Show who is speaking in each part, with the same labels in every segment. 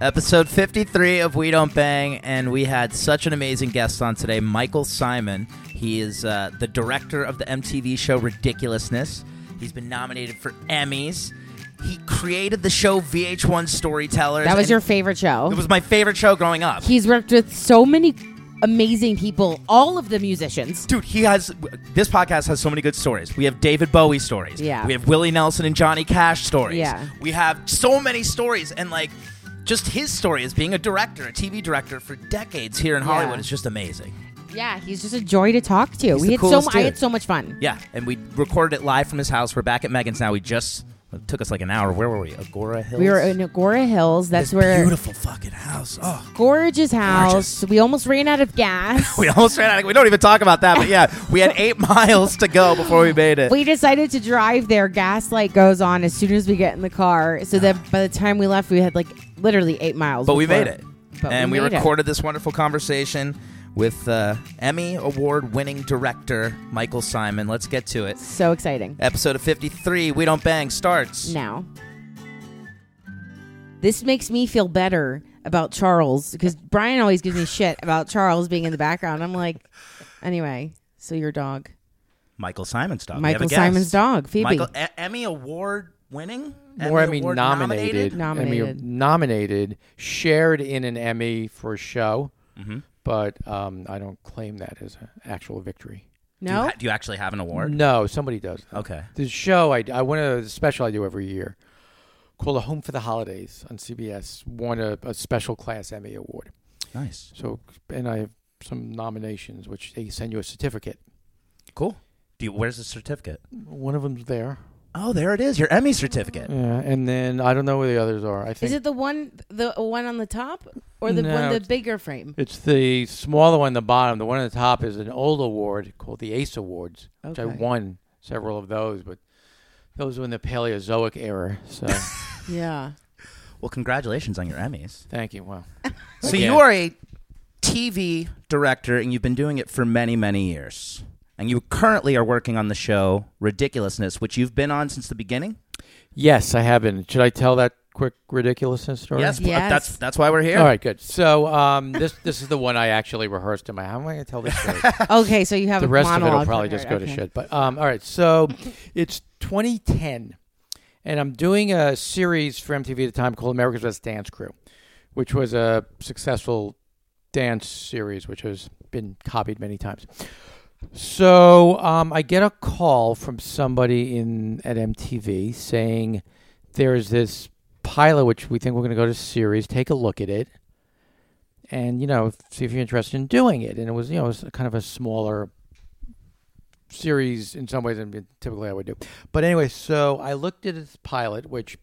Speaker 1: episode 53 of We Don't Bang, and we had such an amazing guest on today, Michael Simon. He is uh, the director of the MTV show Ridiculousness. He's been nominated for Emmys. He created the show VH1 Storytellers.
Speaker 2: That was
Speaker 1: and
Speaker 2: your favorite show.
Speaker 1: It was my favorite show growing up.
Speaker 2: He's worked with so many amazing people, all of the musicians.
Speaker 1: Dude, he has this podcast has so many good stories. We have David Bowie stories.
Speaker 2: Yeah.
Speaker 1: We have Willie Nelson and Johnny Cash stories.
Speaker 2: Yeah.
Speaker 1: We have so many stories and like just his story as being a director, a TV director for decades here in
Speaker 2: Yeah.
Speaker 1: Hollywood is just amazing.
Speaker 2: Yeah, he's just a joy to talk to.
Speaker 1: the
Speaker 2: we had so
Speaker 1: coolest
Speaker 2: mu- I
Speaker 1: dude.
Speaker 2: had so much fun.
Speaker 1: Yeah, and we recorded it live from his house. We're back at Megan's now. We just it took us like an hour. Where were we? Agora Hills.
Speaker 2: We were in Agora Hills. That's
Speaker 1: This
Speaker 2: where
Speaker 1: beautiful fucking house. Oh.
Speaker 2: gorgeous house. We almost ran out of gas.
Speaker 1: We almost ran out. of- We don't even talk about that, but yeah, we had eight miles to go before we made it.
Speaker 2: we decided to drive there. Gaslight goes on as soon as we get in the car. So that by the time we left, we had like literally eight miles.
Speaker 1: But we
Speaker 2: before-
Speaker 1: made it.
Speaker 2: But
Speaker 1: and we,
Speaker 2: made it.
Speaker 1: recorded this wonderful conversation with uh, Emmy Award winning director Michael Simon. Let's get to it.
Speaker 2: So exciting.
Speaker 1: Episode of 53, We Don't Bang, starts.
Speaker 2: now. This makes me feel better about Charles because Brian always gives me shit about Charles being in the background. I'm like, anyway, so your dog,
Speaker 1: Michael Simon's dog. Uh, We have a
Speaker 2: Michael
Speaker 1: guest.
Speaker 2: Simon's dog, Phoebe.
Speaker 1: Michael, E- Emmy Award winning?
Speaker 3: More Emmy nominated,
Speaker 2: Nominated.
Speaker 3: Emmy nominated, shared in an Emmy for a show, but um, I don't claim that as an actual victory.
Speaker 1: Do, you
Speaker 2: no, Mm.
Speaker 1: ha- do you actually have an award?
Speaker 3: No, somebody does.
Speaker 1: Okay.
Speaker 3: The show I I won a special I do every year called A Home for the Holidays on CBS won a, a special class Emmy award.
Speaker 1: Nice.
Speaker 3: So and I have some nominations which they send you a certificate.
Speaker 1: Cool. Do you, where's the certificate?
Speaker 3: One of them's there.
Speaker 1: Oh, there it is, your Emmy certificate.
Speaker 3: Yeah, and then I don't know where the others are. I think
Speaker 2: is it the one, the one on the top, or the
Speaker 3: No,
Speaker 2: one the
Speaker 3: it's-
Speaker 2: bigger frame?
Speaker 3: It's the smaller one on the bottom. The one on the top is an old award called the ACE Awards, which I
Speaker 2: Okay.
Speaker 3: won several of those, but those were in the Paleozoic era. So
Speaker 2: Yeah,
Speaker 1: Well, congratulations on your Emmys.
Speaker 3: thank you. Wow.
Speaker 1: So
Speaker 3: Again.
Speaker 1: you are a TV director, and you've been doing it for many, many years. And you currently are working on the show Ridiculousness, which you've been on since the beginning.
Speaker 3: Yes, I have been. Should I tell that quick ridiculousness story?
Speaker 1: Yes, pl-
Speaker 2: Yes.
Speaker 1: that's that's why we're here.
Speaker 3: All right, good. So um, this this is the one I actually rehearsed in my. How am I going to tell this story?
Speaker 2: Okay, so you have
Speaker 3: the
Speaker 2: a
Speaker 3: rest of it
Speaker 2: monologue
Speaker 3: will probably just go
Speaker 2: prepared.
Speaker 3: to
Speaker 2: Okay.
Speaker 3: shit. But um, all right, so it's 2010, and I'm doing a series for MTV at the time called America's Best Dance Crew, which was a successful dance series, which has been copied many times. So um, I get a call from somebody in at MTV saying there is this pilot which we think we're going to go to series. Take a look at it, and you know see if you're interested in doing it. And it was you know it was kind of a smaller series in some ways than typically I would do. But anyway, so I looked at this pilot, which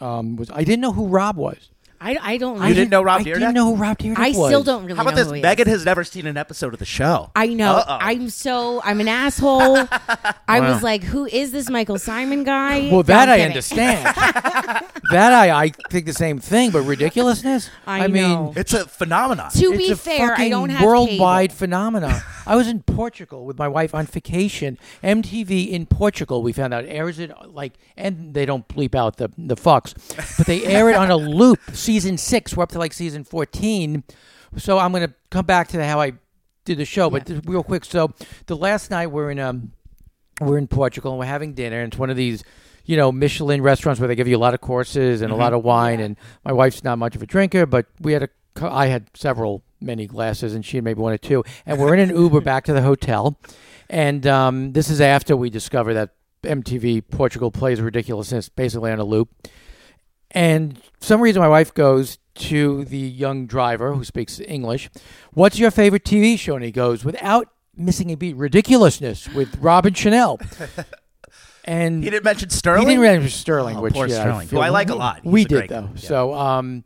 Speaker 3: um, was I didn't know who Rob was.
Speaker 2: I, I don't.
Speaker 3: I
Speaker 1: didn't know Rob
Speaker 3: I
Speaker 1: Dyrdek?
Speaker 3: didn't know who Rob Dyrdek
Speaker 2: I
Speaker 3: was.
Speaker 2: still don't really.
Speaker 1: How about
Speaker 2: know
Speaker 1: this?
Speaker 2: who he is.
Speaker 1: Megan has never seen an episode of the show.
Speaker 2: I know.
Speaker 1: Uh-oh.
Speaker 2: I'm so I'm an asshole. I
Speaker 3: Wow.
Speaker 2: was like, who is this Michael Simon guy?
Speaker 3: Well, that
Speaker 2: No, I'm
Speaker 3: I
Speaker 2: kidding.
Speaker 3: understand. that I, I think the same thing, but ridiculousness.
Speaker 2: I
Speaker 3: mean,
Speaker 2: know.
Speaker 1: it's a phenomenon.
Speaker 2: To
Speaker 3: it's
Speaker 2: be
Speaker 3: a
Speaker 2: fair, I
Speaker 3: fucking
Speaker 2: don't have
Speaker 3: worldwide
Speaker 2: cable.
Speaker 3: phenomenon. I was in Portugal with my wife on vacation. MTV in Portugal, we found out airs it uh, like, and they don't bleep out the the fucks, but they air it on a loop. Season six, we're up to like season fourteen. So I'm gonna come back to how I did the show, but just real quick. So the last night we're in um we're in Portugal and we're having dinner, and it's one of these, you know, Michelin restaurants where they give you a lot of courses and a lot of wine. And my wife's not much of a drinker, but we had a, co- I had several, many glasses, and she had maybe one or two. And we're in an Uber back to the hotel, and um, this is after we discover that MTV Portugal plays ridiculousness basically on a loop. And for some reason, my wife goes to the young driver who speaks English. What's your favorite TV show? And he goes without missing a beat, ridiculousness with Robin Chanel. And
Speaker 1: He didn't mention Sterling.
Speaker 3: he didn't remember Sterling,
Speaker 1: Oh,
Speaker 3: which
Speaker 1: poor
Speaker 3: yeah,
Speaker 1: Sterling, who
Speaker 3: feel-
Speaker 1: I like a lot. He's
Speaker 3: we
Speaker 1: a
Speaker 3: did
Speaker 1: great guy.
Speaker 3: though.
Speaker 1: Yeah.
Speaker 3: So, um,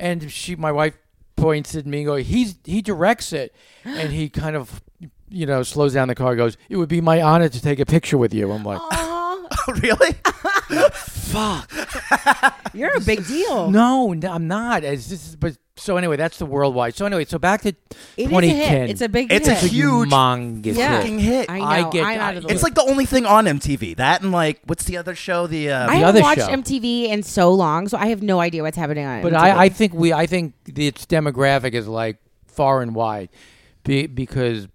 Speaker 3: and she, my wife, points at me and goes, "He's he directs it," and he kind of, you know, slows down the car. and Goes, "It would be my honor to take a picture with you." I'm like,
Speaker 1: Oh, really?
Speaker 3: "Fuck,
Speaker 2: You're a big deal.
Speaker 1: oh.
Speaker 3: no, n- I'm not." As this is, but So anyway, that's the worldwide. So anyway, so back to
Speaker 2: It is a
Speaker 3: 2010.
Speaker 2: hit. It's a big
Speaker 1: It's a
Speaker 2: hit.
Speaker 3: It's a
Speaker 1: huge
Speaker 3: humongous
Speaker 2: Yeah.
Speaker 3: hit.
Speaker 1: fucking hit.
Speaker 2: I know.
Speaker 3: I
Speaker 2: I
Speaker 3: get-
Speaker 2: am out of the
Speaker 1: It's
Speaker 2: loop.
Speaker 1: like the only thing on MTV. That and like what's the other show? The uh,
Speaker 2: I
Speaker 3: the
Speaker 2: haven't
Speaker 3: other
Speaker 2: watched
Speaker 3: show.
Speaker 2: MTV in so long, so I have no idea what's happening on
Speaker 3: But
Speaker 2: MTV.
Speaker 3: I, I think we I think its demographic is like far and wide, be, because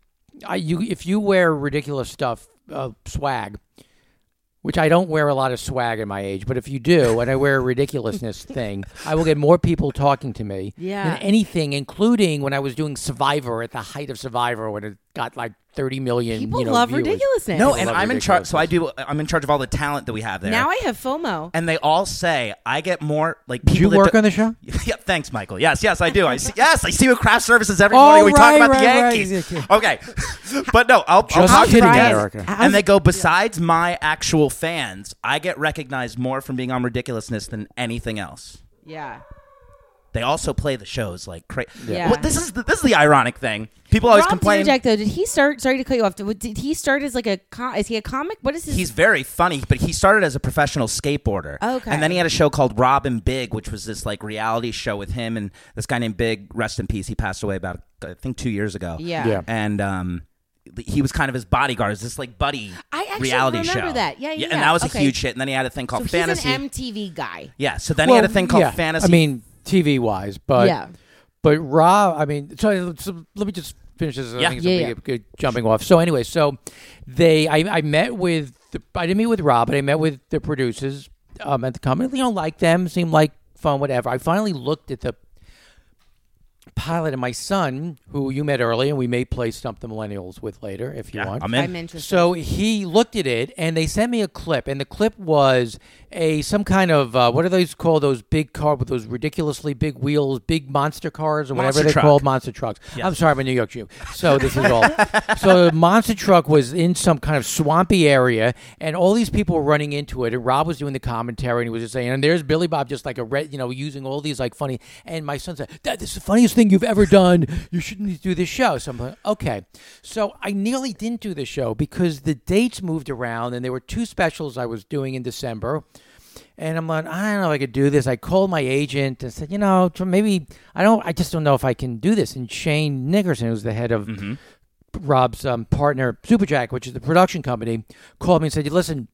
Speaker 3: I you if you wear ridiculous stuff uh, swag, which I don't wear a lot of swag at my age, but if you do, and I wear a ridiculousness thing, I will get more people talking to me
Speaker 2: Yeah.
Speaker 3: than anything, including when I was doing Survivor at the height of Survivor when it got like thirty million.
Speaker 2: people
Speaker 3: you know,
Speaker 2: love
Speaker 3: viewers.
Speaker 2: ridiculousness.
Speaker 1: no,
Speaker 3: I
Speaker 1: and
Speaker 3: love
Speaker 1: I'm in charge. So I do.
Speaker 3: ridiculousness.
Speaker 1: I'm in charge of all the talent that we have there.
Speaker 2: now I have FOMO.
Speaker 1: and they all say I get more like.
Speaker 3: Did you
Speaker 1: people that
Speaker 3: work
Speaker 1: do-
Speaker 3: on the show?
Speaker 1: yeah, thanks, Michael. Yes, yes, I do. I see, yes, I see you at craft services every
Speaker 3: Oh,
Speaker 1: morning. We
Speaker 3: right,
Speaker 1: talk about the
Speaker 3: right, right.
Speaker 1: Yankees. Okay, but no, I'll, I'll
Speaker 3: Just
Speaker 1: talk to
Speaker 3: kidding,
Speaker 1: the guests.
Speaker 3: Erica.
Speaker 1: And they go. Besides my actual fans, I get recognized more from being on ridiculousness than anything else.
Speaker 2: Yeah.
Speaker 1: They also play the shows like crazy.
Speaker 2: Yeah.
Speaker 1: Well, this is the, this is the ironic thing. People always
Speaker 2: Rob
Speaker 1: complain.
Speaker 2: Dyrdek, though, did he start? Sorry to cut you off. Did did he start as like a? Com- is he a comic? What is his?
Speaker 1: He's very funny, but he started as a professional skateboarder.
Speaker 2: Okay.
Speaker 1: And then he had a show called Robin Big, which was this like reality show with him and this guy named Big. Rest in peace. He passed away about I think two years ago.
Speaker 2: yeah.
Speaker 3: Yeah.
Speaker 1: And um, he was kind of his bodyguard. It was this like buddy
Speaker 2: I actually
Speaker 1: reality
Speaker 2: remember
Speaker 1: show.
Speaker 2: that. Yeah, yeah,
Speaker 1: And
Speaker 2: yeah.
Speaker 1: that was a
Speaker 2: Okay.
Speaker 1: huge hit. And then he had a thing
Speaker 2: So
Speaker 1: called
Speaker 2: he's
Speaker 1: Fantasy.
Speaker 2: an MTV guy.
Speaker 1: yeah. So then he had a thing called
Speaker 3: yeah.
Speaker 1: Fantasy.
Speaker 3: I mean, TV wise, but
Speaker 2: Yeah.
Speaker 3: but Rob. I mean, so, so let me just finish this. I
Speaker 1: Yeah.
Speaker 3: think it's
Speaker 2: Yeah,
Speaker 3: a
Speaker 2: yeah.
Speaker 3: big, good jumping off. So anyway, so they, I, I met with, the, I didn't meet with Rob, but I met with the producers um, at the company. You know, like them, seemed like fun, whatever. I finally looked at the pilot, and my son, who you met earlier, and we may play something millennials with later if you
Speaker 1: yeah,
Speaker 3: want.
Speaker 1: I'm
Speaker 2: I'm
Speaker 1: in.
Speaker 2: interested.
Speaker 3: So he looked at it, and they sent me a clip, and the clip was a some kind of uh, what are those called? Those big car with those ridiculously big wheels, big monster cars, or whatever
Speaker 1: Monster
Speaker 3: they're
Speaker 1: truck.
Speaker 3: called, monster trucks. I'm sorry, I'm a New York Jew, so this is all. so the monster truck was in some kind of swampy area, and all these people were running into it, and Rob was doing the commentary, and he was just saying, and there's Billy Bob, just like a red, you know, using all these like funny. And my son said, "Dad, this is the funniest thing you've ever done. You shouldn't do this show." So I'm like, okay. So I nearly didn't do the show because the dates moved around, and there were two specials I was doing in December. And I'm like, I don't know if I could do this. I called my agent and said, you know, tr- maybe I don't, I just don't know if I can do this. And Shane Nickerson, who's the head of Rob's um, partner, Superjack, which is the production company, called me and said, listen,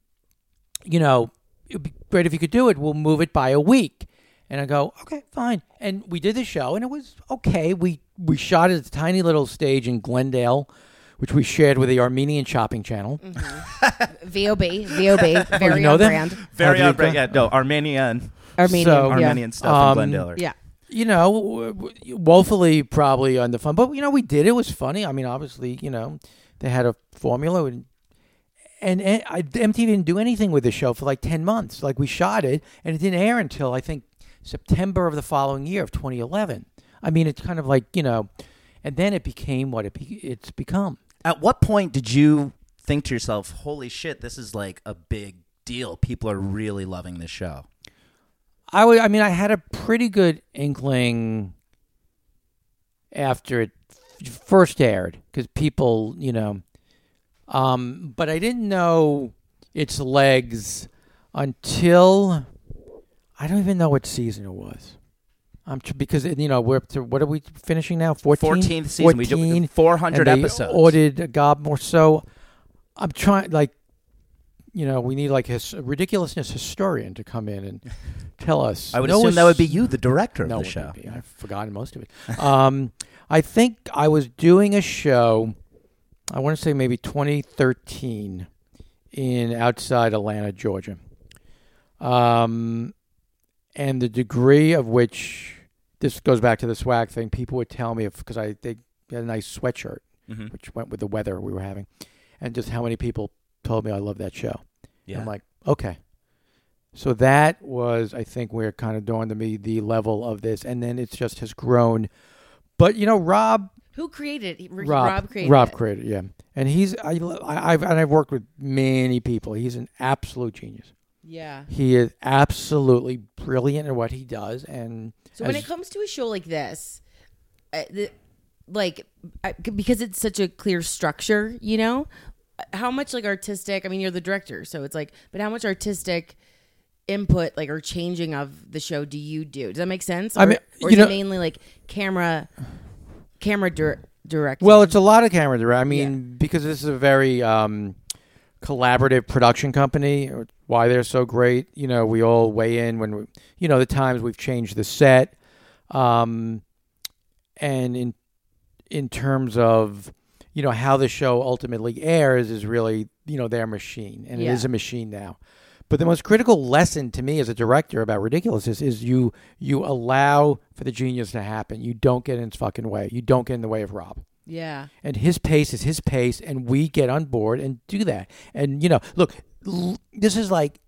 Speaker 3: you know, it'd be great if you could do it. We'll move it by a week. And I go, okay, fine. And we did the show, and it was okay. We we shot at a tiny little stage in Glendale, which we shared with the Armenian Shopping Channel.
Speaker 2: VOB, VOB, very
Speaker 3: you know
Speaker 2: on
Speaker 3: them?
Speaker 2: brand.
Speaker 1: Very
Speaker 3: How did it
Speaker 1: outbreak.
Speaker 3: go?
Speaker 1: Yeah, no, Armenian,
Speaker 2: Armenian,
Speaker 3: So-
Speaker 2: yeah.
Speaker 1: Armenian stuff
Speaker 3: Um,
Speaker 1: in Glendale.
Speaker 2: Yeah.
Speaker 3: you know, w- w- woefully probably on the fun, but you know, we did. It was funny. I mean, obviously, you know, they had a formula, and and, and I, MTV didn't do anything with the show for like ten months. Like we shot it, and it didn't air until I think September of the following year of 2011. I mean, it's kind of like you know, and then it became what it be, it's become.
Speaker 1: At what point did you think to yourself, "Holy shit, this is like a big deal. People are really loving this show."
Speaker 3: I would. I mean, I had a pretty good inkling after it f- first aired because people, you know, um, but I didn't know its legs until I don't even know what season it was. I'm tr- because you know we're up to what are we finishing now? 14?
Speaker 1: 14th season. we do 400
Speaker 3: and they
Speaker 1: episodes.
Speaker 3: Ordered a gob more. So I'm trying, like, you know, we need like a s- ridiculousness historian to come in and tell us.
Speaker 1: I would
Speaker 3: No
Speaker 1: assume that would be
Speaker 3: s-
Speaker 1: you, the director
Speaker 3: No,
Speaker 1: of
Speaker 3: it
Speaker 1: the show.
Speaker 3: wouldn't be. I've forgotten most of it. um, I think I was doing a show. I want to say maybe 2013 in outside Atlanta, Georgia. Um, and the degree of which this goes back to the swag thing. People would tell me if because I they had a nice sweatshirt
Speaker 1: Mhm.
Speaker 3: which went with the weather we were having, and just how many people told me I love that show.
Speaker 1: Yeah.
Speaker 3: I'm like, okay. So that was, I think, where it kind of dawned to me the level of this, and then it's just has grown. But you know, Rob,
Speaker 2: Who created it? Rob,
Speaker 3: Rob,
Speaker 2: created
Speaker 3: Rob
Speaker 2: it.
Speaker 3: created, yeah, and he's I, I, I've and I've worked with many people. He's an absolute genius.
Speaker 2: Yeah.
Speaker 3: He is absolutely brilliant in what he does, and
Speaker 2: So when
Speaker 3: as-
Speaker 2: it comes to a show like this, uh, the, like I, because it's such a clear structure, you know, how much like artistic? I mean, you're the director, so it's like, but how much artistic input like or changing of the show do you do? Does that make sense? Or,
Speaker 3: I mean,
Speaker 2: or
Speaker 3: you
Speaker 2: is it
Speaker 3: know-
Speaker 2: mainly like camera, camera dir- directing?
Speaker 3: Well, it's a lot of camera direct. I mean, because this is a very um, collaborative production company. or Why they're so great, you know, we all weigh in when we, you know, the times we've changed the set, um, and in in terms of you know how the show ultimately airs is really you know their machine, and
Speaker 2: Yeah.
Speaker 3: it is a machine now. But the most critical lesson to me as a director about ridiculousness is you you allow for the genius to happen. You don't get in its fucking way. You don't get in the way of Rob
Speaker 2: yeah,
Speaker 3: and his pace is his pace and we get on board and do that and you know look l- this is like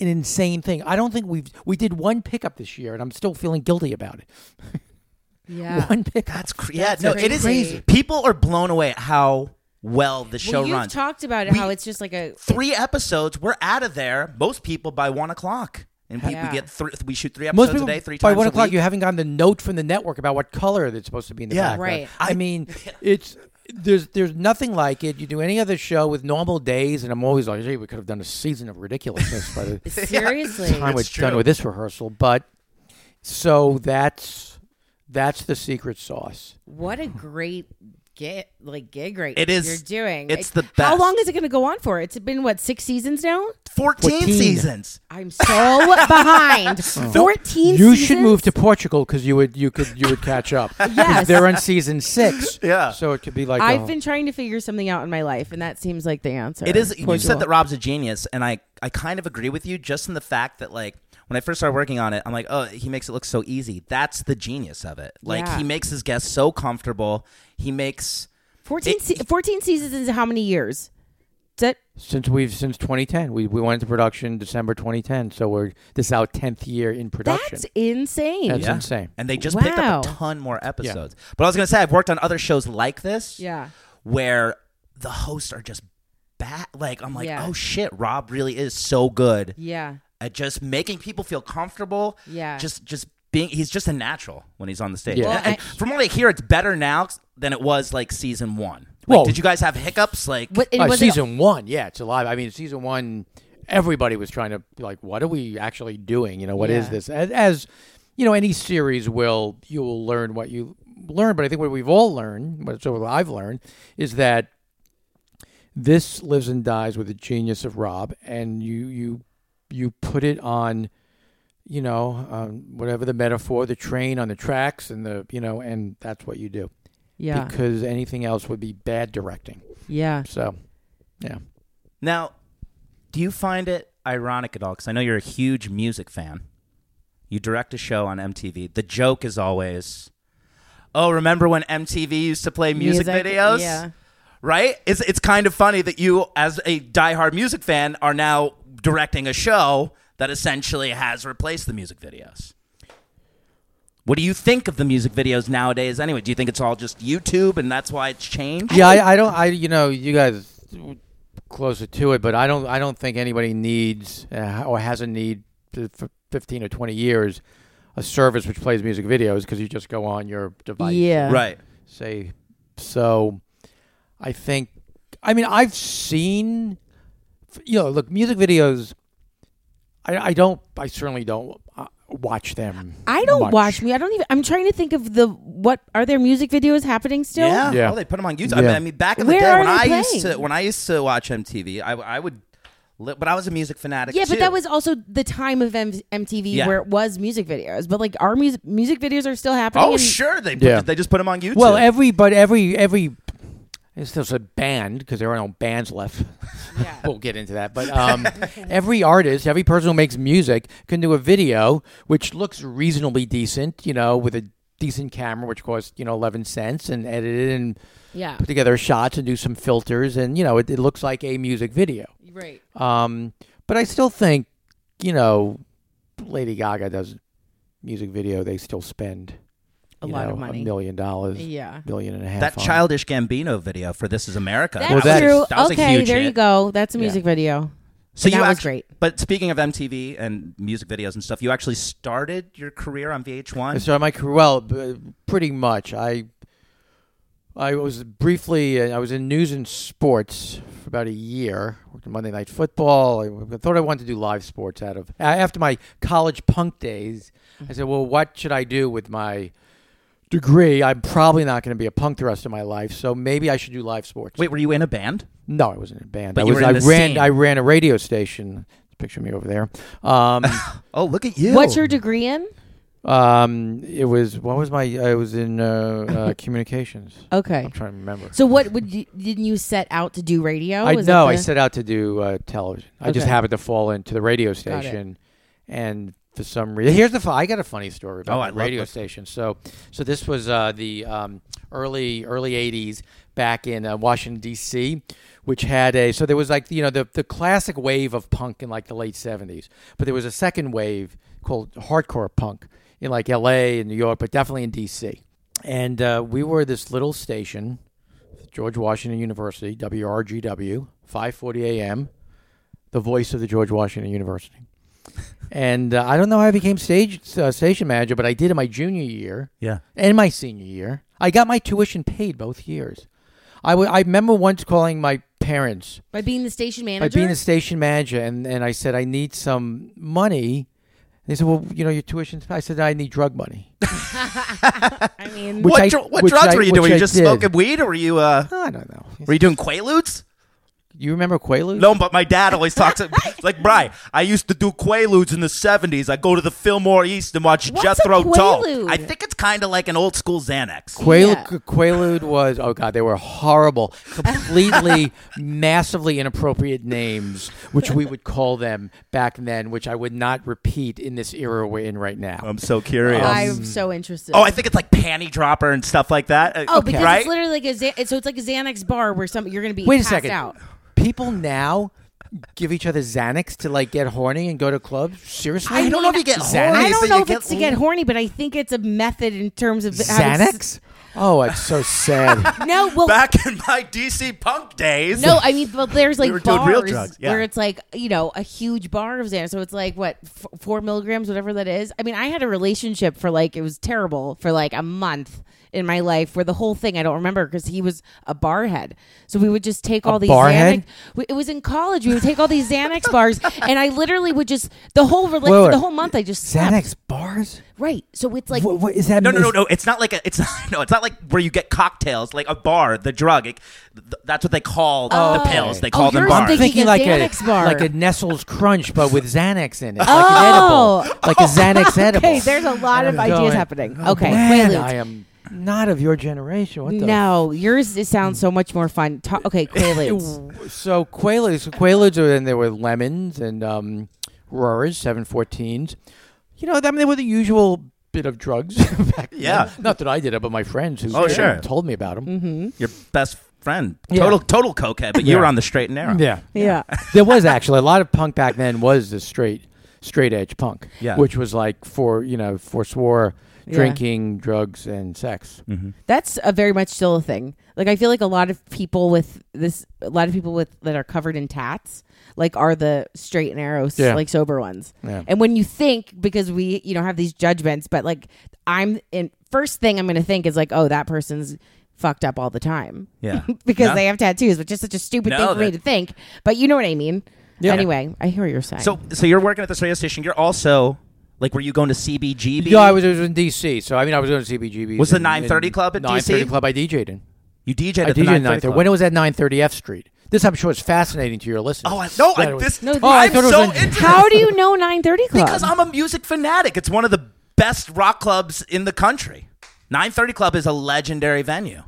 Speaker 3: an insane thing i don't think we've we did one pickup this year and i'm still feeling guilty about it
Speaker 2: yeah.
Speaker 3: one pickup
Speaker 1: That's cr- yeah. No, it is.
Speaker 2: crazy.
Speaker 1: People are blown away at how well the show
Speaker 2: well, you've
Speaker 1: runs.
Speaker 2: talked about it
Speaker 1: We-
Speaker 2: how it's just like a
Speaker 1: three episodes. We're out of there. Most people by one o'clock, and we,
Speaker 2: Yeah.
Speaker 1: we get three. We shoot three
Speaker 3: most
Speaker 1: episodes
Speaker 3: people
Speaker 1: a day, three
Speaker 3: by
Speaker 1: times
Speaker 3: one
Speaker 1: a
Speaker 3: o'clock
Speaker 1: week.
Speaker 3: you haven't gotten the note from the network about what color that's supposed to be in the
Speaker 1: Yeah.
Speaker 3: background
Speaker 2: Right.
Speaker 3: i mean it's there's there's nothing like it you do any other show with normal days and i'm always like hey we could have done a season of ridiculousness uh, by the
Speaker 2: seriously.
Speaker 3: time
Speaker 1: That's
Speaker 3: it's done
Speaker 1: true.
Speaker 3: with this rehearsal. But so that's that's the secret sauce.
Speaker 2: What a great gig, like gig right
Speaker 1: It is-
Speaker 2: you're doing.
Speaker 1: it's
Speaker 2: Like,
Speaker 1: the
Speaker 2: How
Speaker 1: best.
Speaker 2: long is it going to go on for? It's been what six seasons now.
Speaker 1: 14,
Speaker 3: 14.
Speaker 1: seasons.
Speaker 2: I'm so behind. Fourteen.
Speaker 3: Oh. You should
Speaker 2: seasons?
Speaker 3: move to Portugal because you would you could you would catch up. 'Cause
Speaker 2: Yes.
Speaker 3: they're on season six.
Speaker 1: Yeah.
Speaker 3: so it could be like
Speaker 2: I've
Speaker 3: oh,
Speaker 2: been trying to figure something out in my life, and that seems like the answer.
Speaker 1: It is. You
Speaker 2: Portugal.
Speaker 1: said that Rob's a genius, and I I kind of agree with you, just in the fact that like when I first started working on it, I'm like, oh, he makes it look so easy. That's the genius of it. Like
Speaker 2: Yeah.
Speaker 1: he makes his guests so comfortable. He makes
Speaker 2: 14, se- 14 seasons is how many years? Is it?
Speaker 3: since we've since 2010. We we went into production December 2010. So we're this is our 10th year in production.
Speaker 2: That's insane.
Speaker 3: That's insane.
Speaker 1: And they just picked up a
Speaker 2: Wow.
Speaker 1: ton more episodes. But I was gonna say I've worked on other shows like this.
Speaker 2: Yeah.
Speaker 1: where the hosts are just bat like I'm like,
Speaker 2: Yeah.
Speaker 1: oh shit, Rob really is so good
Speaker 2: Yeah.
Speaker 1: at just making people feel comfortable.
Speaker 2: Yeah.
Speaker 1: Just just being he's just a natural when he's on the stage.
Speaker 3: Yeah. Well,
Speaker 1: and, and from what I hear, it's better now than it was like season one. Like,
Speaker 3: Well-
Speaker 1: did you guys have hiccups? Like
Speaker 2: What, and
Speaker 3: Uh,
Speaker 2: was it-
Speaker 3: season one, yeah, it's alive. I mean, season one, everybody was trying to be like, what are we actually doing? You know, what is
Speaker 2: Yeah.
Speaker 3: this? As, as you know, any series will you will learn what you learn. But I think what we've all learned, what so what I've learned, is that this lives and dies with the genius of Rob, and you you you put it on. You know, um, whatever the metaphor, the train on the tracks, and the you know, and that's what you do
Speaker 2: yeah.
Speaker 3: because anything else would be bad directing.
Speaker 2: yeah.
Speaker 3: So, yeah.
Speaker 1: now, do you find it ironic at all? Because I know you're a huge music fan. You direct a show on MTV. The joke is always, "Oh, remember when MTV used to play music, videos?"
Speaker 2: Yeah.
Speaker 1: right? It's it's kind of funny that you, as a diehard music fan, are now directing a show that essentially has replaced the music videos. What do you think of the music videos nowadays? Anyway, do you think it's all just YouTube and that's why it's changed?
Speaker 3: yeah, I, I don't. I you know you guys closer to it, but I don't. I don't think anybody needs uh, or has a need to, for fifteen or twenty years a service which plays music videos because you just go on your device.
Speaker 2: Yeah.
Speaker 1: Right.
Speaker 3: Say so. I think. I mean, I've seen. You know, look, music videos. I, I don't. I certainly don't uh, watch them.
Speaker 2: I don't
Speaker 3: much.
Speaker 2: watch me. I don't even. I'm trying to think of the what are there music videos happening still?
Speaker 1: Yeah.
Speaker 3: Yeah.
Speaker 1: Oh, they put them on YouTube. I,
Speaker 3: Yeah.
Speaker 1: mean, I mean, back in the
Speaker 2: Where
Speaker 1: day
Speaker 2: are
Speaker 1: when I
Speaker 2: they
Speaker 1: used to
Speaker 2: playing?
Speaker 1: when I used to watch MTV, I, I would, li- but I was a music fanatic.
Speaker 2: Yeah,
Speaker 1: too.
Speaker 2: but that was also the time of M- MTV
Speaker 1: Yeah.
Speaker 2: where it was music videos. But like our music music videos are still happening.
Speaker 1: Oh,
Speaker 2: and-
Speaker 1: sure. They put,
Speaker 3: Yeah.
Speaker 1: they just put them on YouTube.
Speaker 3: Well, every but every every it's there's a band because there are no bands left. we'll get into that. But um, every artist, every person who makes music can do a video which looks reasonably decent, you know, with a decent camera which costs you know 11 cents and edited and
Speaker 2: Yeah.
Speaker 3: put together shots and do some filters and you know it, it looks like a music video
Speaker 2: Right.
Speaker 3: um, but I still think, you know, Lady Gaga does music video. They still spend
Speaker 2: A
Speaker 3: you
Speaker 2: lot of
Speaker 3: know,
Speaker 2: money.
Speaker 3: a million dollars,
Speaker 2: Yeah.
Speaker 3: million and a half.
Speaker 1: that
Speaker 3: on it.
Speaker 1: childish Gambino video for "This Is America."
Speaker 2: That's
Speaker 3: Well, that-
Speaker 2: true.
Speaker 1: that was a
Speaker 2: okay,
Speaker 1: huge
Speaker 2: there
Speaker 1: hit.
Speaker 2: you go. That's a music video.
Speaker 1: So
Speaker 2: And
Speaker 1: you
Speaker 2: that was
Speaker 1: act-
Speaker 2: great.
Speaker 1: But speaking of MTV and music videos and stuff, you actually started your career on VH1.
Speaker 3: So my career, well, b- pretty much. I I was briefly uh, I was in news and sports for about a year. Worked in Monday Night Football. I w- thought I wanted to do live sports out of a- after my college punk days. I said, "Well, what should I do with my degree? I'm probably not going to be a punk the rest of my life, so maybe I should do live sports."
Speaker 1: Wait, were you in a band?
Speaker 3: No, I wasn't in a band.
Speaker 1: But
Speaker 3: I
Speaker 1: you
Speaker 3: was.
Speaker 1: were in
Speaker 3: I
Speaker 1: the
Speaker 3: ran.
Speaker 1: scene.
Speaker 3: I ran a radio station. Picture me over there. Um,
Speaker 1: Oh, look at you.
Speaker 2: What's your degree in?
Speaker 3: um, it was. What was my? I was in uh, uh, communications.
Speaker 2: Okay.
Speaker 3: I'm trying to remember.
Speaker 2: So what would you, didn't you set out to do radio?
Speaker 3: I
Speaker 2: Was
Speaker 3: no,
Speaker 2: that
Speaker 3: I
Speaker 2: the-
Speaker 3: set out to do uh, television. I just
Speaker 2: Okay.
Speaker 3: happened to fall into the radio
Speaker 2: it.
Speaker 3: station, and for some reason, here's the. Fu- I got a funny story about
Speaker 1: Oh,
Speaker 3: the
Speaker 1: I love
Speaker 3: radio
Speaker 1: this.
Speaker 3: station. So, so this was uh, the um, early early '80s back in uh, Washington D.C., which had a. So there was like you know the the classic wave of punk in like the late '70s, but there was a second wave called hardcore punk in like L.A. and New York, but definitely in D.C. And uh, we were this little station. George Washington University, WRGW, 5:40 a.m. The voice of the George Washington University. And uh, I don't know how I became stage uh, station manager, but I did in my junior year
Speaker 1: Yeah.
Speaker 3: and my senior year. I got my tuition paid both years. I wa- I remember once calling my parents
Speaker 2: by being the station manager.
Speaker 3: by being a station manager, and, and I said I need some money. They said, "Well, you know, your tuition's." I said, "I need drug money."
Speaker 2: I mean,
Speaker 3: Which
Speaker 1: what
Speaker 3: I-
Speaker 1: dr- what
Speaker 3: which
Speaker 1: drugs
Speaker 3: I-
Speaker 1: were you
Speaker 3: which
Speaker 1: doing? Were
Speaker 3: I
Speaker 1: you just
Speaker 3: did.
Speaker 1: smoking weed or were you uh
Speaker 3: I don't know.
Speaker 1: were you doing Quaaludes?
Speaker 3: You remember Quaaludes?
Speaker 1: No, but my dad always talks like Bry. I used to do Quaaludes in the seventies. I go to the Fillmore East and watch
Speaker 2: What's a
Speaker 1: Jethro Tull.
Speaker 2: Quaalude?
Speaker 1: I think it's kind of like an old school Xanax.
Speaker 3: Quail,
Speaker 2: Yeah.
Speaker 3: Qu- Quaalude was oh god, they were horrible, completely, massively inappropriate names, which we would call them back then, which I would not repeat in this era we're in right now.
Speaker 1: I'm so curious.
Speaker 2: I'm so interested.
Speaker 1: oh, I think it's like Panty Dropper and stuff like that. Uh,
Speaker 2: Oh, because
Speaker 1: right?
Speaker 2: it's literally like a Xan- so it's like a Xanax bar where some you're gonna be
Speaker 3: Wait a
Speaker 2: passed
Speaker 3: second,
Speaker 2: out.
Speaker 3: people now give each other Xanax to like get horny and go to clubs. Seriously,
Speaker 1: I don't know if you get
Speaker 3: Xanax?
Speaker 1: horny.
Speaker 2: I
Speaker 1: but
Speaker 2: don't
Speaker 1: you
Speaker 2: know if
Speaker 1: get
Speaker 2: it's to get horny, but I think it's a method in terms of having s-
Speaker 3: Xanax. Oh, it's so sad.
Speaker 2: No, well,
Speaker 1: Back in my DC punk days.
Speaker 2: no, I mean, but there's like
Speaker 1: were doing
Speaker 2: bars
Speaker 1: real drugs, yeah.
Speaker 2: where it's like you know a huge bar of Xanax, so it's like what f- four milligrams, whatever that is. I mean, I had a relationship for like it was terrible for like a month in my life where the whole thing I don't remember because he was a barhead, so we would just take all these
Speaker 3: barhead?
Speaker 2: Xanax. we- It was in college. We would take all these Xanax bars, and I literally would just the whole rela-
Speaker 3: Wait, wait.
Speaker 2: the whole month I just slept.
Speaker 3: Xanax bars.
Speaker 2: Right, so it's like
Speaker 3: What, what is that?
Speaker 1: No, no, no,
Speaker 3: is-
Speaker 1: no. It's not like a. It's not, no. It's not like where you get cocktails, like a bar, the drug. It, th- that's what they call the pills. They
Speaker 2: Oh,
Speaker 1: call them
Speaker 2: yours
Speaker 1: bars.
Speaker 2: they-
Speaker 3: thinking
Speaker 2: Thinking
Speaker 3: like a
Speaker 2: Xanax bar.
Speaker 3: like a Nestle's Crunch, but with Xanax in it, like
Speaker 2: Oh.
Speaker 3: an edible, like a Xanax edible.
Speaker 2: Okay, there's a lot
Speaker 3: And
Speaker 2: of
Speaker 3: I'm
Speaker 2: ideas
Speaker 3: going,
Speaker 2: happening.
Speaker 3: "Oh,
Speaker 2: Okay,
Speaker 3: man,
Speaker 2: Quaaludes.
Speaker 3: I am not of your generation. What the Hmm.
Speaker 2: No, yours it sounds so much more fun. Ta- okay, Quaaludes.
Speaker 3: f- So Quaaludes, so Quaaludes, are- and there were lemons and um, roars, seven fourteens. You know, I mean, they were the usual bit of drugs back then.
Speaker 1: Yeah.
Speaker 3: Not that I did it, but my friends who
Speaker 1: Oh, sure.
Speaker 3: told me about them.
Speaker 2: Mm-hmm.
Speaker 1: Your best friend,
Speaker 3: Yeah.
Speaker 1: total total cokehead, but you
Speaker 3: Yeah.
Speaker 1: were on the straight and narrow.
Speaker 3: Yeah.
Speaker 2: yeah.
Speaker 3: there was actually a lot of punk back then was the straight straight edge punk
Speaker 1: Yeah.
Speaker 3: which was like for you know forswore
Speaker 2: Yeah.
Speaker 3: drinking drugs and sex
Speaker 1: Mm-hmm.
Speaker 2: That's a very much still a thing. Like I feel like a lot of people with this a lot of people with that are covered in tats like are the straight and arrow s-
Speaker 3: Yeah.
Speaker 2: like sober ones.
Speaker 3: Yeah.
Speaker 2: And when you think because we you know have these judgments but like I'm in first thing I'm going to think is like oh that person's fucked up all the time.
Speaker 1: Yeah.
Speaker 2: because
Speaker 1: No.
Speaker 2: they have tattoos, which is such a stupid
Speaker 1: No,
Speaker 2: thing for me
Speaker 1: that-
Speaker 2: to think. But you know what I mean.
Speaker 3: Yeah.
Speaker 2: Anyway, I hear what you're saying.
Speaker 1: So, so you're working at this radio station. You're also like, were you going to CBGB?
Speaker 3: yeah i was, I was in dc so i mean i was going to cbgb
Speaker 1: Was the 9:30 club at
Speaker 3: 930
Speaker 1: DC?
Speaker 3: club i dj'd in
Speaker 1: You DJed
Speaker 3: i
Speaker 1: at the
Speaker 3: dj'd
Speaker 1: 930
Speaker 3: in 930 when it was at 930 f street this i'm sure is fascinating to your listeners
Speaker 1: Oh, I, no,
Speaker 3: That
Speaker 1: I,
Speaker 3: it was-
Speaker 1: this,
Speaker 2: No, this-
Speaker 3: Oh, I
Speaker 1: I'm
Speaker 3: thought it was
Speaker 1: so
Speaker 3: on-
Speaker 1: into
Speaker 2: How do you know 930 Club?
Speaker 1: because I'm a music fanatic. It's one of the best rock clubs in the country. 930 Club is a legendary venue.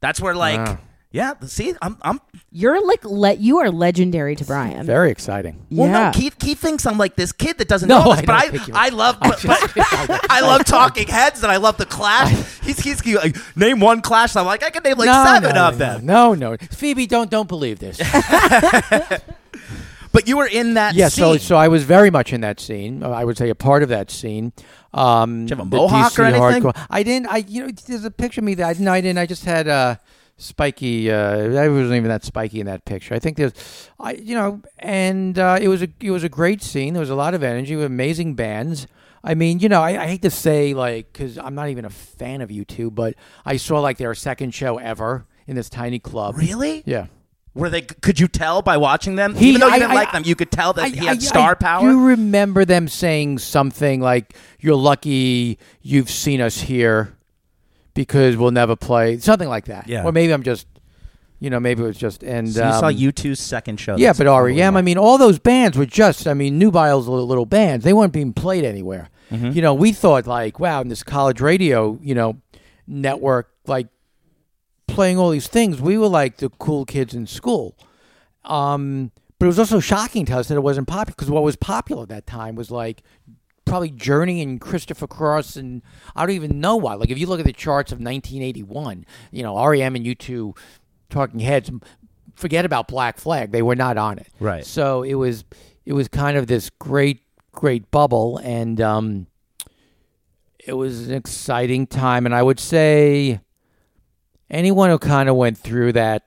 Speaker 1: That's where like
Speaker 3: Wow.
Speaker 1: yeah, see I'm I'm
Speaker 2: You're like le- you are legendary to Brian.
Speaker 3: very exciting
Speaker 1: well no
Speaker 2: yeah.
Speaker 1: Keith Keith thinks I'm like this kid that doesn't
Speaker 3: No,
Speaker 1: know this,
Speaker 3: I
Speaker 1: but
Speaker 3: don't
Speaker 1: I
Speaker 3: think you-
Speaker 1: I love but, but- I love talking heads and I love the Clash. He's he's like name one Clash and I'm like I can name like seven
Speaker 3: no,
Speaker 1: of them.
Speaker 3: No, no, no. Phoebe, don't don't believe this.
Speaker 1: But you were in that
Speaker 3: yeah,
Speaker 1: scene.
Speaker 3: so so I was very much in that scene. Uh, I would say a part of that scene. Um,
Speaker 1: you have a
Speaker 3: the
Speaker 1: mohawk
Speaker 3: DC
Speaker 1: or anything?
Speaker 3: hardcore- I didn't. I you know there's a picture of me that I, no, I didn't. I just had uh, spiky. Uh, I wasn't even that spiky in that picture. I think there's, I you know, and uh, it was a it was a great scene. There was a lot of energy. With amazing bands. I mean, you know, I, I hate to say like because I'm not even a fan of you two, but I saw like their second show ever in this tiny club.
Speaker 1: Really?
Speaker 3: Yeah.
Speaker 1: Were they? Could you tell by watching them?
Speaker 3: He-
Speaker 1: Even though you
Speaker 3: I-
Speaker 1: didn't
Speaker 3: I-
Speaker 1: like them, you could tell that
Speaker 3: I-
Speaker 1: he had
Speaker 3: I-
Speaker 1: star
Speaker 3: I
Speaker 1: power.
Speaker 3: do remember them saying something like, "You're lucky you've seen us here, because we'll never play." Something like that.
Speaker 1: Yeah.
Speaker 3: Or maybe I'm just, you know, maybe it was just and
Speaker 1: So you saw
Speaker 3: um,
Speaker 1: U two's second show.
Speaker 3: Yeah,
Speaker 1: That's
Speaker 3: but
Speaker 1: probably
Speaker 3: REM.
Speaker 1: why.
Speaker 3: I mean, all those bands were just. I mean, Nubile's little, little bands. They weren't being played anywhere.
Speaker 1: Mm-hmm.
Speaker 3: You know, we thought like, wow, in this college radio, you know, network, like playing all these things. We were like the cool kids in school. Um, but it was also shocking to us that it wasn't popular because what was popular at that time was like probably Journey and Christopher Cross and I don't even know why. Like if you look at the charts of 1981, you know REM and U2, Talking Heads, forget about Black Flag. They were not on it.
Speaker 1: Right.
Speaker 3: So it was it was kind of this great great bubble and um, it was an exciting time and I would say anyone who kind of went through that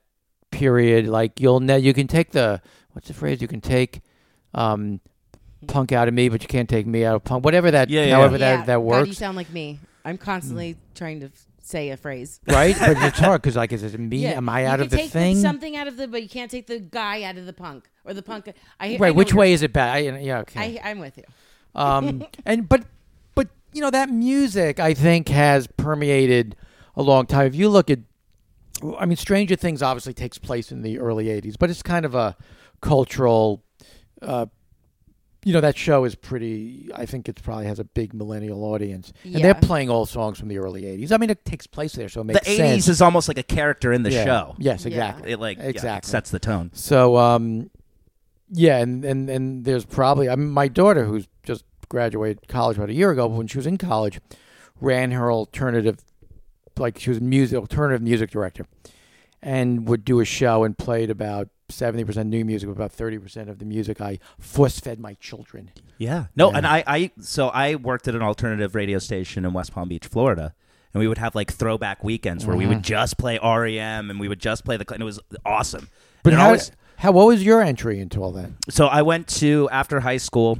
Speaker 3: period, like you'll ne- you can take the what's the phrase? You can take um, punk out of me, but you can't take me out of punk. Whatever that,
Speaker 1: Yeah, yeah,
Speaker 3: however
Speaker 2: Yeah,
Speaker 3: that that
Speaker 2: God, you
Speaker 3: works,
Speaker 2: sound like me. I'm constantly trying to f- say a phrase.
Speaker 3: right? but it's hard because like, is it me?
Speaker 2: Yeah.
Speaker 3: Am I
Speaker 2: You
Speaker 3: out
Speaker 2: can
Speaker 3: of the
Speaker 2: take
Speaker 3: thing?
Speaker 2: something out of the, but you can't take the guy out of the punk or the punk. I, I
Speaker 3: right.
Speaker 2: know
Speaker 3: Which
Speaker 2: what
Speaker 3: way is it bad? I, yeah. Okay.
Speaker 2: you're- I, I'm with you.
Speaker 3: um, and but but you know that music I think has permeated a long time. If you look at, I mean, Stranger Things obviously takes place in the early '80s, but it's kind of a cultural. Uh, you know that show is pretty. I think it probably has a big millennial audience, and
Speaker 2: Yeah.
Speaker 3: they're playing all songs from the early '80s. I mean, it takes place there, so it
Speaker 1: the
Speaker 3: makes sense.
Speaker 1: '80s is almost like a character in the
Speaker 3: Yeah.
Speaker 1: show.
Speaker 3: Yes,
Speaker 2: Yeah.
Speaker 3: exactly.
Speaker 1: It like yeah, it
Speaker 3: Exactly.
Speaker 1: sets the tone.
Speaker 3: So, um, yeah, and, and, and there's probably I mean, my daughter who's just graduated college about a year ago. When she was in college, ran her alternative, like she was a music alternative music director, and would do a show and played about seventy percent new music, about thirty percent of the music I force fed my children.
Speaker 1: Yeah. No,
Speaker 3: Yeah.
Speaker 1: and I, I so I worked at an alternative radio station in West Palm Beach, Florida. And we would have like throwback weekends where we would
Speaker 3: Mm-hmm.
Speaker 1: just play REM and we would just play the, and it was awesome.
Speaker 3: But
Speaker 1: And it
Speaker 3: how,
Speaker 1: always-
Speaker 3: how what was your entry into all that?
Speaker 1: so I went to after high school.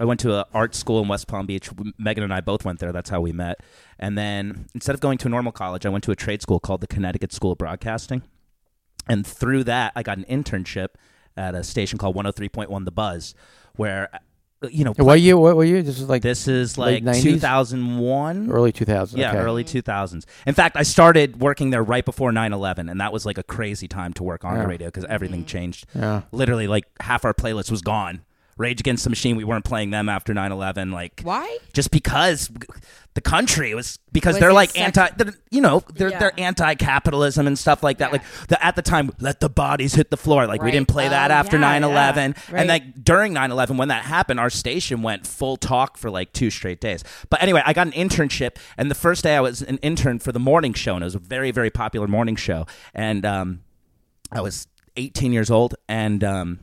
Speaker 1: I went to an art school in West Palm Beach. Megan and I both went there. That's how we met. And then instead of going to a normal college, I went to a trade school called the Connecticut School of Broadcasting. And through that, I got an internship at a station called 103.1 The Buzz, where, uh, you know,
Speaker 3: What year? What were you? This is like
Speaker 1: this is
Speaker 3: Late
Speaker 1: like
Speaker 3: 90s?
Speaker 1: 2001.
Speaker 3: early two thousand.
Speaker 1: Yeah, early 2000s. In fact, I started working there right before 9 11, and that was like a crazy time to work on
Speaker 3: Yeah.
Speaker 1: the radio because everything changed.
Speaker 3: Yeah.
Speaker 1: Literally, like half our playlist was gone. Rage Against the Machine, we weren't playing them after 9 11. Like,
Speaker 2: Why?
Speaker 1: Just because the country was because
Speaker 2: Was
Speaker 1: they're
Speaker 2: it
Speaker 1: like
Speaker 2: sex-
Speaker 1: anti, they're, you know, they're
Speaker 2: Yeah.
Speaker 1: they're anti-capitalism and stuff like that.
Speaker 2: Yeah.
Speaker 1: Like the, at the time, let the bodies hit the floor. Like we
Speaker 2: Right.
Speaker 1: didn't play that
Speaker 2: Oh,
Speaker 1: after
Speaker 2: yeah,
Speaker 1: 9 11.
Speaker 2: yeah.
Speaker 1: And
Speaker 2: Right.
Speaker 1: like during 9-11 when that happened our station went full talk for like two straight days but anyway i got an internship and the first day i was an intern for the morning show and it was a very very popular morning show and um, i was 18 years old and um,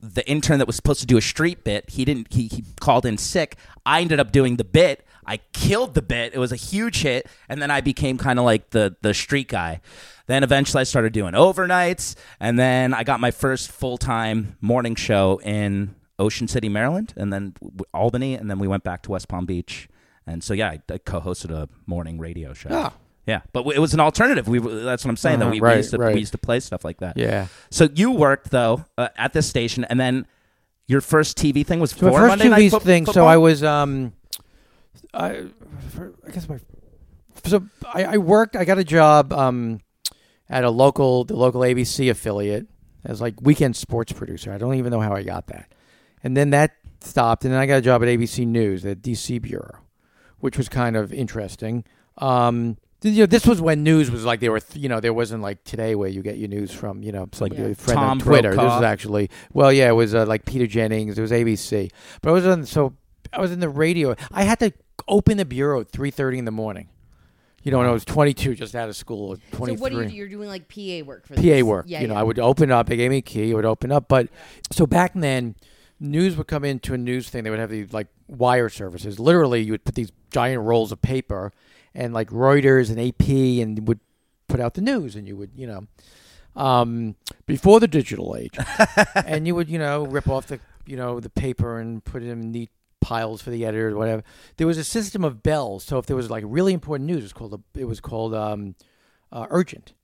Speaker 1: the intern that was supposed to do a street bit he didn't he, he called in sick i ended up doing the bit i killed the bit it was a huge hit and then i became kind of like the the street guy then eventually i started doing overnights and then i got my first full-time morning show in ocean city maryland and then w- albany and then we went back to west palm beach and so yeah i, I co-hosted a morning radio show
Speaker 3: Ah.
Speaker 1: yeah but w- it was an alternative we w- that's what i'm saying
Speaker 3: Uh-huh,
Speaker 1: that we,
Speaker 3: right,
Speaker 1: we, used to,
Speaker 3: right.
Speaker 1: we used to play stuff like that
Speaker 3: Yeah.
Speaker 1: so you worked though uh, at this station, and then your first TV thing was
Speaker 3: So my
Speaker 1: for
Speaker 3: first
Speaker 1: Monday
Speaker 3: two
Speaker 1: Night
Speaker 3: these
Speaker 1: Fo-
Speaker 3: things. So
Speaker 1: Football?
Speaker 3: I was, um, I, for, I guess my, so I, I worked. I got a job um, at a local, the local ABC affiliate as like weekend sports producer. I don't even know how I got that, and then that stopped, and then I got a job at ABC News, the DC bureau, which was kind of interesting. Um, th- you know, this was when news was like they were, th- you know, there wasn't like today where you get your news from, you know, like
Speaker 2: Yeah.
Speaker 3: your friend
Speaker 1: Tom
Speaker 3: on Twitter. This
Speaker 1: Brokaw.
Speaker 3: was actually, well, yeah, it was uh, like Peter Jennings. It was ABC, but I was on. So I was in the radio. I had to open the bureau at three thirty in the morning. You know, when I was twenty two, just out of school, at
Speaker 2: So
Speaker 3: twenty three.
Speaker 2: what do you do? You're doing like PA work for
Speaker 3: PA
Speaker 2: this.
Speaker 3: work.
Speaker 2: Yeah,
Speaker 3: you know,
Speaker 2: yeah.
Speaker 3: I would open up. They gave me a key. It would open up. But so back then, news would come into a news thing. They would have these like wire services. Literally, you would put these giant rolls of paper, and like Reuters and AP, and would put out the news, and you would, you know, um, before the digital age, and you would, you know, rip off the, you know, the paper and put it in neat piles for the editor or whatever. There was a system of bells. So if there was like really important news, it was called a, it was called um, uh, urgent.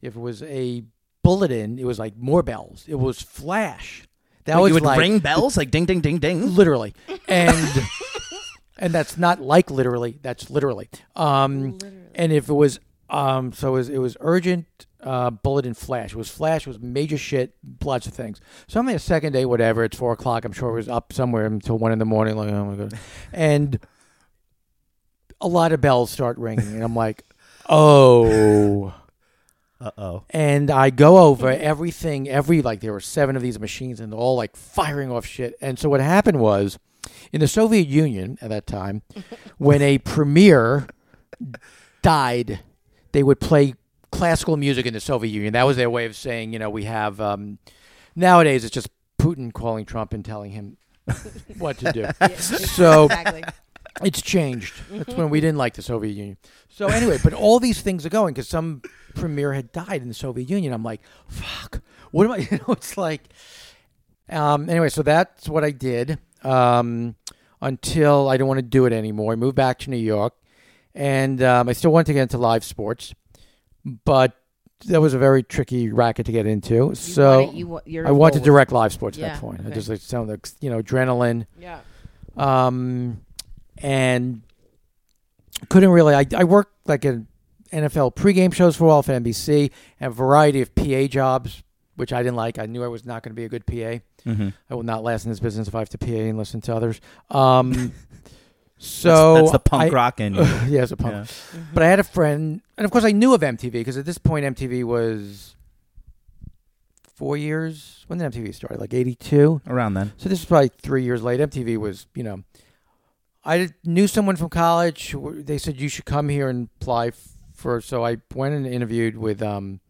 Speaker 3: If it was a bulletin, it was like more bells. It was flash. That was
Speaker 1: you would
Speaker 3: like
Speaker 1: ring bells like ding, ding, ding, ding.
Speaker 3: literally, and and that's not like literally. That's literally. Um, And if it was um, so it was, it was urgent. Uh, bulletin flash. It was flash. It was major shit. Lots of things. So I'm on the second day, whatever. It's four o'clock. I'm sure it was up somewhere until one in the morning. Like oh my god, and a lot of bells start ringing, and I'm like, oh.
Speaker 1: Uh oh.
Speaker 3: And I go over everything, every like there were seven of these machines and they're all like firing off shit. And so what happened was in the Soviet Union at that time, when a premier died, they would play classical music in the Soviet Union. That was their way of saying, you know, we have um, nowadays it's just Putin calling Trump and telling him what to do. so
Speaker 2: Exactly.
Speaker 3: it's changed. That's when
Speaker 2: Mm-hmm.
Speaker 3: we didn't like the Soviet Union. So anyway, but all these things are going because some premier had died in the Soviet Union. I'm like, fuck. What am I? You know, it's like. Um, anyway, so that's what I did um, until I don't want to do it anymore. I moved back to New York, and um, I still wanted to get into live sports, but that was a very tricky racket to get into.
Speaker 2: You
Speaker 3: so
Speaker 2: want it, you, wa- your
Speaker 3: I wanted
Speaker 2: goal.
Speaker 3: direct live sports at
Speaker 2: Yeah,
Speaker 3: that point. I
Speaker 2: okay.
Speaker 3: just it sounded like you know adrenaline
Speaker 2: Yeah.
Speaker 3: um, and couldn't really. I, I worked like in NFL pregame shows for a while for NBC, and a variety of PA jobs, which I didn't like. I knew I was not going to be a good PA.
Speaker 1: Mm-hmm.
Speaker 3: I will not last in this business if I have to PA and listen to others. Um, so
Speaker 1: That's, that's the punk
Speaker 3: I-
Speaker 1: rock in you.
Speaker 3: yeah, it's a punk.
Speaker 1: Yeah.
Speaker 3: But I had a friend, and of course I knew of MTV because at this point MTV was four years. When did MTV start? Like eighty two.
Speaker 1: Around then.
Speaker 3: So this is probably three years late. MTV was, you know, I did- knew someone from college. who- They said you should come here and apply f- for. So I went and interviewed with um,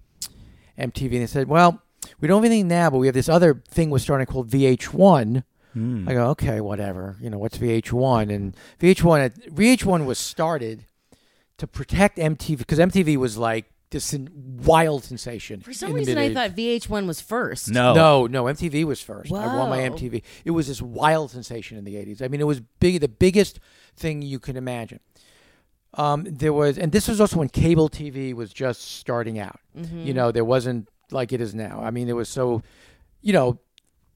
Speaker 3: MTV, and they said, "Well, we don't have anything now, but we have this other thing we're starting called VH1."
Speaker 1: Mm.
Speaker 3: I go, "Okay, whatever. You know, what's VH1?" And VH1, at- VH1 was started to protect MTV because MTV was like this sen- wild sensation.
Speaker 2: For some
Speaker 3: in the
Speaker 2: reason, I
Speaker 3: mid-eighties.
Speaker 2: thought VH1 was first.
Speaker 1: no.
Speaker 3: No, no, MTV was first. I want my
Speaker 2: Whoa.
Speaker 3: MTV. It was this wild sensation in the 80s. I mean, it was big, the biggest thing you could imagine. Um, there was, and this was also when cable TV was just starting out.
Speaker 2: Mm-hmm.
Speaker 3: You know, there wasn't like it is now. I mean, there was so, you know,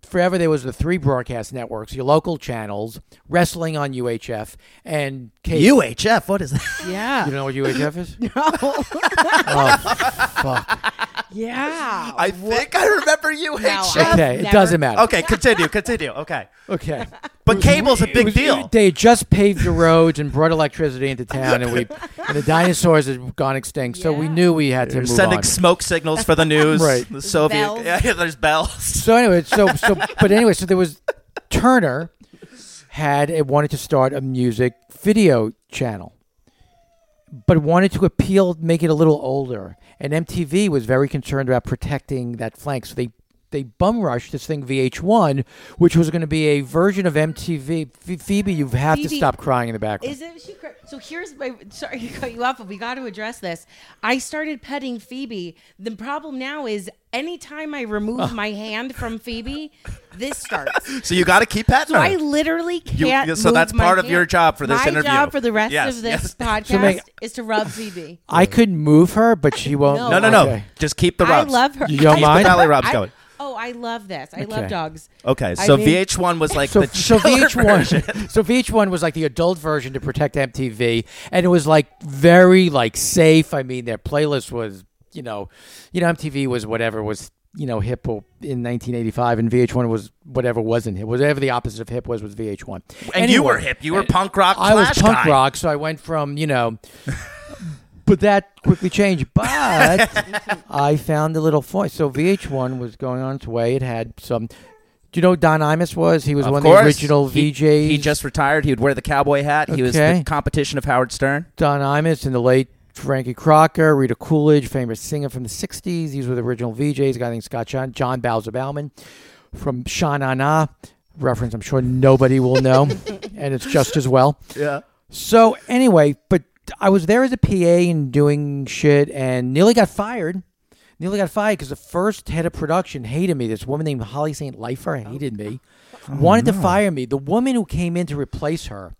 Speaker 3: forever there was the three broadcast networks, your local channels, wrestling on UHF, and cable.
Speaker 1: UHF. What is that?
Speaker 2: Yeah.
Speaker 3: You know what UHF is?
Speaker 2: No.
Speaker 3: oh,
Speaker 2: yeah.
Speaker 1: I think I remember UHF.
Speaker 2: I've
Speaker 3: okay, it
Speaker 2: never-
Speaker 3: doesn't matter.
Speaker 1: Okay, continue, continue. Okay.
Speaker 3: Okay.
Speaker 1: But cable's a
Speaker 3: It
Speaker 1: big
Speaker 3: was-
Speaker 1: deal.
Speaker 3: They had just paved the roads and brought electricity into town, and we and the dinosaurs had gone extinct. So we
Speaker 2: Yeah.
Speaker 3: knew we had to
Speaker 1: They're
Speaker 3: move
Speaker 1: sending
Speaker 3: on.
Speaker 1: smoke signals for the news.
Speaker 3: Right.
Speaker 1: The Soviet.
Speaker 2: bells.
Speaker 1: Yeah, yeah, there's bells.
Speaker 3: so anyway, so so but anyway, so there was Turner had it wanted to start a music video channel, but wanted to appeal, make it a little older, and MTV was very concerned about protecting that flank, so they. They bum rushed this thing VH1, which was going to be a version of MTV. Ph- Phoebe, you have to
Speaker 2: Phoebe,
Speaker 3: stop crying in the background.
Speaker 2: Isn't she cra So here's my sorry to cut you off, but we got to address this. I started petting Phoebe. The problem now is anytime I remove my hand from Phoebe, this starts.
Speaker 1: So you got to keep petting
Speaker 2: So
Speaker 1: her.
Speaker 2: I literally can't.
Speaker 1: you- so
Speaker 2: move
Speaker 1: that's
Speaker 2: my
Speaker 1: part of
Speaker 2: hand.
Speaker 1: your job for this
Speaker 2: my
Speaker 1: interview.
Speaker 2: job for the rest
Speaker 1: Yes,
Speaker 2: of this
Speaker 1: yes.
Speaker 2: podcast
Speaker 3: So make-
Speaker 2: is to rub Phoebe.
Speaker 3: I could move her, but she won't.
Speaker 2: No.
Speaker 1: no, no, no.
Speaker 3: Okay.
Speaker 1: Just keep the
Speaker 2: I
Speaker 1: rubs.
Speaker 2: love her.
Speaker 3: You don't
Speaker 2: I-
Speaker 3: mind?
Speaker 1: Valley Rob's
Speaker 2: I-
Speaker 1: going.
Speaker 2: Oh, I love this. I
Speaker 3: Okay.
Speaker 2: love dogs.
Speaker 1: Okay,
Speaker 2: I
Speaker 1: so
Speaker 2: mean-
Speaker 1: VH1 was like
Speaker 3: So,
Speaker 1: the
Speaker 3: so
Speaker 1: chiller version.
Speaker 3: VH1, so VH1 was like the adult version to protect MTV, and it was like very like safe. I mean, their playlist was you know, you know MTV was whatever was you know hip or- in 1985, and VH1 was whatever wasn't hip. Whatever the opposite of hip was was VH1.
Speaker 1: And you were hip. You were punk rock.
Speaker 3: I was
Speaker 1: slash
Speaker 3: punk
Speaker 1: guy.
Speaker 3: rock, so I went from you know. But that quickly changed. But I found a little voice. So VH1 was going on its way. It had some. Do you know who Don Imus was? He was
Speaker 1: Of
Speaker 3: one
Speaker 1: course.
Speaker 3: of the original
Speaker 1: He-
Speaker 3: VJs.
Speaker 1: He just retired. He would wear the cowboy hat. He was the
Speaker 3: Okay.
Speaker 1: competition of Howard Stern.
Speaker 3: Don Imus and the late Frankie Crocker, Rita Coolidge, famous singer from the 60s. These were the original VJs. A guy named Scott John, John Bowser Bauman from Sha Na Na, reference I'm sure nobody will know, and it's just as well.
Speaker 1: Yeah.
Speaker 3: So anyway, but I was there as a PA and doing shit, and nearly got fired.
Speaker 2: Oh,
Speaker 3: Nearly got fired because the first head of production hated me. This woman named Holly St. Lifer hated me. wanted to fire me. The woman who came in to replace her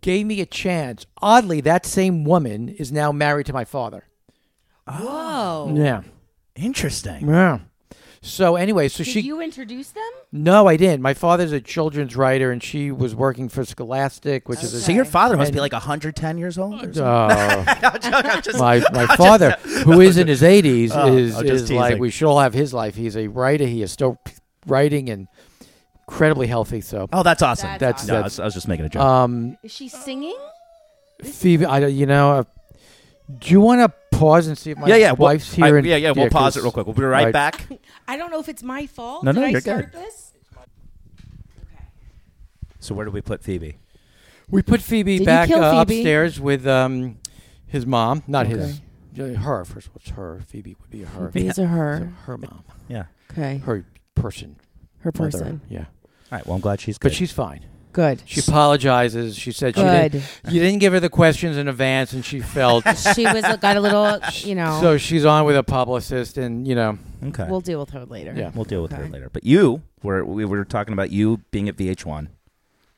Speaker 3: gave me a chance. Oddly, that same woman is now married to my father.
Speaker 2: Whoa.
Speaker 3: Yeah.
Speaker 1: Interesting.
Speaker 3: Yeah. So anyway, so
Speaker 2: Did
Speaker 3: she
Speaker 2: you introduce them?
Speaker 3: No, I didn't. My father's a children's writer and she was working for Scholastic, which is
Speaker 1: So
Speaker 3: a
Speaker 1: your father must be like 110 years old. Or something.
Speaker 3: Oh. my my father, who is in his 80s, is,
Speaker 1: Oh, I'm just
Speaker 3: is like
Speaker 1: teasing.
Speaker 3: we should all have his life. He's a writer. He is still writing and incredibly healthy. So
Speaker 1: Oh, that's awesome.
Speaker 2: That's
Speaker 3: that's
Speaker 2: awesome.
Speaker 1: no, I,
Speaker 3: that's
Speaker 1: was, I was just making a joke.
Speaker 3: um
Speaker 2: Is she singing?
Speaker 3: Phoebe. I don't- you know. Uh, do you want to pause and see if my
Speaker 1: yeah, yeah. we'll-
Speaker 3: wife's
Speaker 1: I-
Speaker 3: here? and,
Speaker 1: yeah, yeah. We'll pause
Speaker 3: 'cause-
Speaker 1: it real quick. We'll be right,
Speaker 3: Right.
Speaker 1: back.
Speaker 2: I don't know if it's my fault.
Speaker 1: No, no,
Speaker 2: Did I
Speaker 1: you're
Speaker 2: start
Speaker 1: good.
Speaker 2: this?
Speaker 1: So where do we put Phoebe?
Speaker 3: We put Phoebe
Speaker 2: Did you
Speaker 3: back
Speaker 2: kill
Speaker 3: uh,
Speaker 2: Phoebe?
Speaker 3: upstairs with um his mom, not his. uh, Her first. What's her? Phoebe would be her.
Speaker 2: These are
Speaker 3: So
Speaker 2: her.
Speaker 3: her mom.
Speaker 1: Yeah. All
Speaker 2: Okay.
Speaker 3: Her person.
Speaker 2: Her
Speaker 3: mother,
Speaker 2: person.
Speaker 3: Yeah.
Speaker 1: right. Well, I'm glad she's good.
Speaker 3: But she's fine.
Speaker 2: Good.
Speaker 3: She apologizes. She said she
Speaker 2: Good.
Speaker 3: didn't, you didn't give her the questions in advance, and she felt.
Speaker 2: she was got a little, you know.
Speaker 3: So she's on with a publicist, and you know,
Speaker 1: okay.
Speaker 2: we'll deal with her later.
Speaker 3: yeah.
Speaker 1: We'll deal with her
Speaker 2: Okay.
Speaker 1: later. But you were we were talking about you being at VH1.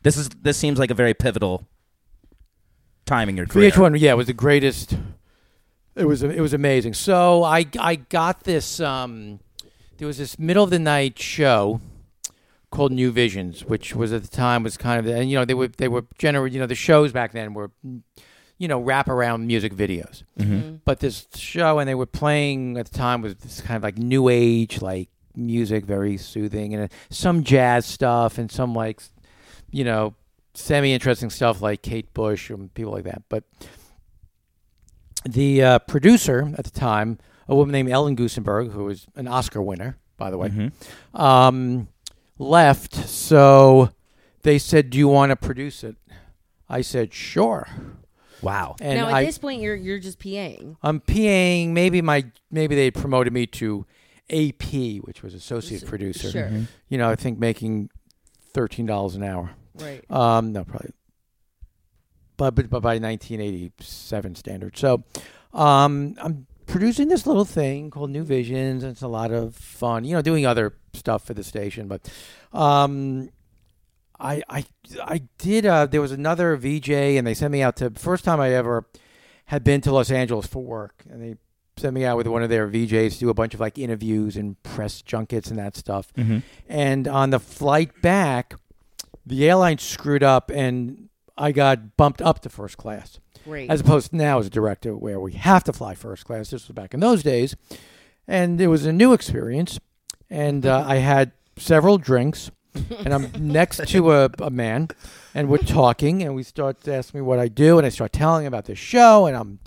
Speaker 1: This is this seems like a very pivotal time in your career.
Speaker 3: VH1, yeah, was the greatest. It was it was amazing. So I I got this. Um, there was this middle of the night show called New Visions, which was at the time was kind of the, and you know they were they were generally you know the shows back then were you know wraparound music videos, but this show and they were playing at the time was this kind of like new age like music, very soothing and uh, some jazz stuff and some like you know, semi interesting stuff like Kate Bush and people like that. But the uh, producer at the time, a woman named Ellen Gusenberg, who was an Oscar winner, by the way,
Speaker 1: Mm-hmm.
Speaker 3: um, left. So they said, "Do you want to produce it?" I said, "Sure."
Speaker 1: Wow.
Speaker 3: And
Speaker 2: now at
Speaker 3: I,
Speaker 2: this point, you're you're just PAing.
Speaker 3: I'm PAing. Maybe my maybe they promoted me to AP, which was associate producer.
Speaker 2: Sure.
Speaker 1: Mm-hmm.
Speaker 3: You know, I think making thirteen dollars an hour.
Speaker 2: Right.
Speaker 3: Um, no, probably. But, but, but by 1987 standard. So um, I'm producing this little thing called New Visions. And it's a lot of fun, you know, doing other stuff for the station. But um, I, I, I did, uh, there was another VJ, and they sent me out to, first time I ever had been to Los Angeles for work. And they sent me out with one of their VJs to do a bunch of like interviews and press junkets and that stuff.
Speaker 1: Mm-hmm.
Speaker 3: And on the flight back, the airline screwed up and I got bumped up to first class.
Speaker 2: Great.
Speaker 3: As opposed to now as a director where we have to fly first class. This was back in those days. And it was a new experience. And uh, I had several drinks. and I'm next to a, a man and we're talking and we start to ask me what I do and I start telling him about this show and I'm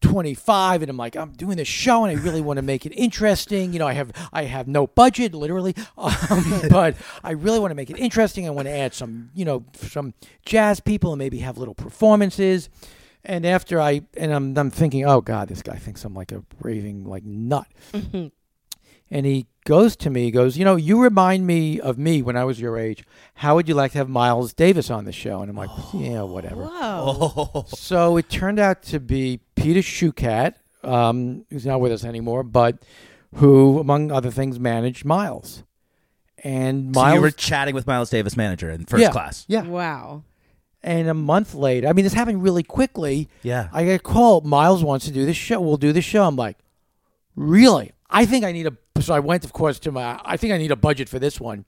Speaker 3: 25 and I'm like I'm doing this show and I really want to make it interesting you know I have I have no budget literally um, but I really want to make it interesting I want to add some you know some jazz people and maybe have little performances and after I and I'm I'm thinking oh god this guy thinks I'm like a raving like nut and he goes to me he goes you know you remind me of me when I was your age how would you like to have Miles Davis on the show and I'm like yeah whatever Oh,
Speaker 2: Whoa.
Speaker 3: so it turned out to be Peter Schukat, um, who's not with us anymore, but who, among other things, managed Miles. And
Speaker 1: So
Speaker 3: Miles,
Speaker 1: you were chatting with Miles Davis, manager in first
Speaker 3: yeah,
Speaker 1: class.
Speaker 3: yeah.
Speaker 2: Wow.
Speaker 3: And a month later, I mean, this happened really quickly.
Speaker 1: Yeah.
Speaker 3: I got a call. Miles wants to do this show. We'll do the show. I'm like, really? I think I need a. So I went, of course, to my. I think I need a budget for this one.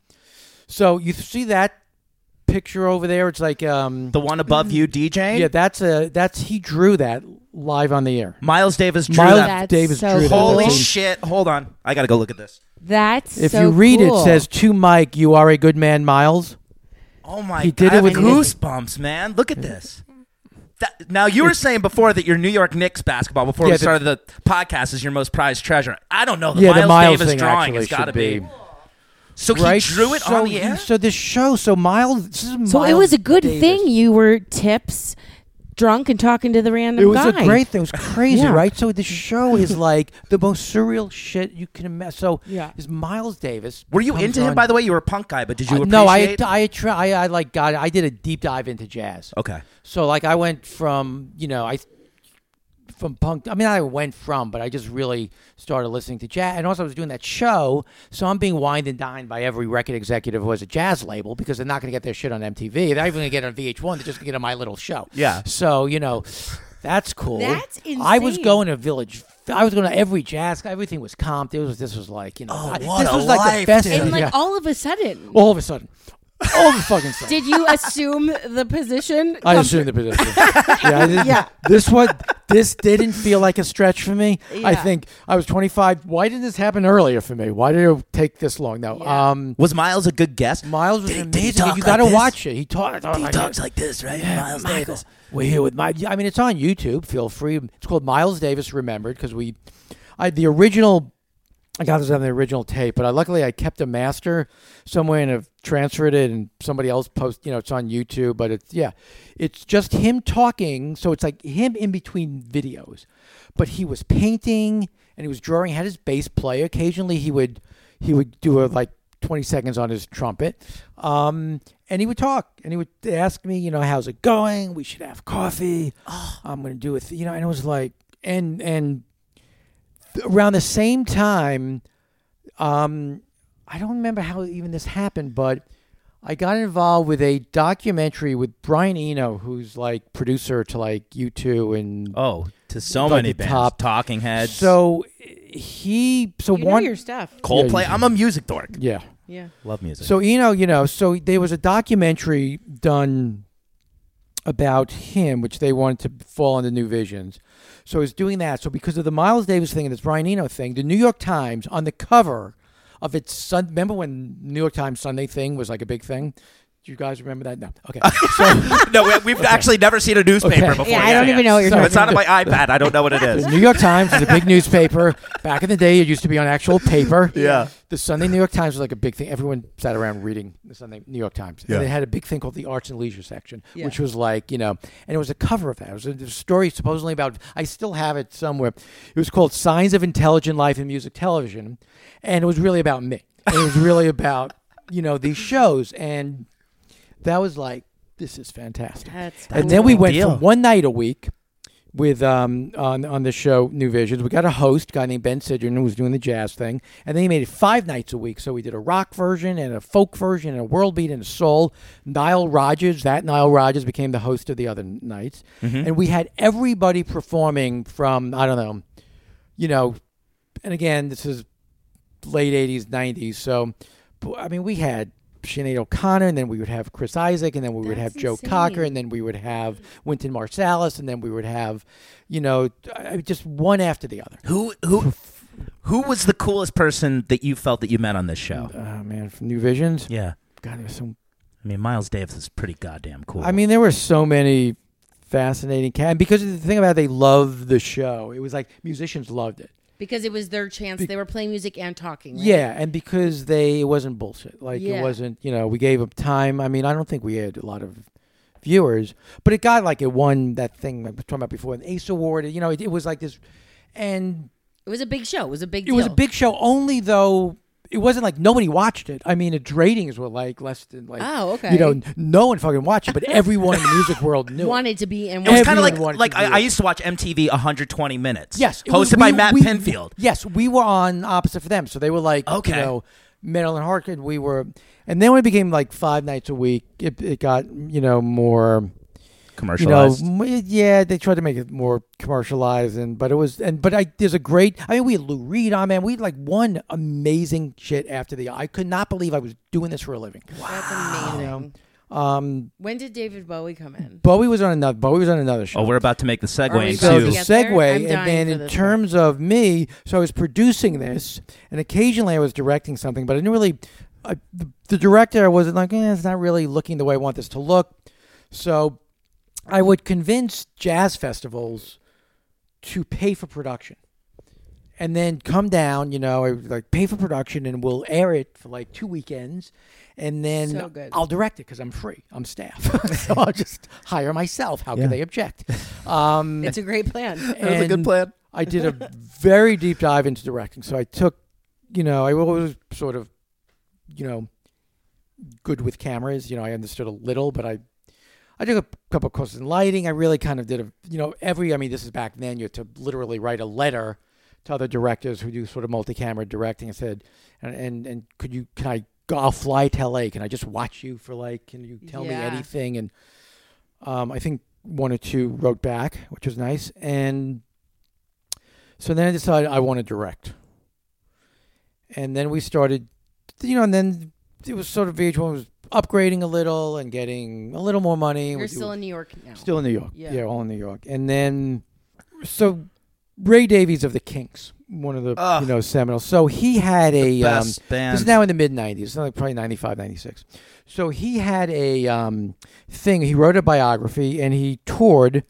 Speaker 3: So you see that picture over there? It's like, um,
Speaker 1: The one above you, DJ.
Speaker 3: yeah, that's a that's he drew that live on the air.
Speaker 1: Miles Davis drew
Speaker 3: Miles
Speaker 1: that.
Speaker 2: That's
Speaker 3: Davis
Speaker 2: so
Speaker 3: drew that.
Speaker 1: Holy
Speaker 2: cool.
Speaker 1: shit! Hold on, I gotta go look at this.
Speaker 2: That's
Speaker 3: If
Speaker 2: so
Speaker 3: you read
Speaker 2: cool.
Speaker 3: it, it says to Mike, "You are a good man, Miles."
Speaker 1: Oh my!
Speaker 3: He
Speaker 1: I
Speaker 3: did it
Speaker 1: have
Speaker 3: with-
Speaker 1: goosebumps, man. Look at this. That, now you were saying before that your New York Knicks basketball before
Speaker 3: Yeah,
Speaker 1: we
Speaker 3: the-
Speaker 1: started the podcast is your most prized treasure. I don't know. The
Speaker 3: yeah,
Speaker 1: Miles,
Speaker 3: the Miles
Speaker 1: Davis
Speaker 3: thing
Speaker 1: drawing
Speaker 3: actually
Speaker 1: has got to
Speaker 3: should
Speaker 1: be. So Oh, he
Speaker 3: right.
Speaker 1: drew it
Speaker 3: so
Speaker 1: on the
Speaker 3: he-
Speaker 1: air.
Speaker 3: So this show, so Miles. This is
Speaker 2: So it
Speaker 3: Miles
Speaker 2: was a good
Speaker 3: Davis.
Speaker 2: thing you were tips, drunk and talking to the random
Speaker 3: It was
Speaker 2: guy.
Speaker 3: a great thing. It was crazy,
Speaker 2: Yeah.
Speaker 3: right? So this show is like the most surreal shit you can imagine. So
Speaker 2: Yeah.
Speaker 3: is Miles Davis.
Speaker 1: were you
Speaker 3: comes
Speaker 1: into
Speaker 3: on-
Speaker 1: him by the way? You were a punk guy, but did you
Speaker 3: Uh,
Speaker 1: appreciate?
Speaker 3: no, I, I, try, I, I like got. I did a deep dive into jazz.
Speaker 1: okay.
Speaker 3: So like I went from you know I from punk. I mean, I went from, but I just really started listening to jazz. And also, I was doing that show, so I'm being wined and dined by every record executive who has a jazz label because they're not going to get their shit on MTV. They're not even going to get it on VH1. They're just going to get it on my little show.
Speaker 1: Yeah.
Speaker 3: So you know, that's cool.
Speaker 2: That's
Speaker 3: I was
Speaker 2: insane.
Speaker 3: going to Village. I was going to every jazz. Everything was comped. It was this was like you know. I-
Speaker 1: Oh, what
Speaker 3: this
Speaker 1: a
Speaker 3: was like
Speaker 1: life,
Speaker 3: the best.
Speaker 1: dude.
Speaker 2: And like oh
Speaker 3: yeah.
Speaker 2: all of a sudden,
Speaker 3: all of a sudden, all of a fucking sudden.
Speaker 2: did you assume the position?
Speaker 3: I
Speaker 2: Come-
Speaker 3: assume the position. yeah, I didn't-
Speaker 2: Yeah.
Speaker 3: This one, this didn't feel like a stretch for me. I
Speaker 2: Yeah.
Speaker 3: think I was 25. Why didn't this happen earlier for me? Why did it take this long? No.
Speaker 2: Yeah.
Speaker 3: Um,
Speaker 1: Was Miles a good guess?
Speaker 3: Miles was
Speaker 1: Did he- did he
Speaker 3: amazing.
Speaker 1: talk
Speaker 3: you
Speaker 1: like
Speaker 3: got to
Speaker 1: this?
Speaker 3: watch it. He, ta- talked
Speaker 1: He
Speaker 3: like
Speaker 1: talks
Speaker 3: this.
Speaker 1: like this, right? Miles
Speaker 3: Michael.
Speaker 1: Davis.
Speaker 3: We're here with Miles. I mean, it's on YouTube. Feel free. It's called Miles Davis Remembered because we, I the original. I got this on the original tape, but I, luckily I kept a master somewhere and have transferred it, and somebody else post. You know, it's on YouTube, but it's yeah, it's just him talking. So it's like him in between videos, but he was painting and he was drawing. Had his bass play occasionally. He would he would do a like 20 seconds on his trumpet. Um, and he would talk and he would ask me, you know, how's it going? We should have coffee. I'm going to do it. You know, and it was like, and, and th- around the same time, um, I don't remember how even this happened, but I got involved with a documentary with Brian Eno, who's like producer to like U2 and
Speaker 1: Oh,
Speaker 4: to so
Speaker 3: Like
Speaker 4: many
Speaker 3: the
Speaker 4: bands.
Speaker 3: top.
Speaker 4: Talking Heads.
Speaker 3: so he, so
Speaker 2: You know
Speaker 3: one,
Speaker 2: your stuff.
Speaker 1: Coldplay.
Speaker 3: Yeah, you-
Speaker 1: I'm a music dork.
Speaker 3: yeah.
Speaker 2: Yeah.
Speaker 4: Love music.
Speaker 3: So you know, you know, so there was a documentary done about him, which they wanted to fall into New Visions. So he's doing that. So because of the Miles Davis thing and this Brian Eno thing, the New York Times on the cover of its Sun. Remember when New York Times Sunday thing was like a big thing? Do you guys remember that? No. Okay. So
Speaker 1: no, we, we've actually never seen a newspaper
Speaker 3: Okay.
Speaker 1: before.
Speaker 2: Yeah, I don't even know what you're
Speaker 3: So-
Speaker 1: If
Speaker 2: talking
Speaker 1: It's not on my iPad. I don't know what it is.
Speaker 3: the New York Times is a big newspaper. Back in the day, it used to be on actual paper.
Speaker 1: Yeah.
Speaker 3: The Sunday New York Times was like a big thing. Everyone sat around reading the Sunday New York Times.
Speaker 1: Yeah.
Speaker 3: And they had a big thing called the Arts and Leisure section,
Speaker 2: Yeah.
Speaker 3: which was like, you know, and it was a cover of that. It was a, it was a story supposedly about, I still have it somewhere. It was called Signs of Intelligent Life in Music Television. And it was really about me. And it was really about, you know, these shows. And that was like, this is fantastic.
Speaker 2: That's
Speaker 3: And then we
Speaker 1: Big
Speaker 3: went
Speaker 1: deal.
Speaker 3: from one night a week with um on on the show New Visions. We got a host, a guy named Ben Sidran, who was doing the jazz thing, and then he made it five nights a week. So we did a rock version and a folk version and a world beat and a soul. Nile Rodgers, that Nile Rodgers became the host of the other nights,
Speaker 1: Mm-hmm.
Speaker 3: and we had everybody performing from I don't know, you know, and again this is late '80s, '90s. So but, I mean we had. Sinead O'Connor, and then we would have Chris Isaac, and then we would
Speaker 2: That's
Speaker 3: have Joe
Speaker 2: insane.
Speaker 3: Cocker, and then we would have Wynton Marsalis, and then we would have, you know, I- just one after the other.
Speaker 1: Who who who was the coolest person that you felt that you met on this show?
Speaker 3: Oh man, from New Visions.
Speaker 1: Yeah,
Speaker 3: God, there's so.
Speaker 1: I mean Miles Davis is pretty goddamn cool.
Speaker 3: I mean, there were so many fascinating cats because of the thing about they loved the show. It was like musicians loved it.
Speaker 2: because it was their chance. They were playing music and talking. right?
Speaker 3: Yeah, and because they it wasn't bullshit. Like
Speaker 2: Yeah.
Speaker 3: it wasn't, you know, we gave up time. I mean, I don't think we had a lot of viewers, but it got like it won that thing I was talking about before, an Ace Award. You know, it, it was like this, and
Speaker 2: It was a big show. It was a big.
Speaker 3: It was a
Speaker 2: deal.
Speaker 3: big show, only though it wasn't like nobody watched it. I mean, its ratings were like less than like
Speaker 2: Oh, okay.
Speaker 3: You know, n- no one fucking watched it, but everyone in the music world knew. it.
Speaker 2: Wanted to be and
Speaker 3: It
Speaker 2: wanted
Speaker 3: was
Speaker 1: kind of
Speaker 2: to
Speaker 1: like
Speaker 2: be.
Speaker 3: wanted
Speaker 1: like
Speaker 3: to
Speaker 1: I,
Speaker 3: do
Speaker 1: I
Speaker 3: it.
Speaker 1: used to watch MTV 120 Minutes.
Speaker 3: Yes, it
Speaker 1: hosted
Speaker 3: was-
Speaker 1: by
Speaker 3: we-
Speaker 1: Matt
Speaker 3: we-
Speaker 1: Penfield.
Speaker 3: Yes, we were on opposite for them, so they were like
Speaker 1: Okay.
Speaker 3: you know Marilyn Harkin. We were, and then when it became like five nights a week, it it got you know more. you know,
Speaker 1: Commercialized.
Speaker 3: m- yeah, they tried to make it more commercialized, and but it was, and but I there's a great. I mean, we had Lou Reed on, man. We had like one amazing shit after the. I could not believe I was doing this for a living.
Speaker 2: That's amazing.
Speaker 3: Um,
Speaker 2: When did David Bowie come in?
Speaker 3: Bowie was on another. Bowie was on another show.
Speaker 1: oh, we're about to make the
Speaker 2: Are we
Speaker 1: segue
Speaker 3: so
Speaker 2: going
Speaker 3: the
Speaker 1: into.
Speaker 2: to- together?
Speaker 3: segue,
Speaker 2: I'm
Speaker 3: and
Speaker 2: dying
Speaker 3: then
Speaker 2: for
Speaker 3: in
Speaker 2: this
Speaker 3: terms of me, so I was producing this, and occasionally I was directing something, but I didn't really. I, the, the director wasn't like, eh, it's not really looking the way I want this to look. So I would convince jazz festivals to pay for production. And then come down, you know, I would, like pay for production, and we'll air it for like two weekends, and then
Speaker 2: So good.
Speaker 3: I'll direct it because I'm free, I'm staff, so I'll just hire myself. How
Speaker 4: Yeah.
Speaker 3: could they object? Um,
Speaker 2: It's a great plan.
Speaker 3: that was a good plan. I did a very deep dive into directing. So I took, you know, I was sort of, you know, good with cameras. You know, I understood a little, but I, I took a couple of courses in lighting. I really kind of did a, you know, every, I mean, this is back then, you had to literally write a letter to other directors who do sort of multi camera directing. I said, and, and, and could you, can I, I'll fly to LA. Can I just watch you for like, can you tell me
Speaker 2: Yeah.
Speaker 3: anything? And um, I think one or two wrote back, which was nice. And so then I decided I want to direct. And then we started, you know, and then it was sort of VH1 was upgrading a little and getting a little more money.
Speaker 2: You're
Speaker 3: We-
Speaker 2: still in New York now.
Speaker 3: still in New York.
Speaker 2: Yeah.
Speaker 3: Yeah. all in New York. And then, so Ray Davies of the Kinks, one of the
Speaker 1: Ugh.
Speaker 3: you know seminal. So he had a um,
Speaker 1: Best
Speaker 3: this is
Speaker 1: band.
Speaker 3: now in the mid 90s. It's like probably 95, 96. So he had a um, thing. He wrote a biography and he toured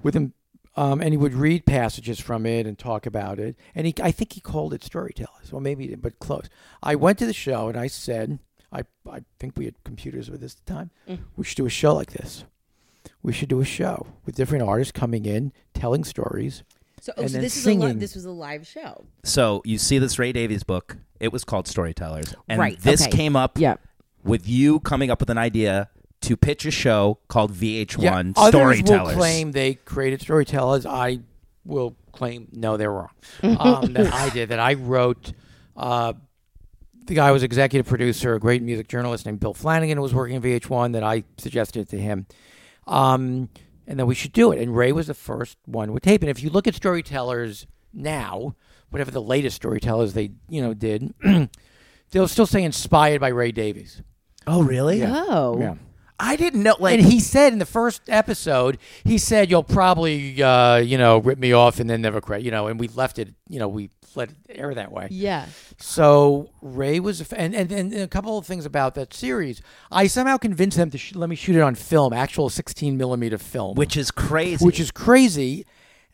Speaker 3: with him. Um, and he would read passages from it and talk about it. And he, I think he called it storytellers. Well, maybe he didn't, but close. I went to the show and I said, I, I think we had computers with us at the time.
Speaker 2: Mm.
Speaker 3: We should do a show like this. We should do a show with different artists coming in, telling stories.
Speaker 2: So, oh,
Speaker 3: and
Speaker 2: so
Speaker 3: then
Speaker 2: this is a li-
Speaker 3: singing.
Speaker 2: this was a live show.
Speaker 1: So you see this Ray Davies book. It was called Storytellers, and
Speaker 2: Right,
Speaker 1: this
Speaker 2: okay.
Speaker 1: came up
Speaker 2: Yeah.
Speaker 1: with you coming up with an idea to pitch a show called VH1
Speaker 3: others
Speaker 1: Storytellers.
Speaker 3: will claim they created storytellers. I will claim no, they're wrong. Um, that I did. That I wrote. Uh, the guy was executive producer, a great music journalist named Bill Flanagan, who was working at VH1. That I suggested it to him, um, and then we should do it. And Ray was the first one with tape. And if you look at storytellers now, whatever the latest storytellers they you know did, they'll still say inspired by Ray Davies.
Speaker 1: oh, really?
Speaker 2: Oh.
Speaker 1: I didn't know. Like,
Speaker 3: and he said in the first episode, he said, "You'll probably, uh, you know, rip me off and then never credit, you know." And we left it, you know, we let it air that way.
Speaker 2: Yeah.
Speaker 3: So Ray was, a f- and, and and a couple of things about that series, I somehow convinced them to sh- let me shoot it on film, actual sixteen millimeter film,
Speaker 1: which is crazy.
Speaker 3: which is crazy,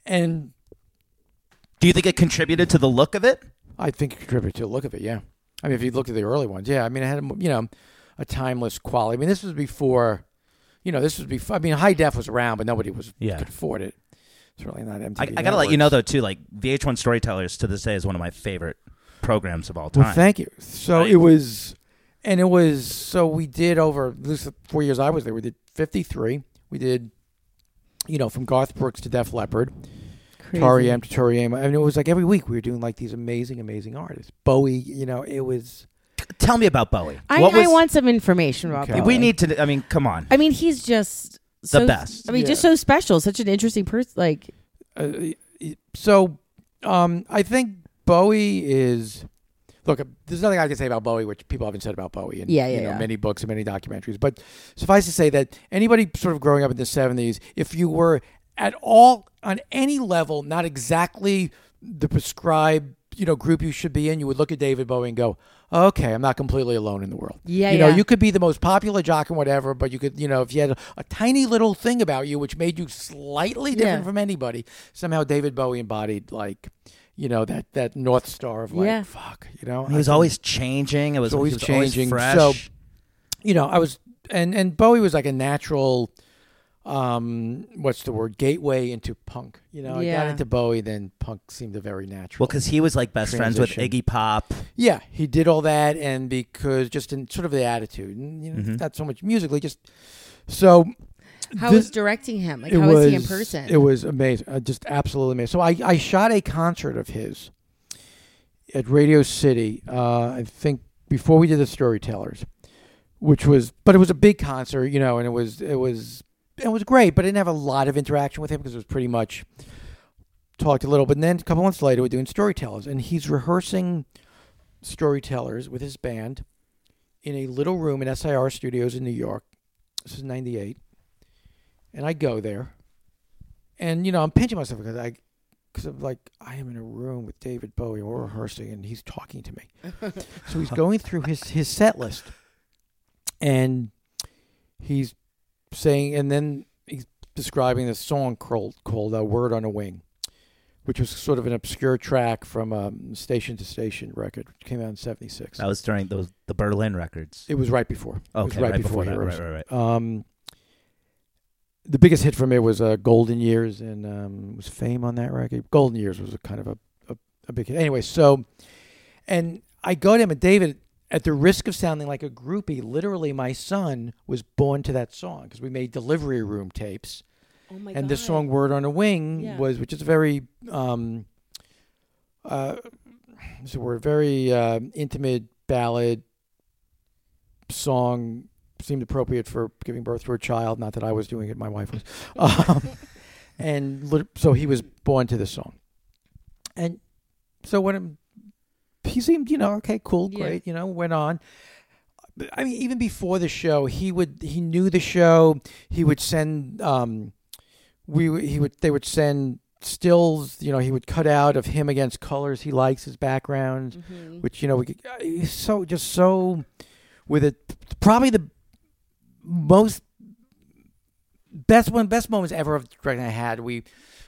Speaker 3: and
Speaker 1: Do you think it contributed to the look of it?
Speaker 3: I think it contributed to the look of it. Yeah, I mean, if you look at the early ones, yeah, I mean, it had a m- you know a timeless quality. I mean, this was before, you know, this was before. I mean, high def was around, but nobody was
Speaker 1: Yeah.
Speaker 3: could afford it. It's really not MTV.
Speaker 1: I, I gotta let you know
Speaker 3: networks.
Speaker 1: though too. Like VH1 Storytellers to this day is one of my favorite programs of all time.
Speaker 3: Well, thank you. So it was, and it was. So we did over this four years I was there. We did fifty three. We did, you know, from Garth Brooks to Def Leppard,
Speaker 2: Crazy.
Speaker 3: Tori M to Tori M. I mean, it was like every week we were doing like these amazing, amazing artists. Bowie, you know, it was.
Speaker 1: Tell me about Bowie.
Speaker 2: I,
Speaker 1: What
Speaker 2: I
Speaker 1: was-
Speaker 2: want some information about
Speaker 3: Okay.
Speaker 2: Bowie.
Speaker 1: We need to. I mean, come on.
Speaker 2: I mean, he's just so,
Speaker 1: best.
Speaker 2: I mean, just so special. Such an interesting person. Like,
Speaker 3: uh, so um, I think Bowie is. Look, uh, there's nothing I can say about Bowie, which people haven't said about Bowie in
Speaker 2: Yeah, yeah,
Speaker 3: you know,
Speaker 2: yeah.
Speaker 3: many books and many documentaries. But suffice to say that anybody sort of growing up in the 70s, if you were at all on any level, not exactly the prescribed you know group you should be in, you would look at David Bowie and go, "Okay, I'm not completely alone in the world."
Speaker 2: Yeah,
Speaker 3: you know,
Speaker 2: yeah.
Speaker 3: you could be the most popular jock and whatever, but you could, you know, if you had a, a tiny little thing about you which made you slightly different
Speaker 2: Yeah.
Speaker 3: from anybody, somehow David Bowie embodied like, you know, that that north star of like,
Speaker 2: Yeah.
Speaker 3: fuck, you know,
Speaker 1: He was always changing. It was
Speaker 3: He's always
Speaker 1: he was always
Speaker 3: changing,
Speaker 1: fresh.
Speaker 3: so- you know, I was, and and Bowie was like a natural, um, what's the word, gateway into punk. You know, I got
Speaker 2: Yeah.
Speaker 3: into Bowie, then punk seemed a very natural.
Speaker 1: well, because he was like best friends with
Speaker 3: Transition.
Speaker 1: Iggy Pop.
Speaker 3: Yeah, he did all that, and because just in sort of the attitude, and you know,
Speaker 1: Mm-hmm.
Speaker 3: not so much musically, just so.
Speaker 2: how
Speaker 3: this-
Speaker 2: is directing him? Like,
Speaker 3: it
Speaker 2: how
Speaker 3: was,
Speaker 2: is he in person?
Speaker 3: It was amazing, uh, just absolutely amazing. So I, I shot a concert of his at Radio City. Uh, I think before we did the Storytellers, which was, but it was a big concert, you know, and it was it was it was great, but I didn't have a lot of interaction with him because it was pretty much talked a little. But then a couple months later, we're doing Storytellers, and he's rehearsing Storytellers with his band in a little room in SIR Studios in New York. This is '98 and I go there, and you know I'm pinching myself because I, because I'm like I am in a room with David Bowie, we're rehearsing, and he's talking to me. so he's going through his his set list, and he's saying, and then he's describing this song called called uh, "Word on a Wing," which was sort of an obscure track from um, Station to Station record, which came out in '76.
Speaker 1: That was during those the Berlin records.
Speaker 3: It was right before. it was
Speaker 1: okay, right, before, that.
Speaker 3: Heroes.
Speaker 1: Right, right, right.
Speaker 3: Um, the biggest hit from it was uh, Golden Years, and um, was Fame on that record. Golden Years was a kind of a, a, a big hit. Anyway, so, and I go to him and David at the risk of sounding like a groupie, literally my son was born to that song because we made delivery room tapes.
Speaker 2: Oh my
Speaker 3: and this song "Word on a Wing"
Speaker 2: Yeah.
Speaker 3: was, which is very, um, uh, what's the word? Very uh, intimate ballad song. Seemed appropriate for giving birth to a child. Not that I was doing it; my wife was. Um, and lit- so he was born to this song. And so when I'm, he seemed, you know, okay, cool,
Speaker 2: Yeah.
Speaker 3: great, you know, went on. But, I mean, even before the show, he would he knew the show. He would send um, we w- he would they would send stills. You know, he would cut out of him against colors he likes his background,
Speaker 2: Mm-hmm.
Speaker 3: which you know we could, uh, he's so just so with it. Probably the most best one best moments ever of directing I had. We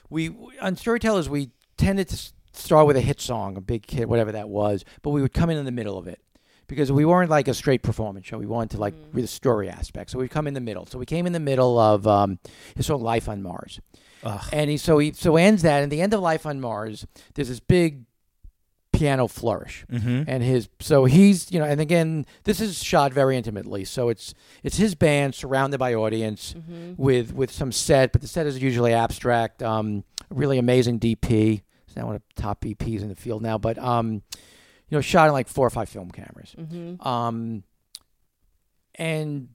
Speaker 3: we on storytellers we tended to s- start with a hit song, a big hit, whatever that was, but we would come in in the middle of it because we weren't like a straight performance show. We wanted to like with the story aspect, so we come in the middle. So we came in the middle of um, his whole life on Mars,
Speaker 1: Ugh.
Speaker 3: and he so he so ends that. And the end of life on Mars, there's this big piano flourish
Speaker 1: Mm-hmm.
Speaker 3: and his so he's you know and again this is shot very intimately so it's it's his band surrounded by audience with with some set but the set is usually abstract um really amazing dp he's now one of the top dps in the field now but um you know shot in like four or five film cameras
Speaker 2: Mm-hmm.
Speaker 3: um and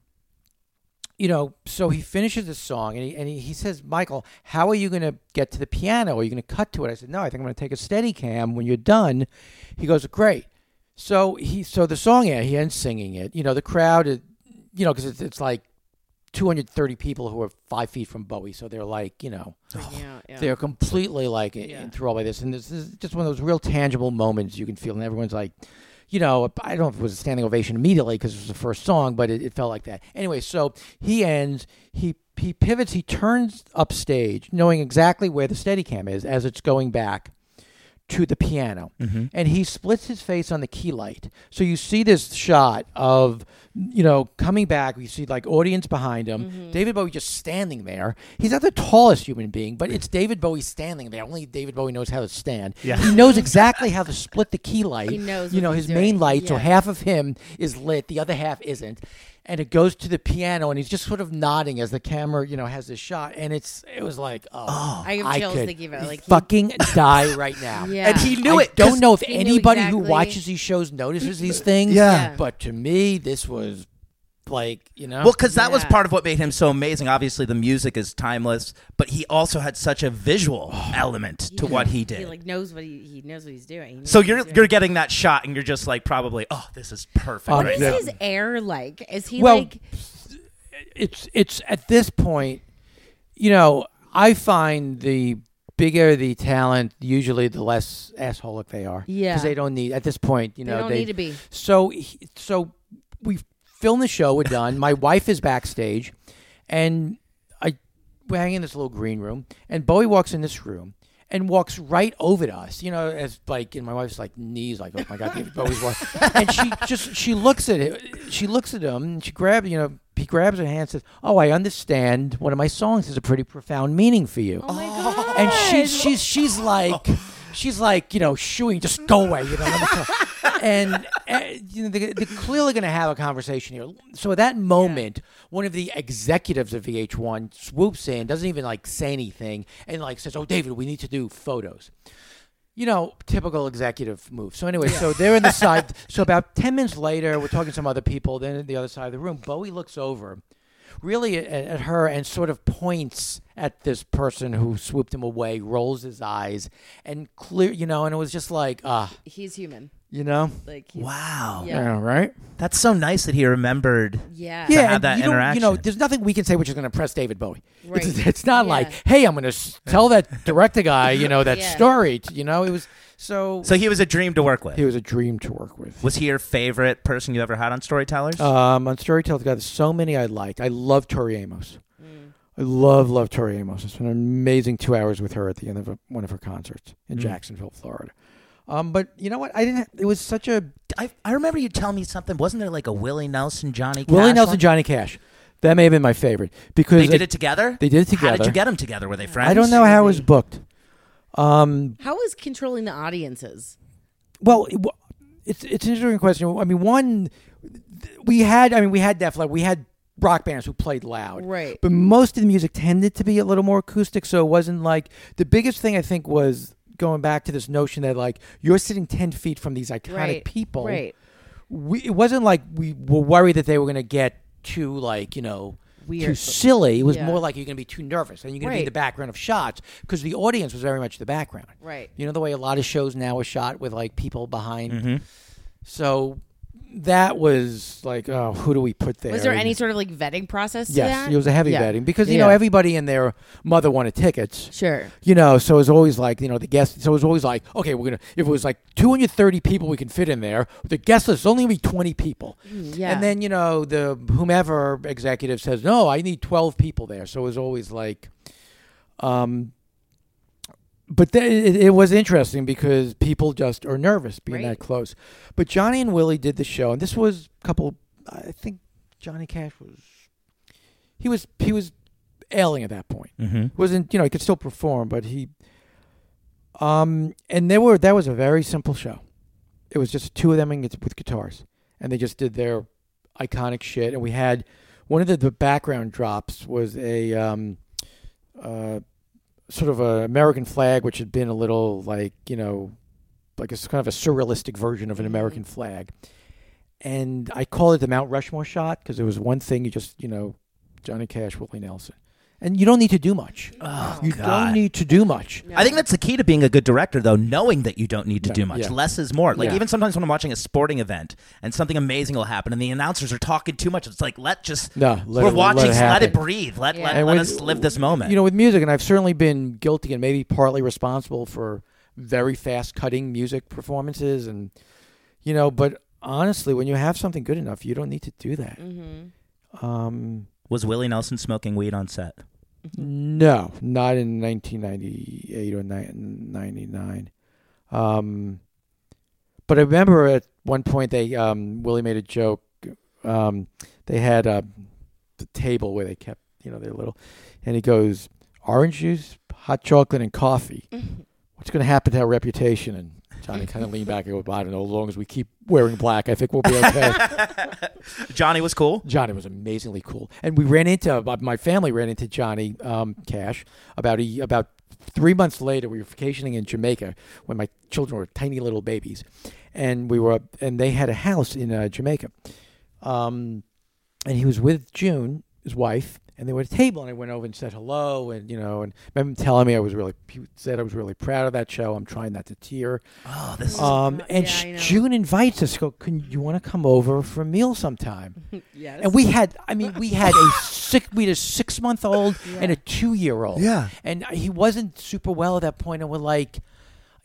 Speaker 3: you know so he finishes the song and he, and he, he says michael how are you going to get to the piano are you going to cut to it i said no i think i'm going to take a steady cam when you're done he goes great so he so the song yeah, he ends singing it you know the crowd is, you know because it's, it's like 230 people who are five feet from bowie so they're like you know
Speaker 2: Yeah, yeah.
Speaker 3: they're completely like
Speaker 2: Yeah.
Speaker 3: enthralled by this, and this is just one of those real tangible moments you can feel, and everyone's like, you know, I don't know if it was a standing ovation immediately because it was the first song, but it, it felt like that. Anyway, so he ends, he he pivots, he turns upstage, knowing exactly where the Steadicam is as it's going back to the piano, and he splits his face on the key light. So you see this shot of you know coming back. You see like audience behind him.
Speaker 2: Mm-hmm.
Speaker 3: David Bowie just standing there. He's not the tallest human being, but it's David Bowie standing there. Only David Bowie knows how to stand.
Speaker 1: Yeah.
Speaker 3: He knows exactly how to split the key light.
Speaker 2: He knows
Speaker 3: You
Speaker 2: what
Speaker 3: know
Speaker 2: he's
Speaker 3: his main
Speaker 2: doing.
Speaker 3: light. So
Speaker 2: Yeah.
Speaker 3: half of him is lit, the other half isn't. And it goes to the piano, and he's just sort of nodding as the camera, you know, has this shot, and it's it was like, oh,
Speaker 2: I have chills
Speaker 3: could
Speaker 2: thinking about it, like, he-
Speaker 3: fucking die right now.
Speaker 2: Yeah.
Speaker 1: And he knew
Speaker 3: I
Speaker 1: it. 'cause-
Speaker 3: don't know if
Speaker 2: He knew
Speaker 3: anybody who
Speaker 2: exactly-
Speaker 3: watches these shows notices these things.
Speaker 1: Yeah.
Speaker 2: Yeah.
Speaker 3: But to me, this was like, you know.
Speaker 1: Well, because that was
Speaker 2: Yeah.
Speaker 1: part of what made him so amazing. Obviously, the music is timeless, but he also had such a visual element to what he did.
Speaker 2: He like knows what he, he knows what he's doing. He knows
Speaker 1: so
Speaker 2: what
Speaker 1: you're
Speaker 2: he's doing.
Speaker 1: you're getting that shot, and you're just like probably, oh, this is perfect
Speaker 3: Um,
Speaker 2: What
Speaker 1: right
Speaker 2: is
Speaker 1: now.
Speaker 2: his air like? Is he
Speaker 3: Well,
Speaker 2: like?
Speaker 3: it's it's at this point, you know, I find the bigger the talent, usually the less assholic they are.
Speaker 2: Yeah.
Speaker 3: Because they don't need at this point, you
Speaker 2: They
Speaker 3: know,
Speaker 2: don't need to be.
Speaker 3: So he- so we film the show. We're done. My wife is backstage, and I we're hanging in this little green room, and Bowie walks in this room. And walks right over to us, you know, as like, and my wife's like knees, like, oh my god, David Bowie's walking, and she just she looks at it, she looks at him, and she grabs, you know, he grabs her hand, and says, "Oh, I understand. One of my songs has a pretty profound meaning for you."
Speaker 2: Oh my god!
Speaker 3: and she's she's she's like she's like you know shooing just go away you know let me talk." and uh, you know they, they're clearly going to have a conversation here so at that moment one of the executives of vh1 swoops in doesn't even like say anything and like says oh david we need to do photos you know, typical executive move. So anyway, so they're in the side. So about ten minutes later, we're talking to some other people. Then at the other side of the room, Bowie looks over, really at, at her, and sort of points at this person who swooped him away, rolls his eyes, and clear, you know. And it was just like, ah,
Speaker 2: he's human.
Speaker 3: you know,
Speaker 2: Like he's,
Speaker 1: Wow,
Speaker 2: Yeah.
Speaker 3: right,
Speaker 1: that's so nice that he remembered.
Speaker 2: yeah.
Speaker 3: yeah.
Speaker 1: have
Speaker 3: and
Speaker 1: that
Speaker 3: you don't- You know,
Speaker 1: interaction.
Speaker 3: there's nothing we can say which is going to press David Bowie. It's,
Speaker 2: Right.
Speaker 3: it's not like,
Speaker 2: Yeah.
Speaker 3: hey, I'm going to s- tell that director guy, you know, that
Speaker 2: Yeah.
Speaker 3: story. t- You know, it was so.
Speaker 1: So he was a dream to work with.
Speaker 3: He was a dream to work with.
Speaker 1: was he your favorite person you ever had on Storytellers?
Speaker 3: Um, on Storytel's got so many I liked. I love Tori Amos.
Speaker 1: Mm.
Speaker 3: I love, love Tori Amos. I spent an amazing two hours with her at the end of a, one of her concerts in Jacksonville, Florida. Um, but you know what? I didn't. It was such a
Speaker 1: I, I remember you telling me something. Wasn't there like a Willie Nelson, Johnny?
Speaker 3: Willie
Speaker 1: Cash
Speaker 3: Nelson,
Speaker 1: one?
Speaker 3: Johnny Cash. That may have been my favorite because
Speaker 1: They did
Speaker 3: I-
Speaker 1: it together.
Speaker 3: They did it
Speaker 1: How did
Speaker 3: together.
Speaker 1: you get them together? Were they friends?
Speaker 3: I don't know how it was booked. Um,
Speaker 2: How is controlling the audiences?
Speaker 3: well, it, wa- it's it's an interesting question. I mean, one we had. I mean, we had Def Leppard. We had rock bands who played loud,
Speaker 2: Right.
Speaker 3: But most of the music tended to be a little more acoustic, so it wasn't like the biggest thing. I think was going back to this notion that like you're sitting ten feet from these iconic
Speaker 2: right.
Speaker 3: people,
Speaker 2: Right.
Speaker 3: we, it wasn't like we were worried that they were going to get too like you know too
Speaker 2: Weird.
Speaker 3: silly. It was
Speaker 2: Yeah.
Speaker 3: more like you're going to be too nervous and you're going to be in
Speaker 2: Right.
Speaker 3: the background of shots because the audience was very much the background.
Speaker 2: Right.
Speaker 3: You know the way a lot of shows now are shot with like people behind. So that was like, oh, who do we put there?
Speaker 2: Was there any sort of like vetting process? To
Speaker 3: Yes,
Speaker 2: that?
Speaker 3: it was a heavy
Speaker 2: Yeah.
Speaker 3: betting because you know
Speaker 2: Yeah.
Speaker 3: everybody and their mother wanted tickets.
Speaker 2: Sure.
Speaker 3: You know, so it was always like, you know, the guest. So it was always like, okay, we're gonna. If it was like 230 people we can fit in there, the guest list is only gonna be 20 people.
Speaker 2: Mm, yeah.
Speaker 3: And then you know the whomever executive says, no, I need 12 people there. So it was always like, um. But th- it, it was interesting because people just are nervous being
Speaker 2: Right.
Speaker 3: that close. But Johnny and Willie did the show, and this was a couple. I think Johnny Cash was. He was he was ailing at that point
Speaker 4: Mm-hmm.
Speaker 3: wasn't you know he could still perform but he um and there were that was a very simple show it was just two of them and it's with guitars and they just did their iconic shit and we had one of the, the background drops was a um uh sort of a american flag which had been a little like you know like it's kind of a surrealistic version of an american flag and i call it the mount rushmore shot because there was one thing you just you know johnny cash willie nelson and you don't need to do much
Speaker 4: Oh,
Speaker 3: you don't need to do much.
Speaker 4: I think that's the key to being a good director, though, knowing that you don't need to
Speaker 3: Yeah,
Speaker 4: do much.
Speaker 3: yeah.
Speaker 4: Less is more. Like,
Speaker 3: Yeah.
Speaker 4: even sometimes when I'm watching a sporting event and something amazing will happen and the announcers are talking too much, it's like, let just.
Speaker 3: No,
Speaker 4: we're
Speaker 3: let it- let
Speaker 4: watching,
Speaker 3: it
Speaker 4: so let
Speaker 3: happen.
Speaker 4: it breathe. Let,
Speaker 2: Yeah.
Speaker 4: let,
Speaker 2: And
Speaker 4: let
Speaker 3: when-
Speaker 4: us live this moment.
Speaker 3: You know, with music, and I've certainly been guilty and maybe partly responsible for very fast cutting music performances, and you know, but honestly, when you have something good enough, you don't need to do that.
Speaker 2: Mm-hmm.
Speaker 3: Um,
Speaker 4: was Willie Nelson smoking weed on set?
Speaker 3: no, not in 1998 or ni- 99. Um, but I remember at one point they um, Willie made a joke. Um, they had uh, the table where they kept you know their little, and he goes orange juice, hot chocolate, and coffee. What's going to happen to our reputation? And Johnny kind of leaned back and goes, well, "I don't know. As long as we keep wearing black, I think we'll be okay."
Speaker 4: Johnny was cool.
Speaker 3: Johnny was amazingly cool, and we ran into uh, my family ran into Johnny um, Cash about a, about three months later. We were vacationing in Jamaica when my children were tiny little babies, and we were and they had a house in uh, Jamaica, um, and he was with June, his wife, and they were at a table, and I went over and said hello, and you know, and remember him telling me I was really he said I was really proud of that show. I'm trying not to tear.
Speaker 4: Oh, this is.
Speaker 3: Um, and
Speaker 2: Yeah, I know.
Speaker 3: June invites us. Go, can you want to come over for a meal sometime?
Speaker 2: Yes.
Speaker 3: And we had, I mean, we had a six, we had a six month old and a two year old.
Speaker 4: Yeah.
Speaker 3: And he wasn't super well at that point, and we're like,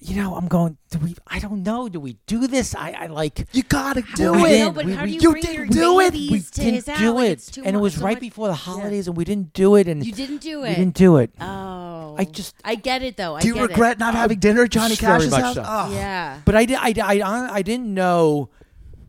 Speaker 3: you know, I'm going. Do we? I don't know. Do we do this? I, I like.
Speaker 4: you gotta
Speaker 3: we
Speaker 2: I know,
Speaker 3: didn't.
Speaker 2: but
Speaker 3: We-
Speaker 2: how
Speaker 3: we-
Speaker 2: do you,
Speaker 4: you
Speaker 2: bring
Speaker 4: didn't
Speaker 2: your
Speaker 4: do it.
Speaker 2: babies
Speaker 3: We
Speaker 2: to
Speaker 3: didn't
Speaker 2: his house?
Speaker 3: do
Speaker 2: Like,
Speaker 3: it,
Speaker 2: it's too
Speaker 3: and it
Speaker 2: much-
Speaker 3: was
Speaker 2: so
Speaker 3: right
Speaker 2: much-
Speaker 3: before the holidays, and we didn't do it, and
Speaker 2: You didn't do
Speaker 3: we
Speaker 2: it.
Speaker 3: didn't do it.
Speaker 2: Oh.
Speaker 3: I just-
Speaker 2: I get it though. I
Speaker 4: Do you
Speaker 2: get it.
Speaker 4: regret not having dinner at Johnny
Speaker 3: Very
Speaker 4: Cash's
Speaker 3: much
Speaker 4: house?
Speaker 3: so.
Speaker 4: Oh.
Speaker 2: Yeah.
Speaker 3: But I, di- I, di- I, hon- I didn't know,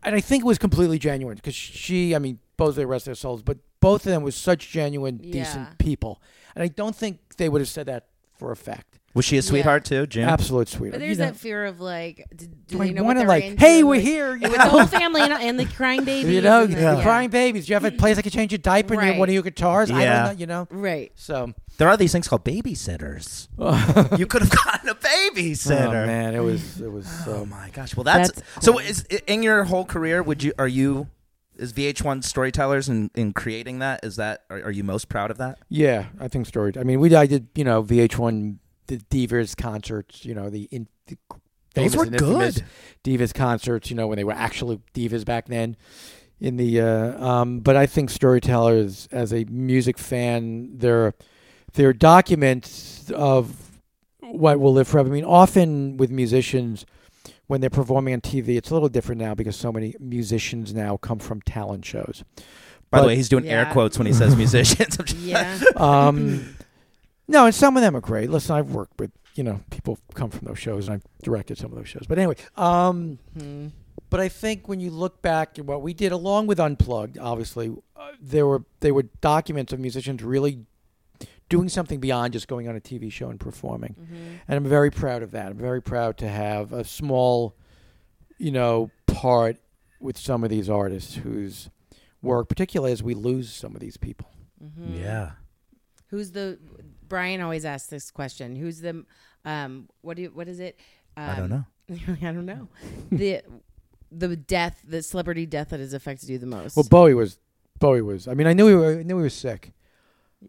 Speaker 3: and I think it was completely genuine because she, I mean, both of the rest of their souls, but both of them was such genuine,
Speaker 2: Yeah.
Speaker 3: decent people, and I don't think they would have said that for a fact.
Speaker 4: Was she a sweetheart too, June?
Speaker 3: Absolute sweetheart.
Speaker 2: But
Speaker 3: You
Speaker 2: there's
Speaker 3: know.
Speaker 2: that fear of like, d- do
Speaker 3: Like,
Speaker 2: they know what
Speaker 3: wanna,
Speaker 2: they're
Speaker 3: like,
Speaker 2: into?
Speaker 3: hey, we're
Speaker 2: Like,
Speaker 3: here, you
Speaker 2: with
Speaker 3: know?
Speaker 2: the whole family and, and the crying babies.
Speaker 3: You know,
Speaker 2: and the-
Speaker 3: the
Speaker 2: yeah.
Speaker 3: crying babies. You have a place like a change of diaper near
Speaker 2: Right.
Speaker 3: one of your guitars. I
Speaker 4: Yeah.
Speaker 3: don't know, you know.
Speaker 2: Right.
Speaker 3: So,
Speaker 4: There are these things called babysitters. you could have gotten a babysitter.
Speaker 3: oh man, it was it was.
Speaker 4: Oh
Speaker 3: Um,
Speaker 4: my gosh! Well, that's,
Speaker 2: That's
Speaker 4: so.
Speaker 2: cool.
Speaker 4: Is in your whole career? Would you are you is VH1 storytellers in, in creating that? Is that are, are you most proud of that?
Speaker 3: yeah, I think story. I mean, we I did you know VH1 the Divas concerts. You know the. In, the
Speaker 4: Those
Speaker 3: famous
Speaker 4: were
Speaker 3: and infamous
Speaker 4: good.
Speaker 3: Divas concerts. You know when they were actually divas back then. In the uh, um, but I think storytellers, as a music fan, they're they're documents of what will live forever. I mean, often with musicians, when they're performing on TV, it's a little different now because so many musicians now come from talent shows.
Speaker 4: By
Speaker 3: But-
Speaker 4: the way, he's doing air
Speaker 2: Yeah.
Speaker 4: quotes when he says musicians. I'm just-
Speaker 2: Yeah.
Speaker 3: Um, no, and some of them are great. Listen, I've worked with you know people who come from those shows, and I've directed some of those shows. But anyway, um,
Speaker 2: Hmm.
Speaker 3: but I think when you look back at what we did, along with Unplugged, obviously, uh, there were they were documents of musicians really doing something beyond just going on a TV show and performing.
Speaker 2: Mm-hmm.
Speaker 3: And I'm very proud of that. I'm very proud to have a small, you know, hard with some of these artists whose work, particularly as we lose some of these people.
Speaker 1: Yeah.
Speaker 2: Mm-hmm. Who's the Brian always asks this question. Who's the um what do you, what is it? Um,
Speaker 1: I don't know.
Speaker 2: I don't know. the the death, the celebrity death that has affected you the most.
Speaker 3: Well, Bowie was Bowie was. I mean, I knew he were, I knew he was sick.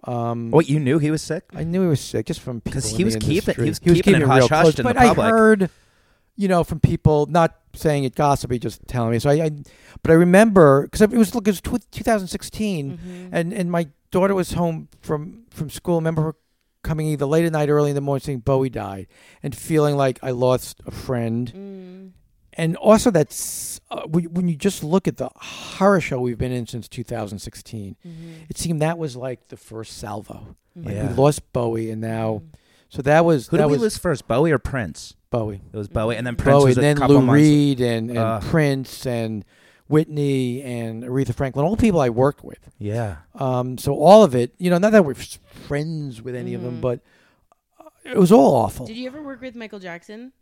Speaker 3: Um,
Speaker 1: What you knew he was sick?
Speaker 3: I knew he was sick just from because
Speaker 1: he was keeping- he was keeping it
Speaker 3: real
Speaker 1: hush-hush
Speaker 3: close.
Speaker 1: in the
Speaker 3: But I
Speaker 1: public.
Speaker 3: heard, you know, from people not saying it gossipy, just telling me. So I, I but I remember because it was look, it was tw- 2016,
Speaker 2: Mm-hmm.
Speaker 3: and and my daughter was home from from school. I remember her coming either late at night, or early in the morning, seeing Bowie died, and feeling like I lost a friend.
Speaker 2: Mm-hmm.
Speaker 3: And also that's uh, when when you just look at the horror show we've been in since 2016,
Speaker 2: Mm-hmm.
Speaker 3: it seemed that was like the first salvo. Like
Speaker 1: Yeah.
Speaker 3: we lost Bowie, and now so that was
Speaker 1: Who
Speaker 3: that
Speaker 1: did we
Speaker 3: was
Speaker 1: lose first, Bowie or Prince?
Speaker 3: Bowie,
Speaker 1: It was Bowie, and then Prince
Speaker 3: Bowie,
Speaker 1: was a
Speaker 3: and then
Speaker 1: couple
Speaker 3: Lou
Speaker 1: months. Uh.
Speaker 3: Reed and, and
Speaker 1: Ugh.
Speaker 3: Prince and Whitney and Aretha Franklin, all the people I worked with.
Speaker 1: Yeah.
Speaker 3: Um, so all of it, you know, not that we're f- friends with any of them, but uh, it was all awful.
Speaker 2: Did you ever work with Michael Jackson?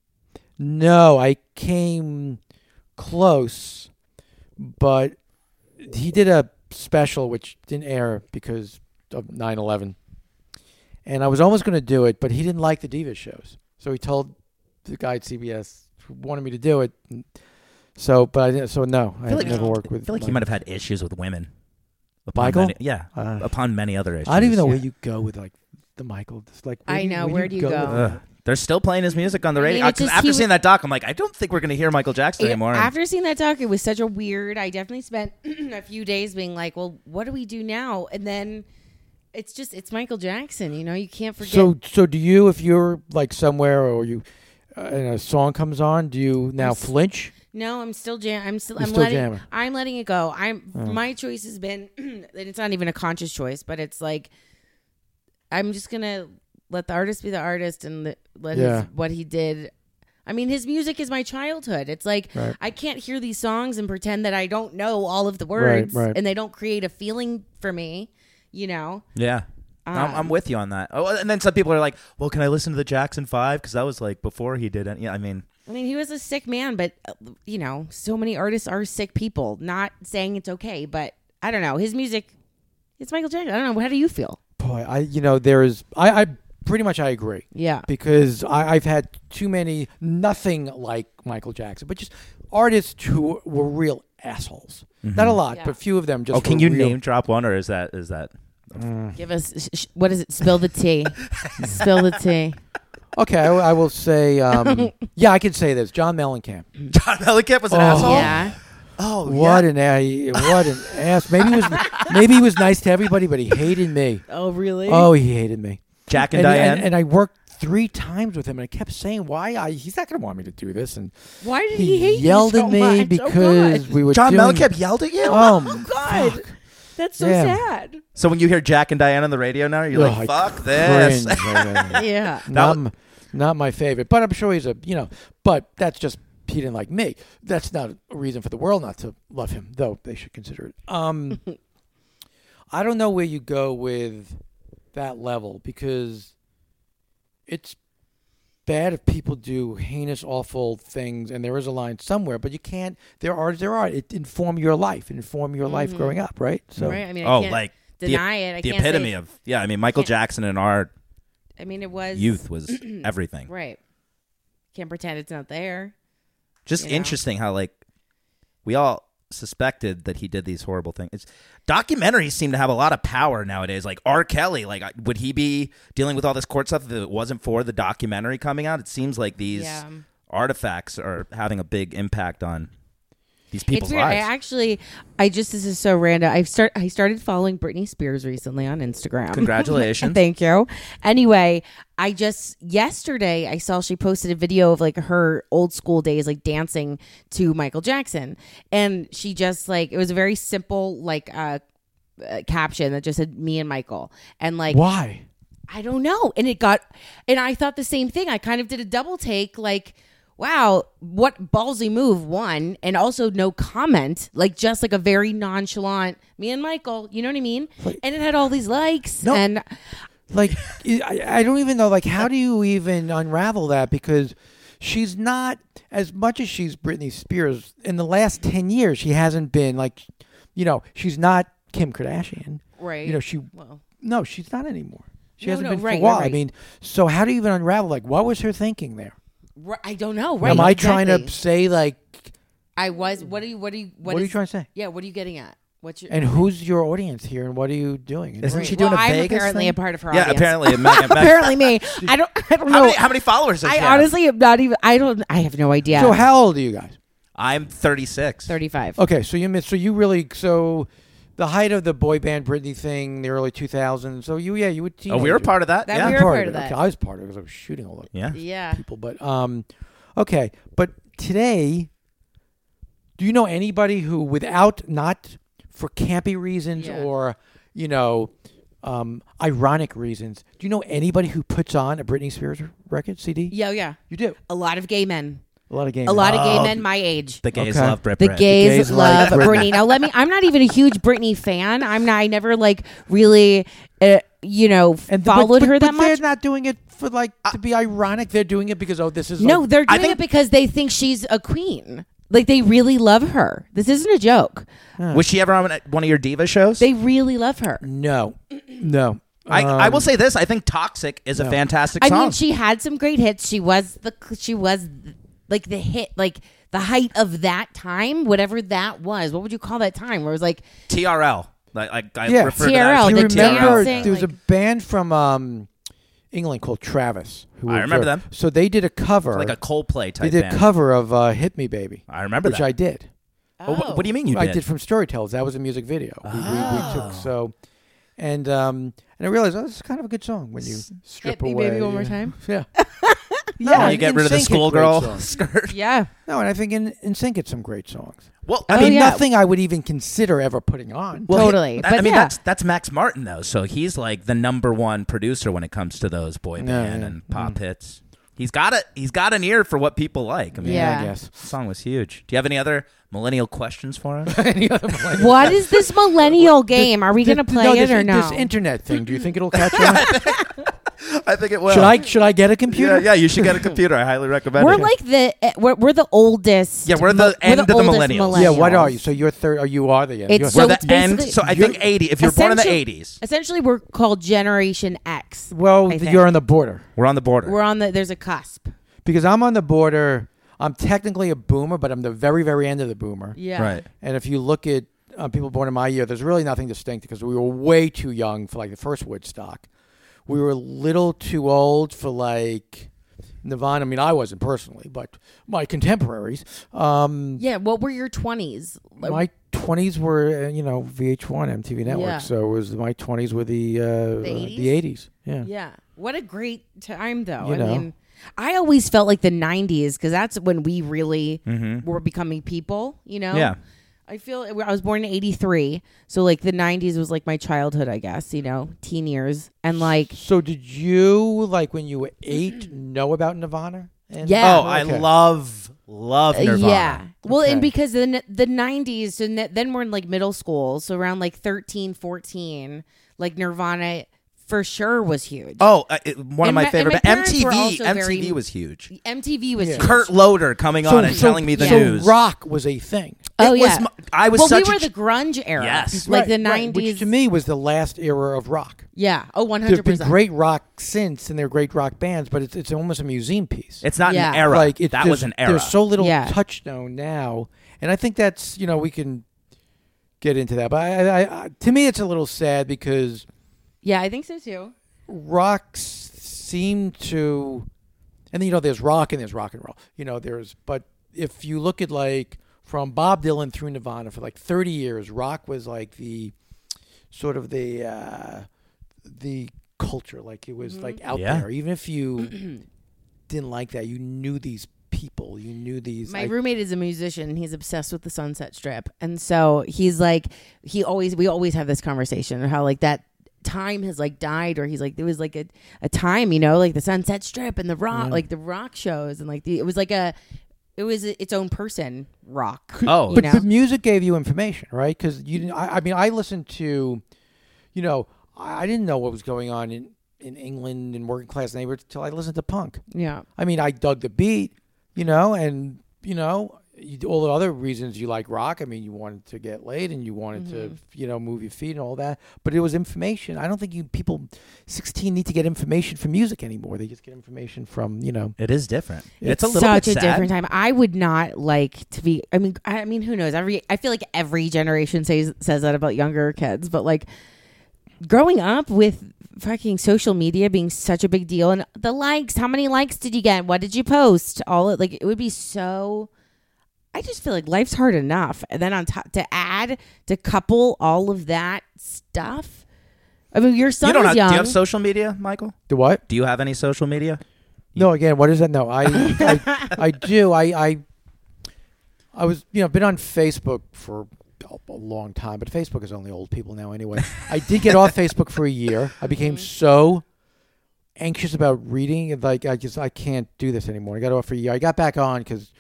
Speaker 3: No, I came close, but he did a special which didn't air because of 9 11. And I was almost going to do it, but he didn't like the Divas shows. So he told the guy at CBS who wanted me to do it. So, but I didn't, so no, I,
Speaker 1: feel like-
Speaker 3: never worked
Speaker 1: I
Speaker 3: with.
Speaker 1: feel like he
Speaker 3: Mike.
Speaker 1: might have had issues with women.
Speaker 3: Michael?
Speaker 1: many- yeah.
Speaker 3: Uh,
Speaker 1: upon many other issues.
Speaker 3: I don't even know
Speaker 1: Yeah.
Speaker 3: where you go with like the Michael. Just like
Speaker 2: I know, where do you go?
Speaker 3: with-
Speaker 1: Ugh. They're still playing his music on the
Speaker 2: I
Speaker 1: radio.
Speaker 2: mean, it's
Speaker 1: Uh, 'cause
Speaker 2: just
Speaker 1: after
Speaker 2: he
Speaker 1: seeing
Speaker 2: was-
Speaker 1: that doc, I'm like, I don't think we're going to hear Michael Jackson
Speaker 2: It-
Speaker 1: anymore.
Speaker 2: After seeing that doc, it was such a weird. I definitely spent a few days being like, "Well, what do we do now?" And then it's just it's Michael Jackson. You know, you can't forget.
Speaker 3: So, so do you if you're like somewhere or you uh, and a song comes on, do you now
Speaker 2: s-
Speaker 3: flinch?
Speaker 2: no, I'm still jam. I'm still.
Speaker 3: You're
Speaker 2: I'm
Speaker 3: still
Speaker 2: letting.
Speaker 3: jamming.
Speaker 2: I'm letting it go. I'm. My choice has been. and it's not even a conscious choice, but it's like I'm just gonna let the artist be the artist and the, let
Speaker 3: Yeah.
Speaker 2: his, what he did. I mean, his music is my childhood. It's like
Speaker 3: Right.
Speaker 2: I can't hear these songs and pretend that I don't know all of the words
Speaker 3: right.
Speaker 2: and they don't create a feeling for me. You know,
Speaker 1: yeah. I'm,
Speaker 2: Um,
Speaker 1: I'm with you on that. Oh, and then some people are like, well, can I listen to the Jackson 5? Because that was like before he did it. Yeah, I mean,
Speaker 2: I mean, he was a sick man, but uh, you know, so many artists are sick people. Not saying it's okay, but I don't know. His music, it's Michael Jackson. I don't know. How do you feel?
Speaker 3: Boy, I you know there is I, I pretty much I agree
Speaker 2: Yeah.
Speaker 3: because I, I've had too many nothing like Michael Jackson, but just artists who were real assholes. Not a lot,
Speaker 2: Yeah.
Speaker 3: but few of them. Just
Speaker 1: Mm-hmm. oh, can
Speaker 3: were
Speaker 1: you
Speaker 3: real-
Speaker 1: name drop one or is that is that?
Speaker 2: Give us sh- sh- what is it? Spill the tea. Spill the tea.
Speaker 3: Okay, I, I will say. Um, yeah, I can say this. John Mellencamp.
Speaker 1: John Mellencamp was an
Speaker 3: Oh.
Speaker 1: asshole?
Speaker 2: Yeah.
Speaker 1: Oh,
Speaker 3: What
Speaker 1: yeah.
Speaker 3: an a- what an ass. Maybe he was maybe he was nice to everybody, but he hated me.
Speaker 2: Oh, really?
Speaker 3: Oh, he hated me.
Speaker 1: Jack and,
Speaker 3: and,
Speaker 1: Diane.
Speaker 3: and, and I worked three times with him, and I kept saying, "Why? I, he's not going to want me to do this." And
Speaker 2: Why did
Speaker 3: he,
Speaker 2: he, hate
Speaker 3: yelled
Speaker 2: you so
Speaker 3: at me
Speaker 2: much?
Speaker 3: because
Speaker 2: oh, God. Oh,
Speaker 3: we were
Speaker 1: John
Speaker 3: doing,
Speaker 1: Mellencamp yelled at you?
Speaker 3: Um,
Speaker 2: God. That's so
Speaker 3: Yeah.
Speaker 2: sad.
Speaker 1: So when you hear Jack and Diane on the radio now, you're like, fuck this.
Speaker 2: Yeah.
Speaker 1: That
Speaker 3: not, m- not my favorite, but I'm sure he's a you know. But that's just he didn't like me. That's not a reason for the world not to love him, though they should consider it. Um, I don't know where you go with that level because it's bad if people do heinous, awful things, and there is a line somewhere, but you can't. There are there are it inform your life, it inform your life growing up, right? So
Speaker 2: right. I mean, I
Speaker 1: Oh,
Speaker 2: can't
Speaker 1: like the-
Speaker 2: deny it. I
Speaker 1: the
Speaker 2: can't say-
Speaker 1: epitome of, yeah, I mean, Michael Jackson and our
Speaker 2: I mean, it was
Speaker 1: youth was everything.
Speaker 2: Right. Can't pretend it's not there.
Speaker 1: Just
Speaker 2: you know?
Speaker 1: interesting how like we all suspected that he did these horrible things. It's, documentaries seem to have a lot of power nowadays. Like R. Kelly, like I- would he be dealing with all this court stuff if it wasn't for the documentary coming out? It seems like these
Speaker 2: Yeah.
Speaker 1: artifacts are having a big impact on these people's
Speaker 2: it's weird.
Speaker 1: lives.
Speaker 2: I actually, I just this is so random. I start I started following Britney Spears recently on Instagram.
Speaker 1: Congratulations.
Speaker 2: Thank you. Anyway, I just yesterday I saw she posted a video of like her old school days, like dancing to Michael Jackson, and she just like it was a very simple like uh, uh caption that just said me and Michael, and like
Speaker 3: why?
Speaker 2: I don't know. And it got, and I thought the same thing. I kind of did a double take, like, wow, what ballsy move, one, and also no comment, like just like a very nonchalant, me and Michael, you know what I mean? And it had all these likes.
Speaker 3: No.
Speaker 2: And
Speaker 3: like I, I don't even know like how do you even unravel that because she's not as much as she's Britney Spears. In the last ten years, she hasn't been like, you know, she's not Kim Kardashian.
Speaker 2: Right.
Speaker 3: You know, she
Speaker 2: Well,
Speaker 3: no, she's not anymore. She
Speaker 2: No,
Speaker 3: hasn't
Speaker 2: no,
Speaker 3: been
Speaker 2: right,
Speaker 3: for a while.
Speaker 2: right,
Speaker 3: I
Speaker 2: right.
Speaker 3: mean, so how do you even unravel? Like, what was her thinking there?
Speaker 2: r- I don't know. Right?
Speaker 3: Am I trying
Speaker 2: exactly.
Speaker 3: to say like,
Speaker 2: I was. What are you? What are you?
Speaker 3: what, are you
Speaker 2: is-
Speaker 3: trying to say?
Speaker 2: Yeah. What are you getting at? What's your?
Speaker 3: And who's your audience here? And what are you doing?
Speaker 4: Isn't
Speaker 2: Right.
Speaker 4: she doing
Speaker 2: well,
Speaker 4: a
Speaker 2: I'm
Speaker 4: Vegas
Speaker 2: apparently
Speaker 4: thing?
Speaker 2: a part of her.
Speaker 1: Yeah,
Speaker 2: audience.
Speaker 1: apparently. Meg- Meg-
Speaker 2: apparently me. I don't. I don't
Speaker 1: how,
Speaker 2: know.
Speaker 1: many, how many followers does
Speaker 2: I
Speaker 1: she have?
Speaker 2: honestly am not even. I don't. I have no idea.
Speaker 3: So how Oh, old are you guys?
Speaker 1: I'm 36.
Speaker 2: Thirty-five.
Speaker 3: Okay, so you missed. So you really so the height of the boy band Britney thing, the early 2000s. So you, yeah, you would.
Speaker 1: Oh, we were part of that.
Speaker 2: That
Speaker 1: yeah.
Speaker 2: we were part of that.
Speaker 3: Okay, I was part of it because I was shooting all the
Speaker 1: yeah.
Speaker 2: Yeah.
Speaker 3: people. But um, okay, but today, do you know anybody who, without not for campy reasons
Speaker 2: Yeah.
Speaker 3: or you know, um, ironic reasons, do you know anybody who puts on a Britney Spears record CD?
Speaker 2: Yeah. Yeah.
Speaker 3: You do
Speaker 2: A lot of gay men.
Speaker 3: a lot of games.
Speaker 2: A lot of gay
Speaker 1: Oh.
Speaker 2: men my age.
Speaker 1: The gays
Speaker 3: Okay.
Speaker 1: love Brit
Speaker 2: The
Speaker 1: Brit.
Speaker 2: gays,
Speaker 3: gays
Speaker 2: love
Speaker 3: like
Speaker 2: Britney.
Speaker 3: Britney.
Speaker 2: Now let me. I'm not even a huge Britney fan. I'm not. I never like really, uh, you know,
Speaker 3: but-
Speaker 2: followed
Speaker 3: but-
Speaker 2: her
Speaker 3: but
Speaker 2: that
Speaker 3: They're
Speaker 2: much.
Speaker 3: not doing it for like to be ironic. They're doing it because oh, this is
Speaker 2: No,
Speaker 3: like-
Speaker 2: they're
Speaker 1: I
Speaker 2: doing
Speaker 1: think-
Speaker 2: it because they think she's a queen. Like they really love her. This isn't a joke.
Speaker 1: Was she ever on one of your diva shows?
Speaker 2: They really love her.
Speaker 3: no, no.
Speaker 1: I, I
Speaker 3: Um,
Speaker 1: will say this. I think Toxic is a fantastic
Speaker 2: I
Speaker 1: song.
Speaker 2: mean, she had some great hits. She was the she was like the hit, like the height of that time, whatever that was. What would you call that time? Where it was like
Speaker 1: TRL. Like, like I
Speaker 3: Yeah.
Speaker 1: refer to that
Speaker 2: TRL,
Speaker 1: as
Speaker 2: the
Speaker 3: you
Speaker 1: like
Speaker 3: remember
Speaker 2: dancing,
Speaker 3: there was
Speaker 2: like-
Speaker 3: a band from um, England called Travis. Who
Speaker 1: I
Speaker 3: was
Speaker 1: remember
Speaker 3: there.
Speaker 1: them.
Speaker 3: So they did a cover,
Speaker 1: like a Coldplay
Speaker 3: they
Speaker 1: type
Speaker 3: did
Speaker 1: band.
Speaker 3: a cover of uh, "Hit Me, Baby,"
Speaker 1: I remember
Speaker 3: which
Speaker 1: that.
Speaker 3: I did.
Speaker 1: Oh, wh- what do you mean you
Speaker 3: I
Speaker 1: did? Oh.
Speaker 3: did from Storytellers. That was a music video we, we, we took. So, and um, and I realized oh, this is kind of a good song when you strip
Speaker 2: Hit Me,
Speaker 3: away.
Speaker 2: Baby, One More Time?
Speaker 3: Yeah.
Speaker 1: yeah,
Speaker 3: No,
Speaker 1: you get rid of the
Speaker 3: NSYNC had great
Speaker 1: schoolgirl
Speaker 3: songs.
Speaker 1: skirt.
Speaker 2: oh, yeah,
Speaker 3: No, and I think in, in Sync it's some great songs.
Speaker 1: Well,
Speaker 3: I
Speaker 2: Oh,
Speaker 3: mean,
Speaker 2: yeah.
Speaker 3: nothing I would even consider ever putting on.
Speaker 1: Well, he-
Speaker 2: Totally.
Speaker 1: that-
Speaker 2: But
Speaker 1: I mean,
Speaker 2: yeah.
Speaker 1: that's that's Max Martin though, so he's like the number one producer when it comes to those boy band
Speaker 3: yeah. Mm-hmm.
Speaker 1: and pop hits. He's got a he's got an ear for what people like. I mean,
Speaker 2: Yeah.
Speaker 3: I guess.
Speaker 1: that song was huge. Do you have any other millennial questions for us?
Speaker 3: Any other millennial-
Speaker 2: what is this millennial game? Are we
Speaker 3: Th-
Speaker 2: going to
Speaker 3: th-
Speaker 2: play
Speaker 3: no,
Speaker 2: it
Speaker 3: this,
Speaker 2: or no?
Speaker 3: This internet thing. Do you think it'll catch on?
Speaker 1: I think it will.
Speaker 3: should I should I get a computer?
Speaker 1: you should get a computer. I highly recommend
Speaker 2: we're like the eh, we're, we're the oldest.
Speaker 1: Yeah, we're the
Speaker 2: mil-
Speaker 1: end of the
Speaker 2: oldest
Speaker 1: millennials.
Speaker 3: Yeah, what are you? So you're third? Are you are the end?
Speaker 2: It's
Speaker 3: You're-
Speaker 2: so-
Speaker 1: we're the end.
Speaker 2: basically-
Speaker 1: So I think
Speaker 3: You're-
Speaker 1: eighty. If you're born in the
Speaker 2: Essentially-
Speaker 1: eighties,
Speaker 2: Essentially, we're called Generation X.
Speaker 3: well,
Speaker 2: I
Speaker 3: th-
Speaker 2: think.
Speaker 3: you're on the border
Speaker 1: we're on the border.
Speaker 2: We're on the there's a cusp.
Speaker 3: because I'm on the border. I'm technically a boomer, but I'm the very very end of the boomer.
Speaker 2: Yeah,
Speaker 1: Right.
Speaker 3: And if you look at uh, people born in my year, there's really nothing distinct because we were way too young for like the first Woodstock. We were a little too old for like Nirvana. I mean, I wasn't personally, but my contemporaries. Um,
Speaker 2: Yeah. What were your twenties?
Speaker 3: my 20s were, uh, you know, VH1, MTV Network.
Speaker 2: Yeah.
Speaker 3: So it was my 20s were the uh, the
Speaker 2: 80s?
Speaker 3: Yeah.
Speaker 2: Yeah. What a great time, though.
Speaker 3: You
Speaker 2: I
Speaker 3: know.
Speaker 2: mean, I always felt like the 90s because that's when we really were becoming people, you know?
Speaker 1: Mm-hmm. Yeah.
Speaker 2: I feel I was born in 83. So, like, the 90s was like my childhood, I guess, you know, teen years. And, like,
Speaker 3: So did you like when you were 8 know about Nirvana? And-
Speaker 2: Yeah. Uh,
Speaker 1: Oh, I
Speaker 3: Okay.
Speaker 1: love love Nirvana.
Speaker 2: yeah. Well,
Speaker 3: Okay.
Speaker 2: and because then the 90s, so ne- then we're in like middle school. So, around like 13, 14, like, Nirvana for sure was huge.
Speaker 1: Oh, uh, it- one
Speaker 2: And
Speaker 1: of my,
Speaker 2: my- and
Speaker 1: favorite.
Speaker 2: my
Speaker 1: but
Speaker 2: parents were
Speaker 1: MTV.
Speaker 2: also
Speaker 1: MTV
Speaker 2: very-
Speaker 1: was huge.
Speaker 2: MTV was huge.
Speaker 1: Kurt Loder coming
Speaker 3: So-
Speaker 1: on and
Speaker 3: so-
Speaker 1: telling me the
Speaker 3: so
Speaker 1: news.
Speaker 3: rock was a thing.
Speaker 2: Oh,
Speaker 1: It was
Speaker 2: yeah.
Speaker 1: m- I was
Speaker 2: well,
Speaker 1: such
Speaker 2: we
Speaker 1: a
Speaker 2: were
Speaker 1: ch-
Speaker 2: the grunge era.
Speaker 1: Yes.
Speaker 2: Like the
Speaker 3: Right,
Speaker 2: 90s.
Speaker 3: right, which to me was the last era of rock.
Speaker 2: Yeah. Oh,
Speaker 3: There's been
Speaker 2: 100%.
Speaker 3: great rock since, and they're great rock bands, but it's it's almost a museum piece.
Speaker 1: It's not
Speaker 2: Yeah.
Speaker 1: an era.
Speaker 3: like it,
Speaker 1: that
Speaker 3: there's-
Speaker 1: was an era.
Speaker 3: There's so little
Speaker 2: Yeah.
Speaker 3: touchstone now, and I think that's you know we can get into that, but I, I, I, to me it's a little sad because
Speaker 2: Yeah, I think so too.
Speaker 3: rocks seem to, and you know there's rock and there's rock and roll. You know there's, but if you look at like from Bob Dylan through Nirvana for like 30 years, rock was like the sort of the uh, the culture, like it was like out
Speaker 1: Yeah.
Speaker 3: there. Even if you didn't like that, you knew these people, you knew these.
Speaker 2: My
Speaker 3: like,
Speaker 2: roommate is a musician. and He's obsessed with the Sunset Strip, and so he's like, he always we always have this conversation of how like that time has like died, or he's like there was like a, a time, you know, like the Sunset Strip and the rock, like the rock shows, and like the, it was like a it was its own person rock.
Speaker 1: Oh,
Speaker 2: you
Speaker 3: but,
Speaker 2: know?
Speaker 3: but music gave you information, right? Because you, didn't- I, I mean, I listened to, you know, I, I didn't know what was going on in in England and working class neighborhoods until I listened to punk.
Speaker 2: yeah,
Speaker 3: I mean, I dug the beat, you know, and you know you, all the other reasons you like rock. I mean, you wanted to get laid and you wanted
Speaker 2: Mm-hmm.
Speaker 3: to, you know, move your feet and all that. But it was information. I don't think you people sixteen need to get information from music anymore. They just get information from you know.
Speaker 1: It is different. It's, a little
Speaker 2: such
Speaker 1: bit
Speaker 2: a
Speaker 1: sad.
Speaker 2: different time. I would not like to be. I mean, I mean, who knows? Every I feel like every generation says says that about younger kids, but like growing up with fucking social media being such a big deal and the likes. How many likes did you get? What did you post? All it like it would be so. I just feel like life's hard enough, and then on top to add to couple all of that stuff. I mean, your son
Speaker 1: You don't
Speaker 2: was
Speaker 1: have,
Speaker 2: young.
Speaker 1: do you have social media, Michael?
Speaker 3: Do what?
Speaker 1: Do you have any social media?
Speaker 3: No, again, what is that? No, I, I, I do. I, I, I was, you know, been on Facebook for a- a long time, but Facebook is only old people now anyway. I did get off Facebook for a year. I became so anxious about reading, and like I just I can't do this anymore. I got off for a year. I got back on because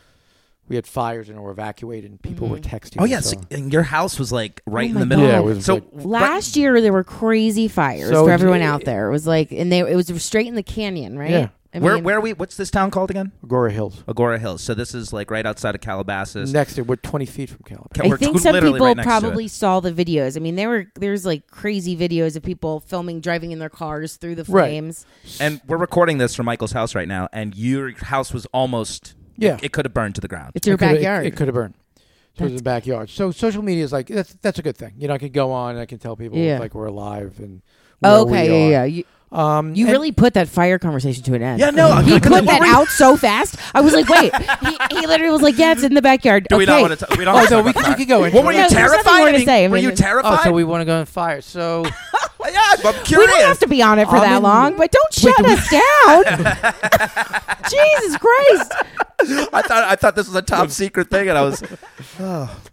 Speaker 3: we had fires and were evacuated, and people were texting.
Speaker 1: Oh
Speaker 3: us,
Speaker 1: yes,
Speaker 3: so-
Speaker 1: and your house was like right
Speaker 2: Oh
Speaker 1: in
Speaker 2: my
Speaker 1: the middle.
Speaker 2: God. Yeah, it
Speaker 3: was
Speaker 1: so
Speaker 3: like-
Speaker 2: Last year there were crazy fires
Speaker 3: So
Speaker 2: for everyone
Speaker 3: it-
Speaker 2: out there. It was like, and they it was straight in the canyon, right?
Speaker 3: Yeah.
Speaker 2: I
Speaker 1: where
Speaker 2: mean,
Speaker 1: where are we? What's this town called again?
Speaker 3: Agora Hills,
Speaker 1: Agora Hills. So this is like right outside of Calabasas.
Speaker 3: next, we're twenty feet from California.
Speaker 2: I
Speaker 1: We're
Speaker 2: think
Speaker 1: t-
Speaker 2: some
Speaker 1: literally
Speaker 2: people
Speaker 1: right next to it.
Speaker 2: probably saw the videos. I mean, there were there's like crazy videos of people filming driving in their cars through the
Speaker 3: Right.
Speaker 2: flames.
Speaker 1: And we're recording this from Michael's house right now, and your house was almost.
Speaker 3: Yeah.
Speaker 1: It, it could have burned to the ground.
Speaker 2: It's your
Speaker 3: It coulda- it-
Speaker 2: backyard.
Speaker 3: It, could have burned. So it was in the backyard. So social media is like that's that's a good thing. You know, I could go on and I can tell people
Speaker 2: Yeah.
Speaker 3: like we're alive and
Speaker 2: Oh,
Speaker 3: where
Speaker 2: okay,
Speaker 3: we
Speaker 2: yeah, yeah.
Speaker 3: are.
Speaker 2: You,
Speaker 3: Um,
Speaker 2: you
Speaker 3: and-
Speaker 2: really put that fire conversation to an end.
Speaker 1: Yeah, no,
Speaker 2: he
Speaker 1: I'm-
Speaker 2: put
Speaker 1: what
Speaker 2: that
Speaker 1: were you-
Speaker 2: out so fast. I was like, wait. he, he literally was like, yeah, it's in the backyard.
Speaker 1: Do we
Speaker 2: Okay.
Speaker 1: not want to? We don't.
Speaker 3: Oh,
Speaker 1: wanna
Speaker 3: no,
Speaker 1: talk
Speaker 3: we
Speaker 1: about
Speaker 3: could- we
Speaker 1: that.
Speaker 3: could go into
Speaker 1: What
Speaker 3: it.
Speaker 1: were you
Speaker 2: No, there's nothing
Speaker 1: terrified?
Speaker 2: more to
Speaker 1: mean,
Speaker 2: say. I
Speaker 1: were
Speaker 2: mean,
Speaker 1: you
Speaker 2: it's-
Speaker 1: terrified?
Speaker 3: Oh, so we want to go on fire. So
Speaker 1: yeah, I'm curious.
Speaker 2: We don't have to be on it for
Speaker 3: I'm
Speaker 2: that
Speaker 3: in-
Speaker 2: long, but don't shut
Speaker 3: do we-
Speaker 2: us down. Jesus Christ.
Speaker 1: I thought I thought this was a top secret thing, and I was.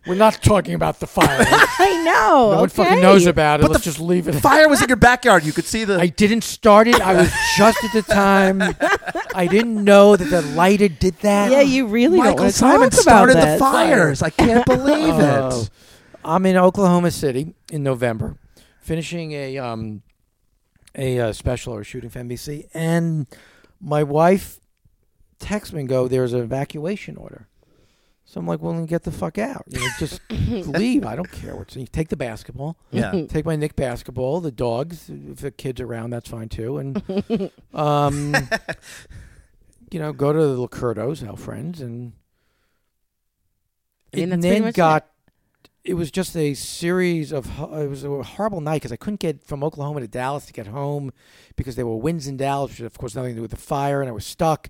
Speaker 3: we're not talking about the fire.
Speaker 2: I know.
Speaker 3: no one
Speaker 2: okay.
Speaker 3: fucking knows about it.
Speaker 1: But
Speaker 3: Let's
Speaker 1: the
Speaker 3: just leave it.
Speaker 1: Fire was in your backyard. You could see the.
Speaker 3: I didn't start it. I was just at the time. I didn't know that the lighter did that.
Speaker 2: Yeah, you really don't
Speaker 1: Michael
Speaker 2: want to
Speaker 1: Simon
Speaker 2: talk about
Speaker 1: started the
Speaker 2: this.
Speaker 1: fires. I can't believe
Speaker 3: Oh.
Speaker 1: it.
Speaker 3: I'm in Oklahoma City in November, finishing a um, a uh, special or shooting for NBC, and my wife texts me and go, "There's an evacuation order." So I'm like, "Well, then get the fuck out. You know, just leave. I don't care what's. You take the basketball.
Speaker 1: Yeah.
Speaker 3: Take my Nick basketball, the dogs. If the kids are around, that's fine too. And um, you know, go to the Lacurdos, our friends, and
Speaker 2: I mean,
Speaker 3: it
Speaker 2: that's pretty
Speaker 3: then
Speaker 2: much it.
Speaker 3: got. It was just a series of. ho- It was a horrible night because I couldn't get from Oklahoma to Dallas to get home because there were winds in Dallas, which had, of course, nothing to do with the fire, and I was stuck.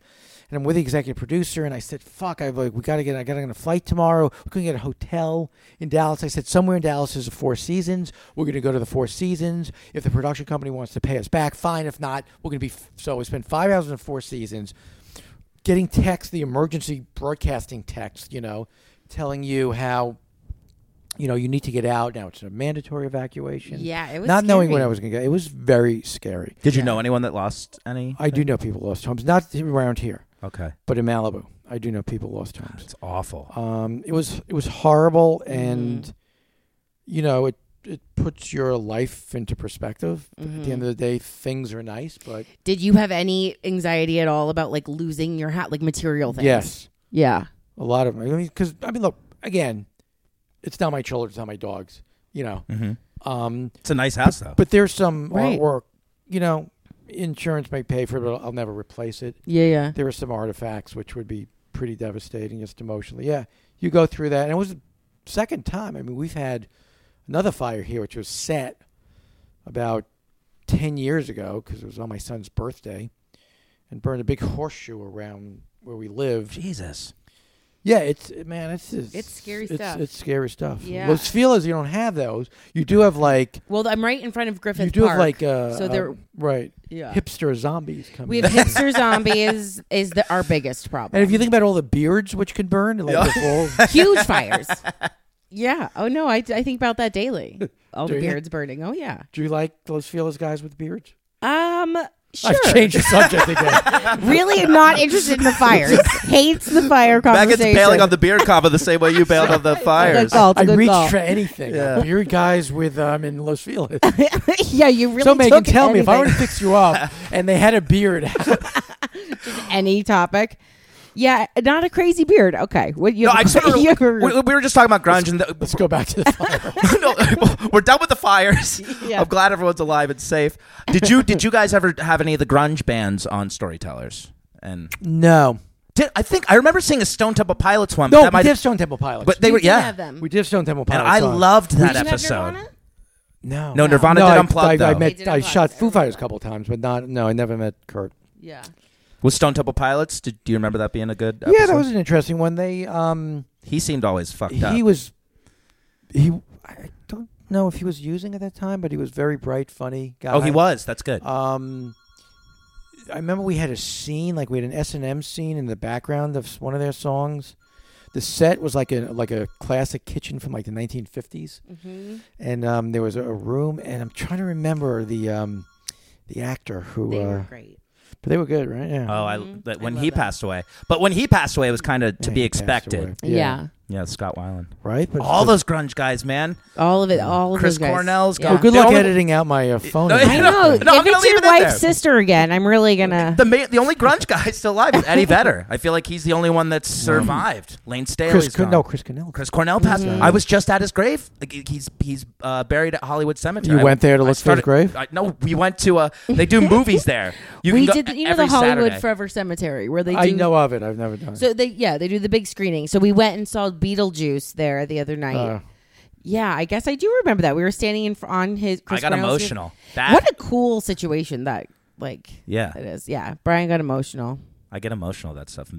Speaker 3: And I'm with the executive producer, and I said, "Fuck! I like we gotta get. I gotta get on a flight tomorrow. We couldn't get a hotel in Dallas. I said somewhere in Dallas is a Four Seasons. We're gonna go to the Four Seasons. If the production company wants to pay us back, fine. If not, we're gonna be. F-. So we spent five hours in the Four Seasons getting text, the emergency broadcasting text, you know, telling you how, you know, you need to get out. Now it's a mandatory evacuation.
Speaker 2: Yeah, it was
Speaker 3: Not knowing
Speaker 2: scary.
Speaker 3: when I was going to get. It was very scary.
Speaker 1: Did you know anyone that lost any?
Speaker 3: I do know people lost homes, not around here,
Speaker 1: Okay,
Speaker 3: but in Malibu. I do know people lost homes.
Speaker 1: it's awful.
Speaker 3: Um, it was it was horrible, and
Speaker 2: Mm-hmm.
Speaker 3: you know it it puts your life into perspective. At the
Speaker 2: Mm-hmm.
Speaker 3: end of the day, things are nice, but
Speaker 2: Did you have any anxiety at all about like losing your hat, like material things?
Speaker 3: yes,
Speaker 2: Yeah.
Speaker 3: A lot of them. I mean, because I mean, look again, it's not my children, it's not my dogs. You know,
Speaker 1: Mm-hmm.
Speaker 3: um,
Speaker 1: It's a nice house though.
Speaker 3: but there's some
Speaker 2: Right.
Speaker 3: artwork. You know, insurance may pay for it, but I'll never replace it.
Speaker 2: Yeah, yeah.
Speaker 3: There are some artifacts which would be pretty devastating, just emotionally. Yeah, you go through that, and it was the second time. I mean, we've had another fire here, which was set about ten years ago because it was on my son's birthday, and burned a big horseshoe around where we lived.
Speaker 1: Jesus.
Speaker 3: Yeah, it's man, it's it's,
Speaker 2: It's scary
Speaker 3: it's,
Speaker 2: stuff.
Speaker 3: It's scary stuff.
Speaker 2: Yeah.
Speaker 3: Los Feliz, you don't have those. You do have like
Speaker 2: Well, I'm right in front of Griffith
Speaker 3: you do
Speaker 2: Park.
Speaker 3: have like uh,
Speaker 2: so there,
Speaker 3: uh, right
Speaker 2: yeah.
Speaker 3: hipster zombies coming.
Speaker 2: we have
Speaker 3: in.
Speaker 2: hipster zombies is the our biggest problem.
Speaker 3: and if you think about all the beards which could burn, like the whole,
Speaker 2: huge fires. Yeah. Oh no, I, I think about that daily. All
Speaker 3: Do
Speaker 2: the
Speaker 3: you?
Speaker 2: beards burning. Oh yeah.
Speaker 3: do you like Los Feliz guys with beards?
Speaker 2: Um. Sure.
Speaker 3: I've changed the subject again.
Speaker 2: Really not interested in the fires. Hates the fire
Speaker 1: Back into
Speaker 2: conversation.
Speaker 1: bailing on the beer cava the same way you bailed on the
Speaker 2: Good
Speaker 1: fires.
Speaker 2: call. It's a
Speaker 3: I
Speaker 2: good
Speaker 3: reached
Speaker 2: call.
Speaker 3: for anything. Beard guys with um in Los Feliz.
Speaker 2: yeah, you really.
Speaker 3: so Megan,
Speaker 2: took
Speaker 3: tell me if I were to
Speaker 2: anything.
Speaker 3: fix you up and they had a beard.
Speaker 2: any topic. Yeah, not a crazy beard. Okay. What you
Speaker 1: No,
Speaker 2: have
Speaker 1: I
Speaker 2: a
Speaker 1: just wanna-
Speaker 2: crazy- you have a-
Speaker 1: we, we were just talking about grunge and the,
Speaker 3: Let's go back to the fire.
Speaker 1: no, we're done with the fires.
Speaker 2: Yeah.
Speaker 1: I'm glad everyone's alive and safe. Did you did you guys ever have any of the grunge bands on Storytellers? And
Speaker 3: no.
Speaker 1: did, I think I remember seeing a Stone Temple Pilots one. but
Speaker 3: No,
Speaker 1: that might
Speaker 3: we did Stone Temple Pilots.
Speaker 1: but they
Speaker 2: You
Speaker 1: were
Speaker 2: did
Speaker 1: yeah.
Speaker 2: have them.
Speaker 3: we did Stone Temple
Speaker 1: And
Speaker 3: Pilots.
Speaker 1: I
Speaker 3: on.
Speaker 1: loved
Speaker 2: Did
Speaker 1: that
Speaker 2: you have
Speaker 1: episode.
Speaker 2: Nirvana?
Speaker 3: No.
Speaker 1: No, Nirvana
Speaker 3: I-
Speaker 1: did unplug
Speaker 3: I,
Speaker 1: though.
Speaker 3: I, met,
Speaker 2: did
Speaker 3: I
Speaker 2: unplug,
Speaker 3: shot
Speaker 2: yeah.
Speaker 3: Foo Fighters a couple times, but not. No, I never met Kurt.
Speaker 2: Yeah.
Speaker 1: Was Stone Temple Pilots? Did, do you remember that being a good?
Speaker 3: Yeah,
Speaker 1: episode?
Speaker 3: that was an interesting one. They um,
Speaker 1: He seemed always fucked up.
Speaker 3: he was, he. I don't know if he was using at that time, but he was very bright, funny guy.
Speaker 1: oh, he was. That's good.
Speaker 3: Um, I remember we had a scene, like we had an S and M scene in the background of s- one of their songs. The set was like a like a classic kitchen from like the 1950s,
Speaker 2: Mm-hmm.
Speaker 3: and um, there was a, a room. And I'm trying to remember the um, the actor who,
Speaker 2: They
Speaker 3: uh,
Speaker 2: were great.
Speaker 3: but they were good, right? Yeah.
Speaker 1: oh, I
Speaker 2: Mhm.
Speaker 1: that
Speaker 2: I
Speaker 1: when
Speaker 2: love
Speaker 1: he
Speaker 2: that.
Speaker 1: passed away. But when he passed away, it was kind of to
Speaker 3: Yeah,
Speaker 1: be
Speaker 3: he passed away.
Speaker 1: expected.
Speaker 2: Yeah.
Speaker 1: Yeah, Scott Weiland.
Speaker 3: right. But
Speaker 1: All
Speaker 3: the-
Speaker 1: those grunge guys, man.
Speaker 2: All of it. All of
Speaker 1: Chris
Speaker 2: those guys.
Speaker 1: Cornell's
Speaker 2: Yeah.
Speaker 1: got-
Speaker 3: Oh, good
Speaker 1: They're
Speaker 3: luck
Speaker 1: only-
Speaker 3: editing out my uh, phone.
Speaker 1: No,
Speaker 2: I know.
Speaker 1: No, I'm
Speaker 2: if
Speaker 1: gonna
Speaker 2: it's
Speaker 1: leave
Speaker 2: your
Speaker 1: it in
Speaker 2: wife's
Speaker 1: there.
Speaker 2: sister again, I'm really
Speaker 3: Uh-huh.
Speaker 2: gonna.
Speaker 1: The ma- the only grunge guy still alive is Eddie Vedder. I feel like he's the only one that's survived. Lane Staley's
Speaker 3: Chris, Con-
Speaker 1: gone.
Speaker 3: no, Mm-hmm. Chris Cornell.
Speaker 1: Chris Cornell passed.
Speaker 2: Mhm.
Speaker 1: I was just at his grave. Like, he- he's he's uh, buried at Hollywood Cemetery.
Speaker 3: You
Speaker 1: I-
Speaker 3: went there to
Speaker 1: I
Speaker 3: look for his grave?
Speaker 1: I, no, we went to a. They do movies there. You
Speaker 2: we
Speaker 1: can go
Speaker 2: did. the- You know
Speaker 1: every
Speaker 2: the Hollywood
Speaker 1: Saturday.
Speaker 2: Forever Cemetery where they do.
Speaker 3: I know of it. I've never done. it.
Speaker 2: So they yeah they do the big screening. So we went and saw Beetlejuice there the other night.
Speaker 3: Uh,
Speaker 2: yeah, I guess I do remember that. We were standing in fr- on his. Chris
Speaker 1: I got
Speaker 2: Cornell's-
Speaker 1: emotional. That
Speaker 2: What a cool situation that like
Speaker 1: yeah.
Speaker 2: it is. Yeah, Brian got emotional.
Speaker 1: I get emotional that stuff.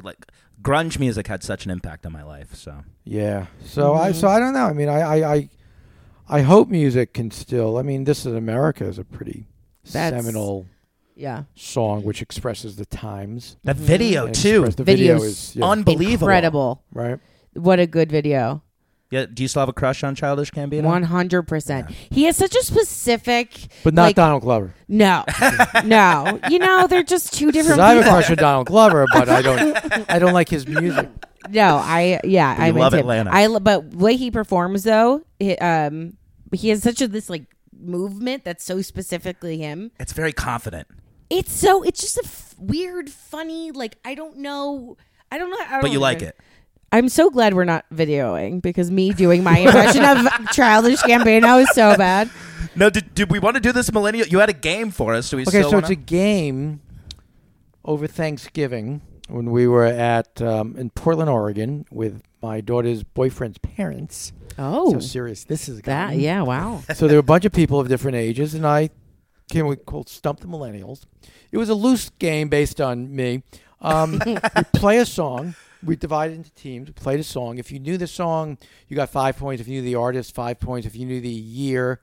Speaker 1: Like grunge music had such an impact on my life. So
Speaker 3: Yeah. So I
Speaker 2: Mm-hmm.
Speaker 3: so I don't know. I mean, I, I I I hope music can still. I mean, this is America is a pretty
Speaker 2: That's-
Speaker 3: seminal
Speaker 2: Yeah,
Speaker 3: song which expresses the times.
Speaker 1: that video
Speaker 3: and
Speaker 1: too,
Speaker 3: Mm-hmm. express- the
Speaker 2: Oh, Video's
Speaker 3: video is yeah,
Speaker 1: unbelievable.
Speaker 2: incredible.
Speaker 3: right.
Speaker 2: What a good video.
Speaker 1: Yeah. Do you still have a crush on Childish Gambino?
Speaker 2: One hundred percent. He has such a specific.
Speaker 3: But not
Speaker 2: like,
Speaker 3: Donald Glover.
Speaker 2: No, no. You know they're just two
Speaker 3: 'Cause
Speaker 2: different
Speaker 3: I have a
Speaker 2: people.
Speaker 3: crush on Donald Glover, but I don't. I don't like his music.
Speaker 2: No, I yeah,
Speaker 1: But you
Speaker 2: I
Speaker 1: love
Speaker 2: him.
Speaker 1: Atlanta.
Speaker 2: I lo- but way he performs though, he, um, he has such a this like movement that's so specifically him.
Speaker 1: It's very confident.
Speaker 2: It's so it's just a f- weird, funny. Like I don't know, I don't know. I don't
Speaker 1: But you
Speaker 2: know.
Speaker 1: like it.
Speaker 2: I'm so glad we're not videoing because me doing my impression of childish Gambino is so bad.
Speaker 1: No, did, did we want to do this millennial? You had a game for us. Do we
Speaker 3: Okay,
Speaker 1: still
Speaker 3: so
Speaker 1: wanna-
Speaker 3: it's a game over Thanksgiving when we were at um, in Portland, Oregon, with my daughter's boyfriend's parents.
Speaker 2: Oh,
Speaker 3: so serious. This is
Speaker 2: that
Speaker 3: gotten.
Speaker 2: yeah, wow.
Speaker 3: so there were a bunch of people of different ages, and I came with called Stump the Millennials. It was a loose game based on me. Um, we play a song. We divided into teams. We played a song. If you knew the song, you got five points. If you knew the artist, five points. If you knew the year,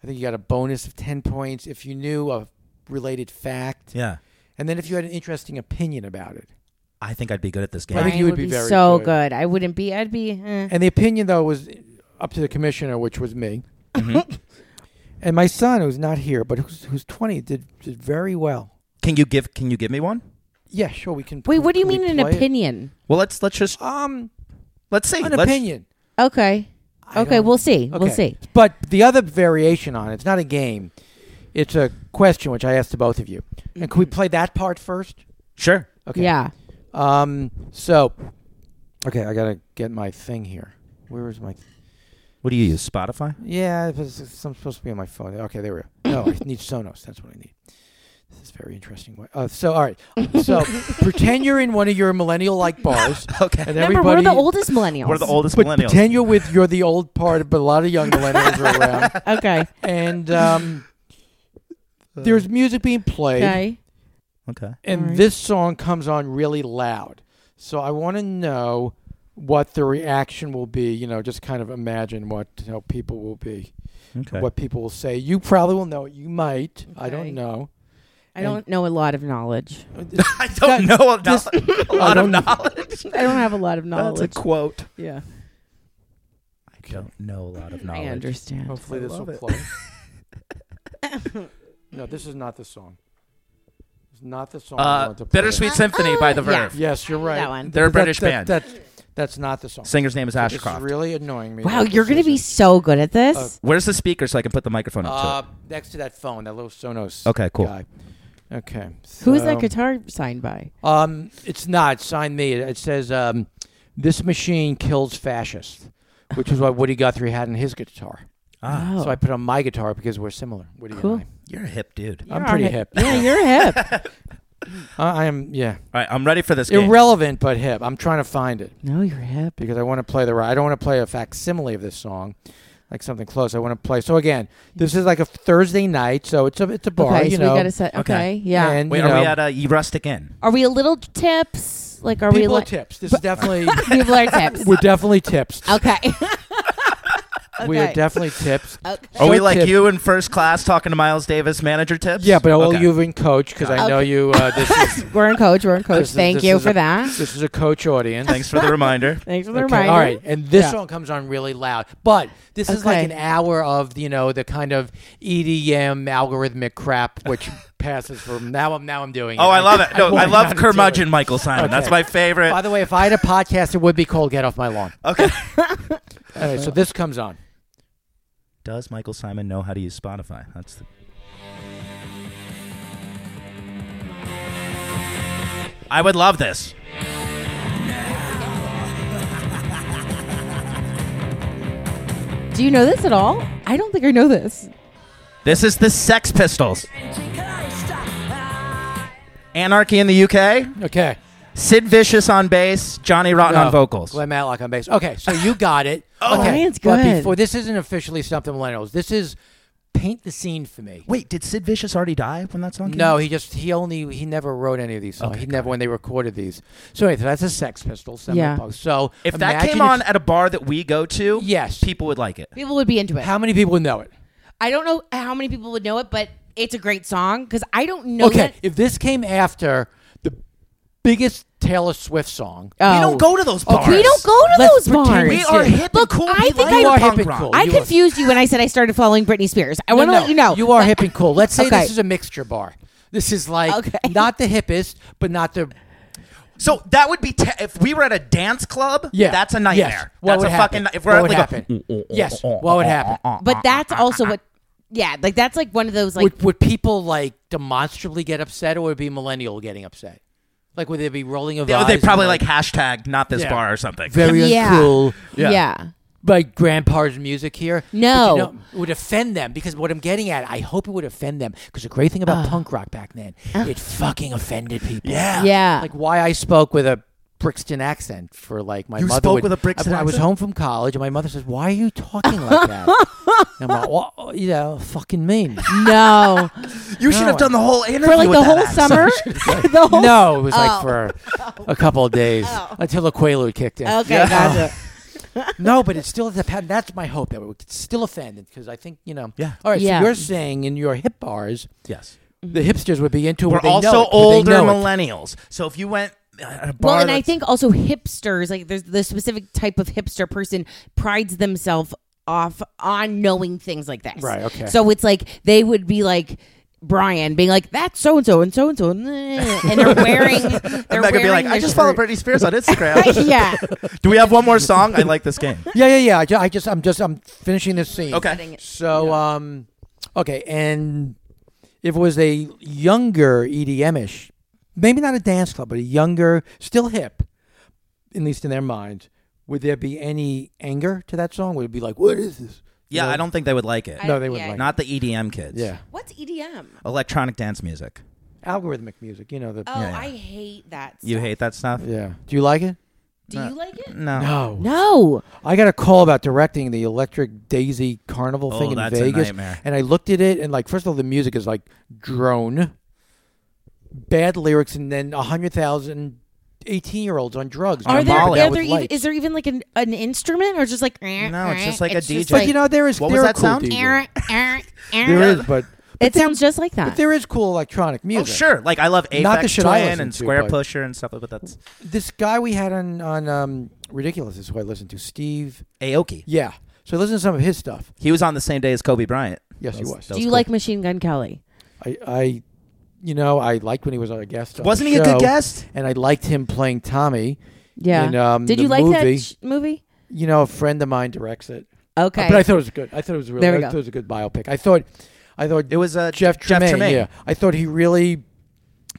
Speaker 3: I think you got a bonus of ten points. If you knew a related fact,
Speaker 1: yeah.
Speaker 3: and then if you had an interesting opinion about it.
Speaker 1: I think I'd be good at this game.
Speaker 3: I think
Speaker 2: Brian
Speaker 3: you would be very
Speaker 2: so
Speaker 3: good.
Speaker 2: good. I wouldn't be. I'd be. eh.
Speaker 3: And the opinion though was up to the commissioner, which was me. and my son, who's not here, but who's who's twenty, did did very well.
Speaker 1: Can you give? Can you give me one?
Speaker 3: Yeah, sure, we can.
Speaker 2: Wait, what do you
Speaker 3: we
Speaker 2: mean an
Speaker 3: play it.
Speaker 2: opinion?
Speaker 1: Well, let's let's just
Speaker 3: Um,
Speaker 1: let's see.
Speaker 3: an
Speaker 1: Let's-
Speaker 3: opinion.
Speaker 2: Okay,
Speaker 3: I
Speaker 2: okay,
Speaker 3: don't-
Speaker 2: we'll see. We'll
Speaker 3: okay.
Speaker 2: see.
Speaker 3: But the other variation on it, it's not a game. It's a question which I asked to both of you. And can we play that part first?
Speaker 1: Sure.
Speaker 2: Mm-hmm.
Speaker 3: Okay.
Speaker 2: Yeah.
Speaker 3: Um. So, okay, I gotta get my thing here. Where is my?
Speaker 1: What do you use? Spotify.
Speaker 3: Yeah, it was, it's, I'm supposed to be on my phone. Okay, there we go. No, I need Sonos. That's what I need. This is very interesting. Way. Uh, so, all right. So, pretend you're in one of your millennial-like bars,
Speaker 1: Okay.
Speaker 3: and
Speaker 2: Remember,
Speaker 3: everybody.
Speaker 2: we're the oldest millennials.
Speaker 1: We're the oldest
Speaker 3: But
Speaker 1: millennials.
Speaker 3: pretend you're with you're the old part, but a lot of young millennials are around,
Speaker 2: Okay.
Speaker 3: and um,
Speaker 1: Uh,
Speaker 3: there's music being played,
Speaker 2: Okay.
Speaker 1: okay.
Speaker 3: and
Speaker 2: Alright.
Speaker 3: this song comes on really loud. So, I want to know what the reaction will be. You know, just kind of imagine what you know, people will be.
Speaker 1: Okay.
Speaker 3: what people will say. You probably will know. it. You might. I
Speaker 2: Okay.
Speaker 3: don't know.
Speaker 2: I don't know a lot of knowledge.
Speaker 1: I don't know a,
Speaker 3: This-
Speaker 1: a lot of
Speaker 3: don't-
Speaker 1: knowledge.
Speaker 2: I don't have a lot of
Speaker 1: That's a
Speaker 2: knowledge.
Speaker 1: quote.
Speaker 2: yeah.
Speaker 1: I don't know a lot of
Speaker 2: I
Speaker 1: knowledge.
Speaker 2: understand.
Speaker 3: Hopefully
Speaker 1: I
Speaker 3: this
Speaker 1: love
Speaker 3: will
Speaker 1: it.
Speaker 3: play. no, this is not the song. It's not the song. I
Speaker 1: Uh,
Speaker 3: want to play.
Speaker 1: Bittersweet Symphony by The Verve.
Speaker 3: Yes, you're right.
Speaker 2: That one.
Speaker 1: They're a
Speaker 3: But that-
Speaker 1: British band.
Speaker 3: that- That's, that's not the song.
Speaker 1: Singer's name is
Speaker 3: It's
Speaker 1: Ashcroft.
Speaker 3: really annoying me.
Speaker 2: Wow,
Speaker 3: that
Speaker 2: you're
Speaker 3: this
Speaker 2: going to be
Speaker 3: isn't-
Speaker 2: so good at this.
Speaker 3: Oh.
Speaker 1: Where's the speaker so I can put the microphone up to
Speaker 3: uh, next to that phone, that little Sonos.
Speaker 1: Okay, cool.
Speaker 3: guy. Okay.
Speaker 2: Who is that
Speaker 3: so-
Speaker 2: guitar signed by?
Speaker 3: Um, it's not. Sign me. It says, um, "This machine kills fascists," which is what Woody Guthrie had in his guitar.
Speaker 1: Ah,
Speaker 2: oh,
Speaker 3: So I put on my guitar because we're similar. Woody
Speaker 2: Cool.
Speaker 3: and
Speaker 1: you're a hip dude.
Speaker 3: I. I'm
Speaker 2: You're
Speaker 3: pretty
Speaker 2: hip.
Speaker 3: hip.
Speaker 2: yeah, you're hip.
Speaker 3: Uh, I, I am. Yeah.
Speaker 1: All right, I'm ready for this game.
Speaker 3: Irrelevant but hip. I'm trying to find it
Speaker 2: No, you're hip.
Speaker 3: because I want to play the. ri- I don't want to play a facsimile of this song, like something close. I want to play. So again, this is like a Thursday night, so it's a it's a bar.
Speaker 2: okay,
Speaker 3: you
Speaker 2: so
Speaker 3: know.
Speaker 2: we gotta set. Okay,
Speaker 1: Okay.
Speaker 2: yeah.
Speaker 3: And,
Speaker 1: Wait,
Speaker 3: you
Speaker 1: are
Speaker 3: know,
Speaker 1: we at a rustic inn?
Speaker 2: are we a little tips? Like, are we
Speaker 3: people are
Speaker 2: like
Speaker 3: tips? This is definitely.
Speaker 2: people are tips?
Speaker 3: we're definitely tips.
Speaker 2: Okay.
Speaker 3: We are
Speaker 2: Oh, Okay.
Speaker 3: definitely tips.
Speaker 2: okay.
Speaker 1: Are we
Speaker 3: So
Speaker 1: like
Speaker 3: tip-
Speaker 1: you in first class talking to Miles Davis, manager tips?
Speaker 3: Yeah, but well,
Speaker 1: Okay.
Speaker 3: you've been coach because I know
Speaker 2: Okay.
Speaker 3: you. Uh, this is
Speaker 2: We're in coach. We're in coach.
Speaker 3: This is-
Speaker 2: Thank
Speaker 3: this
Speaker 2: you
Speaker 3: is
Speaker 2: for
Speaker 3: a-
Speaker 2: that.
Speaker 3: this is a coach audience.
Speaker 1: Thanks for the reminder.
Speaker 2: Thanks for the
Speaker 3: Okay,
Speaker 2: reminder.
Speaker 3: All right, and this
Speaker 2: Yeah.
Speaker 3: song comes on really loud, but this is like
Speaker 2: Okay.
Speaker 3: an hour of you know the kind of EDM algorithmic crap which passes for now. I'm now I'm doing.
Speaker 1: Oh, I love it. No, I
Speaker 3: won't
Speaker 1: love
Speaker 3: not do it.
Speaker 1: curmudgeon Michael Simon. That's
Speaker 3: Okay.
Speaker 1: my favorite.
Speaker 3: By the way, if I had a podcast, it would be called "Get Off My Lawn."
Speaker 1: Okay.
Speaker 3: All right, so this comes on.
Speaker 1: Does Michael Simon know how to use Spotify? That's the. I would love this.
Speaker 2: Do you know this at all? I don't think I know this.
Speaker 1: This is the Sex Pistols. Anarchy in the UK.
Speaker 3: Okay,
Speaker 1: Sid Vicious on bass. Johnny Rotten
Speaker 3: No.
Speaker 1: on vocals.
Speaker 3: Glenn Matlock on bass. Okay, so you got it.
Speaker 1: Oh.
Speaker 3: okay,
Speaker 2: Ryan's
Speaker 3: But
Speaker 2: good.
Speaker 3: before this isn't officially something millennials. This is paint the scene for me.
Speaker 1: Wait, did Sid Vicious already die when that song came?
Speaker 3: No,
Speaker 1: out?
Speaker 3: he just he only he never wrote any of these songs.
Speaker 1: Okay,
Speaker 3: he
Speaker 1: got
Speaker 3: never when they recorded these. So anyway, so that's a Sex Pistols. Seminal
Speaker 2: Yeah.
Speaker 3: Punk. So
Speaker 1: If that
Speaker 3: imagine
Speaker 1: came on
Speaker 3: if-
Speaker 1: at a bar that we go to,
Speaker 3: yes.
Speaker 1: people would like it.
Speaker 2: People would be into it.
Speaker 3: How many people would know it?
Speaker 2: I don't know how many people would know it, but it's a great song because I don't know.
Speaker 3: okay,
Speaker 2: that-
Speaker 3: if this came after the biggest Taylor Swift song,
Speaker 2: Oh.
Speaker 1: We don't go to those bars.
Speaker 3: Okay.
Speaker 2: We don't go to
Speaker 3: Let's
Speaker 2: those
Speaker 3: pretend
Speaker 2: bars.
Speaker 3: we
Speaker 1: We are
Speaker 3: Shit.
Speaker 1: hip
Speaker 2: Look,
Speaker 1: and cool.
Speaker 2: I
Speaker 1: We
Speaker 2: think
Speaker 1: like
Speaker 2: I-
Speaker 1: punk
Speaker 3: You are hip and
Speaker 1: rock.
Speaker 3: cool.
Speaker 2: I
Speaker 3: You are-
Speaker 2: confused you when I said I started following Britney Spears. I want to
Speaker 3: No,
Speaker 2: let you know.
Speaker 3: you are
Speaker 2: But-
Speaker 3: hip and cool. Let's say
Speaker 2: Okay.
Speaker 3: this is a mixture bar. This is like
Speaker 2: Okay.
Speaker 3: not the hippest, but not the
Speaker 1: So that would be te- if we were at a dance club.
Speaker 3: yeah.
Speaker 1: that's a
Speaker 3: Yes.
Speaker 1: nightmare.
Speaker 3: What
Speaker 1: that's
Speaker 3: would
Speaker 1: a
Speaker 3: happen?
Speaker 1: fucking. If we're
Speaker 3: what
Speaker 1: at
Speaker 3: would
Speaker 1: like a-
Speaker 3: happen? yes. What would happen?
Speaker 2: But that's also what. Yeah, like that's like one of those like
Speaker 3: would would people like demonstrably get upset, or would it be millennial getting upset? Like would they be rolling of
Speaker 1: they,
Speaker 3: eyes
Speaker 1: they
Speaker 3: and,
Speaker 1: probably like hashtag not this
Speaker 3: Yeah.
Speaker 1: bar or something.
Speaker 3: very
Speaker 2: Yeah.
Speaker 3: uncool
Speaker 2: yeah.
Speaker 3: like grandpa's music here.
Speaker 2: No.
Speaker 3: But you know, it would offend them because what I'm getting at, I hope it would offend them because the great thing about punk rock back then, it fucking offended people.
Speaker 1: Yeah.
Speaker 2: Yeah.
Speaker 3: like why I spoke with a Brixton accent for like my
Speaker 1: You
Speaker 3: mother.
Speaker 1: spoke
Speaker 3: would-
Speaker 1: with a Brixton
Speaker 3: I, I was
Speaker 1: accent?
Speaker 3: home from college and my mother says, "Why are you talking like that?" and I'm like, well, you know, fucking mean.
Speaker 2: no.
Speaker 1: You should have done the whole interview
Speaker 2: For like
Speaker 1: with
Speaker 2: the
Speaker 1: that
Speaker 2: whole
Speaker 1: accent.
Speaker 2: summer? the whole
Speaker 3: No, it was
Speaker 2: Oh.
Speaker 3: like for a couple of days until the Quaalude kicked in.
Speaker 2: Okay,
Speaker 1: Yeah.
Speaker 2: gotcha.
Speaker 3: No, but it's still the pattern. That's my hope that we could still offend it because I think you know.
Speaker 1: Yeah.
Speaker 3: All right.
Speaker 2: Yeah. Mm-hmm.
Speaker 3: So you're saying in your hip bars,
Speaker 1: Yes,
Speaker 3: the hipsters would be into it.
Speaker 1: we're
Speaker 3: they know it,
Speaker 1: also
Speaker 3: but they
Speaker 1: older
Speaker 3: know it.
Speaker 1: millennials. So if you went at a bar,
Speaker 2: Well, and I
Speaker 1: that's-
Speaker 2: think also hipsters, like there's the specific type of hipster person prides themselves off on knowing things like this.
Speaker 3: Right, okay.
Speaker 2: So it's like they would be like Brian being like, that's so and so and so and so and they're wearing they're
Speaker 1: I'm not gonna
Speaker 2: wearing
Speaker 1: be like, I
Speaker 2: their
Speaker 1: just follow
Speaker 2: shirt."
Speaker 1: Britney Spears on Instagram.
Speaker 2: yeah.
Speaker 1: Do we have one more song? I like this game.
Speaker 3: Yeah, yeah, yeah. I ju- I just, I'm just, I'm finishing this scene.
Speaker 1: Okay.
Speaker 2: Getting it.
Speaker 3: So, um, okay, and if it was a younger EDM-ish, maybe not a dance club, but a younger, still hip, at least in their minds, would there be any anger to that song? Would it be like, what is this? You
Speaker 1: Yeah,
Speaker 3: know?
Speaker 1: I don't think they would like it.
Speaker 2: I-
Speaker 3: No, they would
Speaker 2: yeah.
Speaker 3: like.
Speaker 1: Not the EDM kids.
Speaker 3: Yeah,
Speaker 2: What's EDM?
Speaker 1: electronic dance music.
Speaker 3: algorithmic music. You know the.
Speaker 2: Oh,
Speaker 1: Yeah, yeah.
Speaker 2: I hate that.
Speaker 1: You hate that stuff?
Speaker 3: Yeah. Do you like it?
Speaker 2: Do you like it?
Speaker 1: No. Oh,
Speaker 3: No.
Speaker 2: No.
Speaker 3: I got a call about directing the Electric Daisy Carnival
Speaker 1: Oh,
Speaker 3: thing in
Speaker 1: that's a
Speaker 3: Vegas,
Speaker 1: nightmare.
Speaker 3: and I looked at it and like, first of all, the music is like drone, bad lyrics, and then a hundred thousand. 18 year olds on drugs.
Speaker 2: Are
Speaker 3: on
Speaker 2: there,
Speaker 3: Molly
Speaker 2: are
Speaker 3: with
Speaker 2: there even,
Speaker 3: lights.
Speaker 2: is there even like an, an instrument or just like eh,
Speaker 1: No, it's just like a DJ.
Speaker 3: but you know, there is.
Speaker 1: What
Speaker 3: there
Speaker 1: was
Speaker 3: are
Speaker 1: that
Speaker 3: cool
Speaker 1: sound?
Speaker 3: DJs. There
Speaker 2: there
Speaker 3: is, but. but
Speaker 2: eh, It
Speaker 3: there-
Speaker 2: sounds just like that.
Speaker 3: But there is cool electronic
Speaker 1: Oh,
Speaker 3: music.
Speaker 1: sure. Like I love
Speaker 3: Not the
Speaker 1: Aphex
Speaker 3: shit I
Speaker 1: Twin
Speaker 3: listen
Speaker 1: and
Speaker 3: to,
Speaker 1: Square
Speaker 3: but-
Speaker 1: Pusher and stuff like that. That's
Speaker 3: This guy we had on, on um, Ridiculous is who I listened to. Steve.
Speaker 1: Aoki.
Speaker 3: Yeah. So I listened to some of his stuff.
Speaker 1: He was on the same day as Kobe Bryant.
Speaker 3: Yes, he
Speaker 1: That
Speaker 3: was.
Speaker 1: that
Speaker 2: Do you
Speaker 1: cool.
Speaker 2: like Machine Gun Kelly?
Speaker 3: I, I, you know, I liked when he was a guest. On
Speaker 1: Wasn't
Speaker 3: the
Speaker 1: he a good
Speaker 3: show,
Speaker 1: guest?
Speaker 3: And I liked him playing Tommy.
Speaker 2: Yeah.
Speaker 3: In, um,
Speaker 2: Did
Speaker 3: the
Speaker 2: you like
Speaker 3: movie.
Speaker 2: that sh- movie?
Speaker 3: You know, a friend of mine directs it. Uh,
Speaker 2: Okay.
Speaker 3: But I thought it was good. I thought it was really.
Speaker 2: There we
Speaker 3: I
Speaker 2: go.
Speaker 3: thought it was a good biopic. I thought, I thought
Speaker 1: It was uh,
Speaker 3: Jeff Tremaine,
Speaker 1: Tremaine.
Speaker 3: Yeah, I thought he really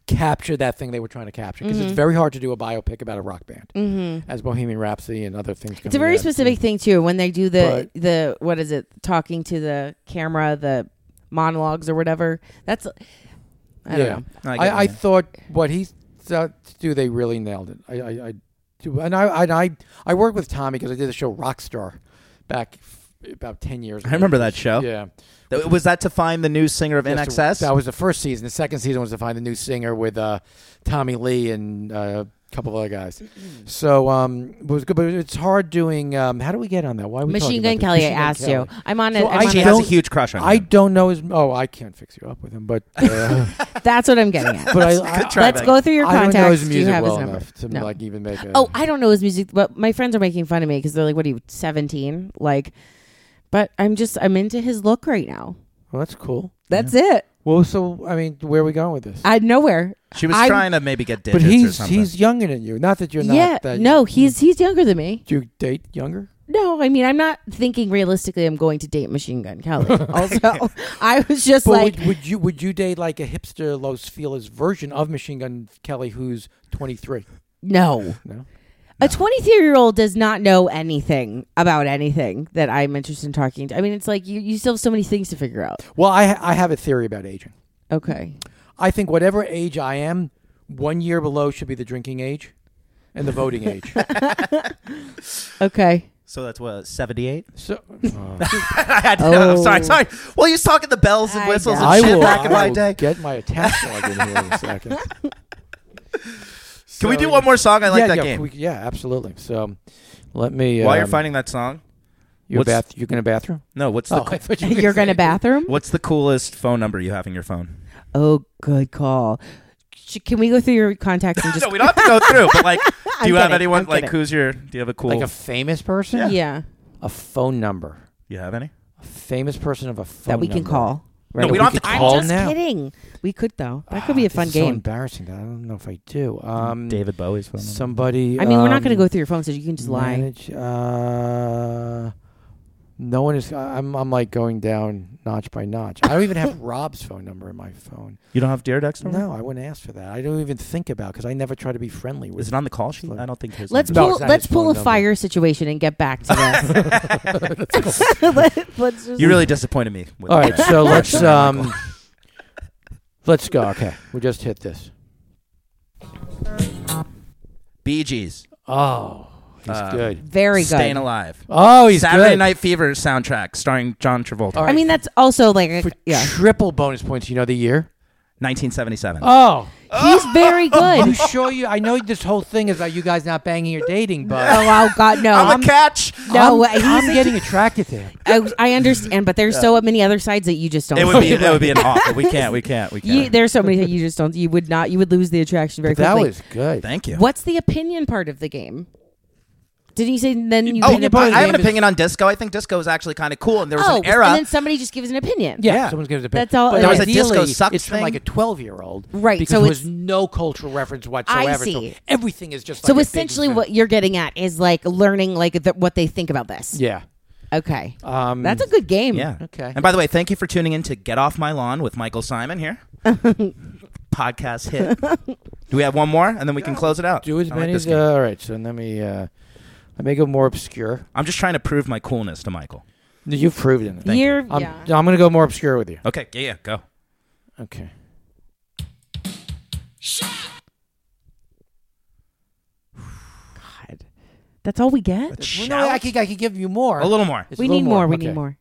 Speaker 3: capture that thing they were trying to capture because
Speaker 2: Mm-hmm.
Speaker 3: it's very hard to do a biopic about a rock band, mm-hmm. as Bohemian Rhapsody and other things.
Speaker 2: It's a very specific thing too. When they do the
Speaker 3: But-
Speaker 2: the what is it? Talking to the camera, the monologues or whatever. That's I don't know.
Speaker 1: I get
Speaker 3: I,
Speaker 1: what
Speaker 3: I,
Speaker 1: you mean.
Speaker 3: thought what he thought to do, they really nailed it. I, I, I do, and I, I, I, I worked with Tommy because I did the show Rockstar back f- about ten years. ago.
Speaker 1: I remember that show.
Speaker 3: Yeah,
Speaker 1: Th- Was that to find the new singer of
Speaker 3: Yeah, so
Speaker 1: NXS?
Speaker 3: that was the first season. The second season was to find a new singer with uh, Tommy Lee and uh, a couple other guys. so um, it was good, but it's hard doing. Um, how do we get on that? Why are we
Speaker 2: Machine
Speaker 3: talking
Speaker 2: Gun
Speaker 3: about this?
Speaker 2: Kelly. I
Speaker 3: Machine Gun
Speaker 2: asked you.
Speaker 3: Kelly.
Speaker 2: I'm on it.
Speaker 3: So I
Speaker 2: I'm on
Speaker 1: she
Speaker 2: a-
Speaker 1: has a
Speaker 3: don't-
Speaker 1: huge crush on
Speaker 3: I
Speaker 1: him.
Speaker 3: don't know his. Oh, I can't fix you up with him, but uh,
Speaker 2: That's what I'm getting at.
Speaker 3: but I, I,
Speaker 1: Good try,
Speaker 2: Let's
Speaker 1: Becky.
Speaker 2: go through your
Speaker 3: I don't
Speaker 2: contacts.
Speaker 3: know his
Speaker 2: Do
Speaker 3: music
Speaker 2: you have
Speaker 3: well
Speaker 2: his number?
Speaker 3: enough to
Speaker 2: No.
Speaker 3: like even make a.
Speaker 2: Oh, I don't know his music, but my friends are making fun of me because they're like, "What are you, 17? Like, but I'm just I'm into his look right now.
Speaker 3: well, that's cool.
Speaker 2: That's it.
Speaker 3: Well, so I mean, where are we going with this?
Speaker 2: I nowhere.
Speaker 1: She was
Speaker 2: I'm-
Speaker 1: trying to maybe get
Speaker 3: but
Speaker 1: digits or
Speaker 3: he's
Speaker 1: something.
Speaker 3: he's younger than you. Not that you're not.
Speaker 2: yeah.
Speaker 3: that
Speaker 2: no, he's he's younger than me.
Speaker 3: Do you date younger?
Speaker 2: No, I mean I'm not thinking realistically. I'm going to date Machine Gun Kelly. also, I was just
Speaker 3: But
Speaker 2: like,
Speaker 3: would, would you would you date like a hipster Los Feliz version of Machine Gun Kelly who's 23?
Speaker 2: no.
Speaker 3: No.
Speaker 2: A 23 year old does not know anything about anything that I'm interested in talking to. I mean, it's like you, you still have so many things to figure out.
Speaker 3: Well, I I have a theory about aging.
Speaker 2: Okay.
Speaker 3: I think whatever age I am, one year below should be the drinking age, and the voting age.
Speaker 2: Okay.
Speaker 1: so that's what seventy-eight.
Speaker 3: So uh,
Speaker 1: I had to, I'm
Speaker 2: Oh.
Speaker 1: sorry, sorry. Well, you was talking the bells and
Speaker 2: I
Speaker 1: whistles
Speaker 2: know.
Speaker 1: and
Speaker 3: I
Speaker 1: shit
Speaker 3: will,
Speaker 1: back in
Speaker 3: I
Speaker 1: my
Speaker 3: will
Speaker 1: day.
Speaker 3: get my attack dog in here in a second.
Speaker 1: Can we do one more song? I like
Speaker 3: yeah,
Speaker 1: that
Speaker 3: yeah,
Speaker 1: game.
Speaker 3: we- yeah, absolutely. So let me.
Speaker 1: While you're
Speaker 3: um,
Speaker 1: finding that song,
Speaker 3: you a
Speaker 1: what's-
Speaker 3: bath, you in a bathroom.
Speaker 1: no. What's the
Speaker 3: Oh,
Speaker 1: coo-
Speaker 3: I thought you were
Speaker 2: You're going to bathroom?
Speaker 1: what's the coolest phone number you have in your phone?
Speaker 2: Oh, good call. Sh- Can we go through your contacts and just
Speaker 1: no, we don't have to go through. But like, do you have
Speaker 2: kidding,
Speaker 1: anyone?
Speaker 2: I'm
Speaker 1: like,
Speaker 2: kidding.
Speaker 1: who's your? Do you have a cool?
Speaker 3: like a famous person.
Speaker 2: yeah,
Speaker 3: A phone number.
Speaker 1: you have any?
Speaker 3: A famous person of a phone
Speaker 2: that we can
Speaker 3: number.
Speaker 2: call?
Speaker 1: No, we don't have to
Speaker 3: could
Speaker 2: I'm
Speaker 3: call
Speaker 2: just
Speaker 3: now.
Speaker 2: kidding. We could though. That could
Speaker 3: Ah,
Speaker 2: be a
Speaker 3: this
Speaker 2: fun
Speaker 3: is So
Speaker 2: game.
Speaker 3: embarrassing. that I don't know if I do. Um,
Speaker 1: David Bowie's phone. number.
Speaker 3: Somebody.
Speaker 2: I mean, we're not
Speaker 3: um,
Speaker 2: going to go through your phone, so you can just lie.
Speaker 3: manage- uh, no one is. I- I'm. I'm like going down notch by notch. I don't even have Rob's phone number in my phone.
Speaker 1: You don't have Derek's number?
Speaker 3: No, I wouldn't ask for that. I don't even think about because I never try to be friendly with.
Speaker 1: Is it on the call sheet? I don't think his.
Speaker 2: Let's
Speaker 3: No,
Speaker 2: pull.
Speaker 3: it's not
Speaker 2: let's
Speaker 3: his
Speaker 2: pull
Speaker 3: phone
Speaker 2: a
Speaker 3: number.
Speaker 2: fire situation and get back to this. Let- let's just-
Speaker 1: You really disappointed me. With
Speaker 3: All right,
Speaker 1: that.
Speaker 3: so let's
Speaker 1: Sorry, Michael.
Speaker 3: um, let's go. Okay, we just hit this.
Speaker 1: Bee Gees.
Speaker 3: Oh, he's
Speaker 1: Uh,
Speaker 3: good.
Speaker 2: very good.
Speaker 1: Staying alive.
Speaker 3: Oh, he's
Speaker 1: Saturday
Speaker 3: good.
Speaker 1: Night Fever soundtrack starring John Travolta.
Speaker 3: All
Speaker 2: I mean, that's also like a-
Speaker 3: for
Speaker 2: yeah.
Speaker 3: triple bonus points. You know the year.
Speaker 1: 1977.
Speaker 3: Oh,
Speaker 2: He's very
Speaker 3: you
Speaker 2: good.
Speaker 3: sure you? I know this whole thing is about you guys not banging your dating, but
Speaker 2: oh wow, God no.
Speaker 1: I'm,
Speaker 2: I'm-
Speaker 1: a catch.
Speaker 2: no,
Speaker 3: I'm,
Speaker 2: he's
Speaker 3: I'm getting attracted to him.
Speaker 2: I, I understand, but there's so many other sides that you just don't.
Speaker 1: It would be.
Speaker 2: see.
Speaker 1: It would be an awful. We can't. We can't. We
Speaker 2: You,
Speaker 1: can't.
Speaker 2: there's so many that you just don't. You would not. You would lose the attraction very
Speaker 3: That
Speaker 2: quickly.
Speaker 3: was good.
Speaker 1: Thank you.
Speaker 2: What's the opinion part of the game? Did he say then you?
Speaker 1: Oh,
Speaker 2: can-
Speaker 1: I, I
Speaker 3: Game
Speaker 1: have an
Speaker 3: is-
Speaker 1: opinion on disco. I think disco is actually kind of cool, and there was
Speaker 2: oh,
Speaker 1: an era.
Speaker 2: and then somebody just gives an opinion.
Speaker 3: Yeah,
Speaker 1: Yeah.
Speaker 3: someone's going to
Speaker 2: That's all
Speaker 3: But
Speaker 2: it There
Speaker 1: was a
Speaker 3: ideally,
Speaker 1: disco sucks
Speaker 3: It's from
Speaker 1: thing.
Speaker 3: like a twelve-year-old,
Speaker 2: Right,
Speaker 3: Because
Speaker 2: so
Speaker 3: there
Speaker 2: it's-
Speaker 3: was no cultural reference whatsoever.
Speaker 2: see.
Speaker 3: So everything is
Speaker 2: So
Speaker 3: just. like a big
Speaker 2: essentially,
Speaker 3: event.
Speaker 2: what you're getting at is like learning like the, what they think about this.
Speaker 3: Yeah.
Speaker 2: Okay,
Speaker 3: Um,
Speaker 2: that's a good game.
Speaker 1: Yeah.
Speaker 3: Okay.
Speaker 1: And by the way, thank you for tuning in to Get Off My Lawn with Michael Simon here. Podcast hit. Do we have one more, and then we can close it out?
Speaker 3: do as
Speaker 1: I like
Speaker 3: many
Speaker 1: this
Speaker 3: as.
Speaker 1: game.
Speaker 3: Uh, all right. So let me. Uh, let me go more obscure.
Speaker 1: I'm just trying to prove my coolness to Michael.
Speaker 3: No, You've proven it.
Speaker 2: You're
Speaker 3: I'm,
Speaker 2: yeah.
Speaker 3: I'm going to go more obscure with you.
Speaker 1: Okay. Yeah. Yeah. Go.
Speaker 3: Okay.
Speaker 2: God. That's all we get.
Speaker 3: Well, no, I could, I could give you more.
Speaker 1: A little more.
Speaker 3: It's a
Speaker 2: we
Speaker 3: little
Speaker 2: need more. We
Speaker 3: Okay.
Speaker 2: need more.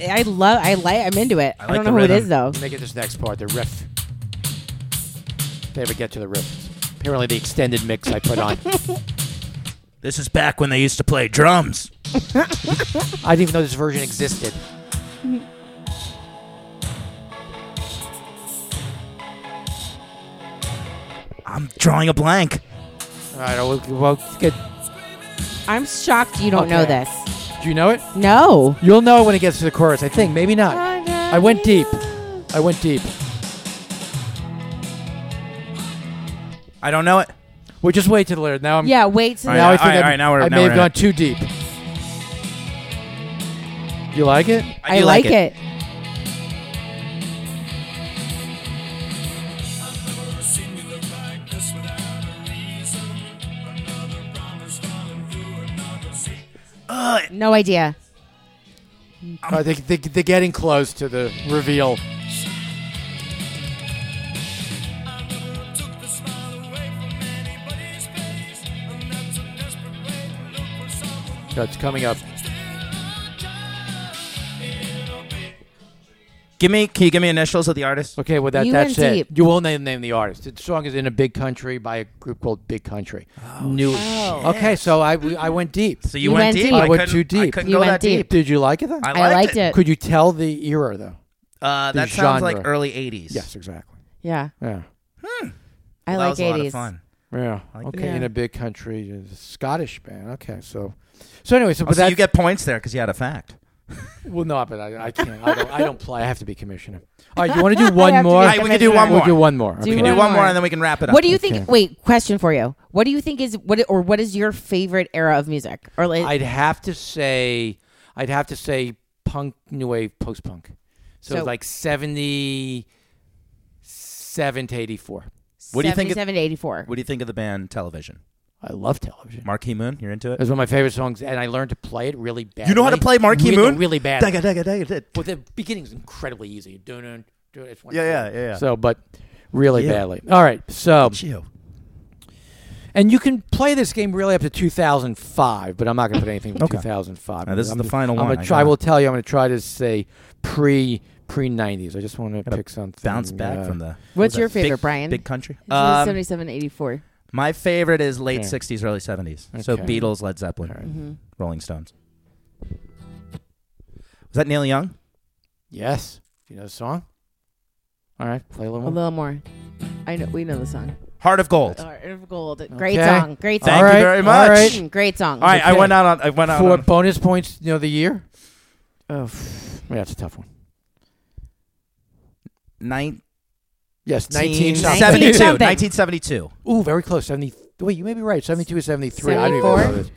Speaker 2: I love. I like. I'm into it. I,
Speaker 1: like
Speaker 2: don't
Speaker 1: the
Speaker 2: know who it
Speaker 1: rhythm.
Speaker 2: is though.
Speaker 3: Let me get this next part. The riff. If they ever get to the riff. Apparently, the extended mix I put on.
Speaker 1: This is back when they used to play drums.
Speaker 3: I didn't even know this version existed.
Speaker 1: I'm drawing a blank.
Speaker 3: All right. Well, well good.
Speaker 2: I'm shocked you don't know
Speaker 3: Okay.
Speaker 2: this.
Speaker 3: Do you know it?
Speaker 2: No.
Speaker 3: You'll know when it gets to the chorus. I think. Maybe not. I went deep. I went deep.
Speaker 1: I don't know it.
Speaker 3: We'll just wait till later. Now I'm.
Speaker 2: Yeah. Wait. till
Speaker 1: All
Speaker 3: Now I
Speaker 1: right,
Speaker 3: think
Speaker 1: all
Speaker 3: I'm-
Speaker 1: right, now we're-
Speaker 3: I
Speaker 1: now
Speaker 3: may
Speaker 1: we're
Speaker 3: have
Speaker 1: in
Speaker 3: gone
Speaker 1: it.
Speaker 3: too deep. You like it?
Speaker 2: I,
Speaker 1: do
Speaker 2: like it. No idea.
Speaker 3: Uh, they, they, they're getting close to the reveal. That's coming up.
Speaker 1: Give me. Can you give me initials of the artist?
Speaker 3: Okay, well that,
Speaker 2: You
Speaker 3: that's
Speaker 2: went
Speaker 3: it.
Speaker 2: deep.
Speaker 3: You will name name the artist. The song is in a big country by a group called Big Country. New. Okay, so I we- I went deep.
Speaker 1: Oh, So you,
Speaker 2: You
Speaker 1: went,
Speaker 2: went
Speaker 1: deep.
Speaker 2: deep. I
Speaker 3: went
Speaker 1: couldn't-
Speaker 3: too deep.
Speaker 1: I couldn't
Speaker 2: You
Speaker 1: go
Speaker 2: went
Speaker 1: that deep.
Speaker 3: Did you like it? Though?
Speaker 1: I
Speaker 2: I
Speaker 1: liked,
Speaker 2: liked it.
Speaker 3: Could you tell the era though?
Speaker 1: Uh, that
Speaker 3: The
Speaker 1: sounds like
Speaker 3: genre.
Speaker 1: early '80s.
Speaker 3: Yes, exactly.
Speaker 2: Yeah,
Speaker 3: Yeah.
Speaker 2: I
Speaker 1: Well, that
Speaker 2: like
Speaker 1: was a
Speaker 2: 80s.
Speaker 1: lot of fun.
Speaker 3: Yeah.
Speaker 1: like
Speaker 3: okay.
Speaker 2: that.
Speaker 3: In
Speaker 2: Yeah.
Speaker 3: a big country, a Scottish band. Okay. So, so anyway, so
Speaker 1: Oh,
Speaker 3: but
Speaker 1: so
Speaker 3: that
Speaker 1: you get points there because you had a fact.
Speaker 3: well, no, but I, I can't. I don't, I don't play. I have to be commissioner. All right. You want to do one
Speaker 2: Oh, have to
Speaker 3: more?
Speaker 2: be
Speaker 1: All right, we can do one
Speaker 3: We'll
Speaker 1: more.
Speaker 3: do one more.
Speaker 2: Do
Speaker 3: okay.
Speaker 1: We can do
Speaker 2: One
Speaker 1: one
Speaker 2: more.
Speaker 1: more and then we can wrap it up.
Speaker 2: What do you
Speaker 3: Okay.
Speaker 2: think? Wait, question for you. What do you think is what or what is your favorite era of music? Or like,
Speaker 3: I'd have to say, I'd have to say, punk, new wave, post punk. So,
Speaker 2: So-
Speaker 3: like seventy-seven to eighty-four.
Speaker 1: What do you think it-
Speaker 2: 77 to 84.
Speaker 1: What do you think of the band Television?
Speaker 3: I love television.
Speaker 1: Marquee Moon, you're into
Speaker 3: It
Speaker 1: it?
Speaker 3: was one of my favorite songs, and I learned to play it really bad.
Speaker 1: You know how to play Marquee
Speaker 3: really,
Speaker 1: Moon?
Speaker 3: really bad.
Speaker 1: Digga, digga, digga, dig.
Speaker 3: But the beginning's incredibly easy. Dun, dun, dun, it's one
Speaker 1: Yeah, yeah, yeah, yeah.
Speaker 3: So, but really
Speaker 1: Yeah.
Speaker 3: badly. All right. So,
Speaker 1: Chill.
Speaker 3: and you can play this game really up to 2005, but I'm not going to put anything from
Speaker 1: Okay.
Speaker 3: 2005.
Speaker 1: Now, this is
Speaker 3: I'm
Speaker 1: the
Speaker 3: gonna-
Speaker 1: final
Speaker 3: I'm
Speaker 1: one. I
Speaker 3: Gonna try, I
Speaker 1: got
Speaker 3: will tell you. I'm going to try to say pre pre 90s. I just want to
Speaker 1: Gotta
Speaker 3: pick something.
Speaker 1: Bounce back
Speaker 3: uh,
Speaker 1: from the. what was
Speaker 2: What's
Speaker 1: that?
Speaker 2: your favorite,
Speaker 1: Big-
Speaker 2: Brian?
Speaker 1: Big country.
Speaker 2: It's
Speaker 1: Um,
Speaker 2: 77 to 84.
Speaker 1: my favorite is late
Speaker 3: Yeah.
Speaker 1: '60s, early '70s. So
Speaker 3: Okay.
Speaker 1: Beatles, Led Zeppelin,
Speaker 3: All right.
Speaker 2: hmm
Speaker 1: Rolling Stones. Was that Neil Young?
Speaker 3: Yes. You know the song. All right, play a little.
Speaker 2: A
Speaker 3: more.
Speaker 2: little more. I know we know the song.
Speaker 1: Heart of Gold. All
Speaker 2: Heart of Gold. Great
Speaker 3: Okay.
Speaker 2: song. Great
Speaker 1: Thank
Speaker 2: song.
Speaker 3: All
Speaker 1: you
Speaker 3: right,
Speaker 1: very
Speaker 3: all
Speaker 1: much.
Speaker 3: right.
Speaker 2: Mm, Great song.
Speaker 1: right, I
Speaker 3: Okay.
Speaker 1: went out on. I went out.
Speaker 3: Four
Speaker 1: on a-
Speaker 3: bonus points. You know the year. Oh, yeah, that's a tough one.
Speaker 1: Nine-
Speaker 3: Yes,
Speaker 1: 1972.
Speaker 2: 19 something.
Speaker 1: 1972.
Speaker 3: Ooh, very close. Seventy. Wait, you may be right. Seventy-two or seventy-three. I don't even
Speaker 2: 74?
Speaker 3: know this.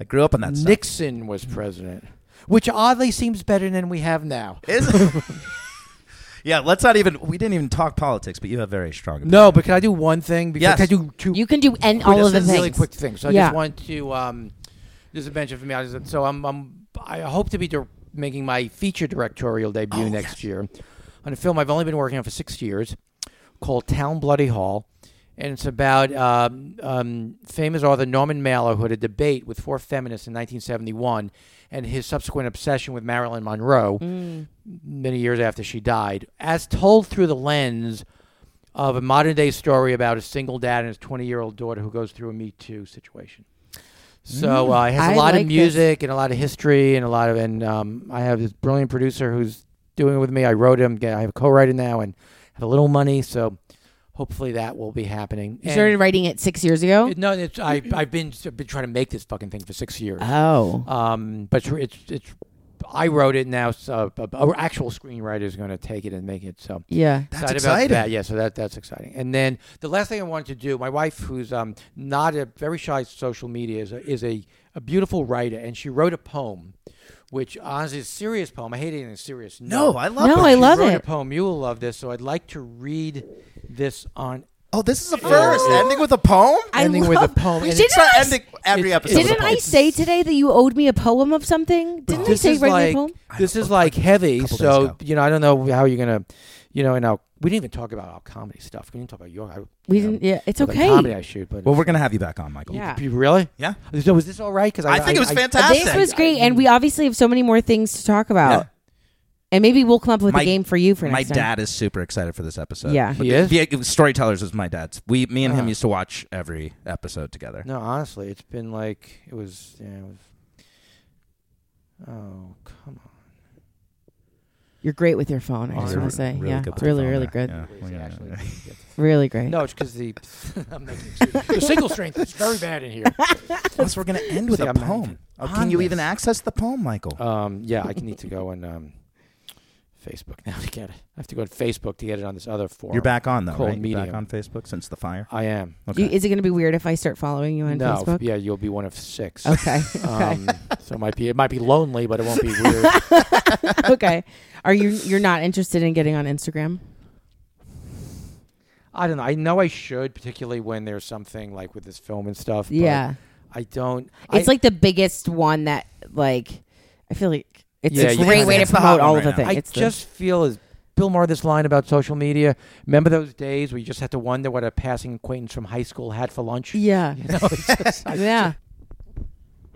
Speaker 1: I grew up on that stuff.
Speaker 3: Nixon was president, which oddly seems better than we have now.
Speaker 1: Is Yeah, let's not even. We didn't even talk politics, but you have very strong.
Speaker 3: No, but can I do one thing? Because
Speaker 1: Yes.
Speaker 3: can I do two
Speaker 2: You can do and all of the
Speaker 3: this is
Speaker 2: things.
Speaker 3: really quick things. So I
Speaker 2: Yeah.
Speaker 3: just want to. Um, there's a bunch of me. I just- So I'm, I'm. I hope to be dir- making my feature directorial debut next year on a film I've only been working on for six years called Town Bloody Hall. And it's about um, um, famous author Norman Mailer, who had a debate with four feminists in 1971, and his subsequent obsession with Marilyn Monroe
Speaker 2: Mm.
Speaker 3: many years after she died, as told through the lens of a modern day story about a single dad and his 20 year old daughter who goes through a Me Too situation. So uh, it has
Speaker 2: Mm, I
Speaker 3: a lot
Speaker 2: like
Speaker 3: of
Speaker 2: this.
Speaker 3: music and a lot of history and a lot of and um, I have this brilliant producer who's doing it with me. I wrote him. I have a co-writer now and have a little money, so hopefully that will be happening.
Speaker 2: You
Speaker 3: And-
Speaker 2: started writing it six years ago.
Speaker 3: no, it's, I I've been I've been trying to make this fucking thing for six years.
Speaker 2: oh,
Speaker 3: Um, but it's, it's it's I wrote it now. So a- a- our actual screenwriter is going to take it and make it. So
Speaker 2: yeah.
Speaker 1: That's
Speaker 3: excited about
Speaker 1: exciting.
Speaker 3: that. Yeah, so that that's exciting. And then the last thing I wanted to do, my wife, who's um not a very shy social media, is a, is a, a beautiful writer, and she wrote a poem, which honestly is a serious poem. I hate anything serious.
Speaker 1: No, I love.
Speaker 2: No,
Speaker 1: it.
Speaker 2: I
Speaker 3: She
Speaker 2: love
Speaker 3: wrote a
Speaker 2: it.
Speaker 3: poem. You will love this. So I'd like to read this on
Speaker 1: Oh, this is a first. Ending with a poem. Oh,
Speaker 2: I
Speaker 3: ending with a poem.
Speaker 2: We
Speaker 3: and
Speaker 2: did
Speaker 1: It's
Speaker 3: it's-
Speaker 1: not
Speaker 2: I s-
Speaker 1: ending every
Speaker 3: it's-
Speaker 1: episode.
Speaker 3: it's-
Speaker 1: with a
Speaker 2: Didn't I
Speaker 1: poem.
Speaker 2: say today that you owed me a poem of something? Didn't I
Speaker 3: this
Speaker 2: say
Speaker 3: is
Speaker 2: write me a
Speaker 3: like
Speaker 2: poem?
Speaker 3: this is like heavy.
Speaker 1: couple days ago.
Speaker 3: So you know, I don't know how you're gonna, you know, and our, we didn't even talk about our comedy stuff. We didn't talk about your. I,
Speaker 2: We
Speaker 3: you know,
Speaker 2: didn't. Yeah, it's
Speaker 3: the
Speaker 2: okay.
Speaker 3: comedy I shoot, but
Speaker 1: Well, we're gonna have you back on, Michael.
Speaker 2: Yeah.
Speaker 3: You- really?
Speaker 1: Yeah.
Speaker 3: So was this all right? Because I,
Speaker 1: I think it was fantastic.
Speaker 2: This was great, and we obviously have so many more things to talk about,
Speaker 1: Yeah.
Speaker 2: and maybe we'll come up with
Speaker 1: My-
Speaker 2: a game for you for
Speaker 1: my
Speaker 2: next time.
Speaker 1: dad is super excited for this episode.
Speaker 2: Yeah.
Speaker 1: But
Speaker 3: He
Speaker 1: the-
Speaker 3: is?
Speaker 1: the- it was- Storytellers is my dad's. We, me and him
Speaker 3: Ah.
Speaker 1: used to watch every episode together.
Speaker 3: No, honestly, it's been like it was. Yeah, it was oh come on!
Speaker 2: You're great with your phone. I just
Speaker 3: You're
Speaker 2: want to say,
Speaker 1: really
Speaker 2: yeah,
Speaker 1: good with
Speaker 2: it's really,
Speaker 1: the
Speaker 2: really
Speaker 1: phone
Speaker 2: good,
Speaker 1: there. Yeah.
Speaker 3: Please, actually, get the-
Speaker 2: really great.
Speaker 3: No, it's because the I'm making excuses. the single strength is very bad in here.
Speaker 1: Plus, we're gonna end with
Speaker 3: See,
Speaker 1: a
Speaker 3: I'm not
Speaker 1: poem.
Speaker 3: even
Speaker 1: Oh,
Speaker 3: on
Speaker 1: can you even
Speaker 3: this.
Speaker 1: access the poem, Michael?
Speaker 3: Um, yeah, I need to go and um, Facebook now to get it. I have to go to Facebook to get it on this other forum.
Speaker 1: You're back on though,
Speaker 3: Oh, Cold
Speaker 1: right? You're back
Speaker 3: medium.
Speaker 1: on Facebook since the fire.
Speaker 3: I am.
Speaker 2: You- is it going to be weird if I start following you on
Speaker 3: no,
Speaker 2: Facebook?
Speaker 3: yeah, you'll be one of six.
Speaker 2: Okay.
Speaker 3: Um, so it might be it might be lonely, but it won't be weird.
Speaker 2: okay. Are you you're not interested in getting on Instagram?
Speaker 3: I don't know. I know I should, particularly when there's something like with this film and stuff. But
Speaker 2: Yeah.
Speaker 3: I don't.
Speaker 2: It's
Speaker 3: I,
Speaker 2: like the biggest one that like I feel like it's
Speaker 3: Yeah,
Speaker 2: a
Speaker 3: you-
Speaker 2: great way to
Speaker 1: it's the hot
Speaker 2: promote all
Speaker 1: one
Speaker 2: of the
Speaker 1: right now.
Speaker 2: things.
Speaker 3: I
Speaker 2: It's the-
Speaker 3: just feel is Bill Maher this line about social media. Remember those days where you just had to wonder what a passing acquaintance from high school had for lunch?
Speaker 2: yeah.
Speaker 3: You know, it's just- I-
Speaker 2: Yeah.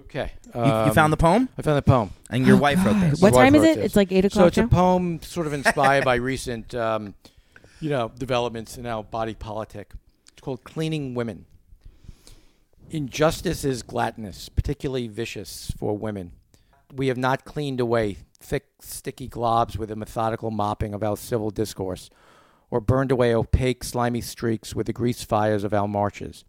Speaker 3: Okay. Um,
Speaker 1: you, you found the poem,
Speaker 3: I found the poem.
Speaker 1: and your wife wrote this.
Speaker 2: What
Speaker 3: Wife
Speaker 2: time is
Speaker 3: wrote
Speaker 2: it?
Speaker 3: this.
Speaker 2: It's like eight
Speaker 3: So
Speaker 2: o'clock
Speaker 3: it's a
Speaker 2: now?
Speaker 3: poem sort of inspired by recent, um, you know, developments in our body politic. It's called Cleaning Women. Injustice is gladness, particularly vicious for women. We have not cleaned away thick, sticky globs with a methodical mopping of our civil discourse, or burned away opaque, slimy streaks with the grease fires of our marches.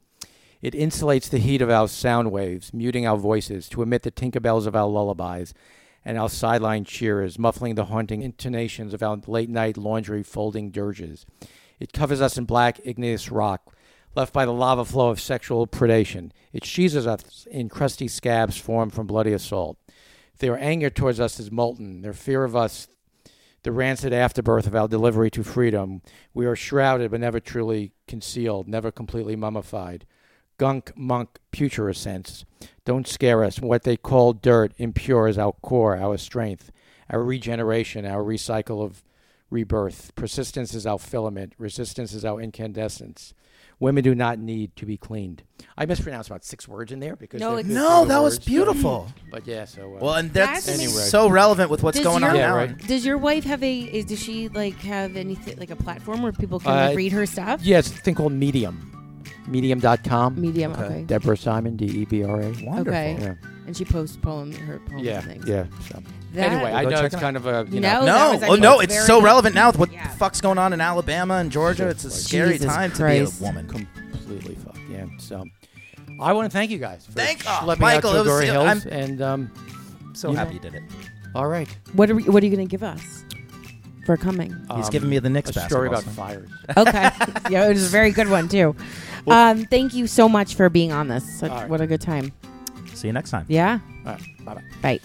Speaker 3: It insulates the heat of our sound waves, muting our voices to emit the tinkerbells of our lullabies and our sideline cheerers, muffling the haunting intonations of our late night laundry folding dirges. It covers us in black, igneous rock, left by the lava flow of sexual predation. It sheathes us in crusty scabs formed from bloody assault. Their anger towards us is molten, their fear of us the rancid afterbirth of our delivery to freedom. We are shrouded but never truly concealed, never completely mummified. Gunk, monk, putrescence. Don't scare us. What they call dirt, impure, is our core, our strength, our regeneration, our recycle of rebirth. Persistence is our filament. Resistance is our incandescence. Women do not need to be cleaned. I mispronounced about six words in there because
Speaker 2: No,
Speaker 3: they're-
Speaker 2: it's-
Speaker 3: they're
Speaker 1: No,
Speaker 3: the
Speaker 1: that was
Speaker 3: words, so-
Speaker 1: beautiful.
Speaker 3: But yeah, so uh,
Speaker 1: Well, and
Speaker 2: That's
Speaker 1: that's
Speaker 3: Anyway.
Speaker 1: so relevant with what's
Speaker 2: Does
Speaker 1: going on
Speaker 2: your-
Speaker 3: Yeah,
Speaker 1: now.
Speaker 3: right.
Speaker 2: Does your wife have a? Is, does she like have anything like a platform where people can
Speaker 3: Uh,
Speaker 2: like, read her stuff?
Speaker 3: yeah, it's a thing called Medium, Medium.com.
Speaker 2: Medium.
Speaker 1: Okay. Oh,
Speaker 2: Okay.
Speaker 3: Deborah Simon, D E B R A.
Speaker 1: Wonderful.
Speaker 2: Okay.
Speaker 3: Yeah.
Speaker 2: And she posts poems, her poems
Speaker 3: Yeah.
Speaker 2: and things.
Speaker 3: Yeah. So.
Speaker 2: That-
Speaker 3: anyway, I
Speaker 1: Go
Speaker 3: know
Speaker 1: check
Speaker 3: it's
Speaker 1: it out.
Speaker 3: kind of a you
Speaker 2: No. that
Speaker 3: know.
Speaker 1: No,
Speaker 2: was
Speaker 1: oh
Speaker 2: actually
Speaker 1: no, it's
Speaker 2: very
Speaker 1: so
Speaker 2: good.
Speaker 1: relevant now with what
Speaker 2: Yeah.
Speaker 1: the fuck's going on in Alabama and Georgia.
Speaker 3: Sure.
Speaker 1: It's a
Speaker 3: Like,
Speaker 1: scary
Speaker 2: Jesus
Speaker 1: time to
Speaker 2: Christ.
Speaker 1: be a woman.
Speaker 3: completely fucked. Yeah. So. I want to thank you guys. For
Speaker 1: Thank- oh,
Speaker 3: schlepping
Speaker 1: Michael,
Speaker 3: out to
Speaker 1: it was-
Speaker 3: Glory Hills,
Speaker 1: I'm-
Speaker 3: and um,
Speaker 1: So
Speaker 3: You
Speaker 1: happy
Speaker 3: know-
Speaker 1: you did it.
Speaker 3: all right.
Speaker 2: What are we, What are you going to give us for coming?
Speaker 1: He's
Speaker 3: um,
Speaker 1: giving me the Knicks
Speaker 3: a story
Speaker 1: basketball
Speaker 3: about
Speaker 1: song.
Speaker 3: fires.
Speaker 2: Okay. yeah, it was a very good one too. Um, thank you so much for being on this. Such,
Speaker 3: All right.
Speaker 2: What a good time.
Speaker 1: See you next time.
Speaker 2: Yeah.
Speaker 3: All right. Bye bye.
Speaker 2: Bye.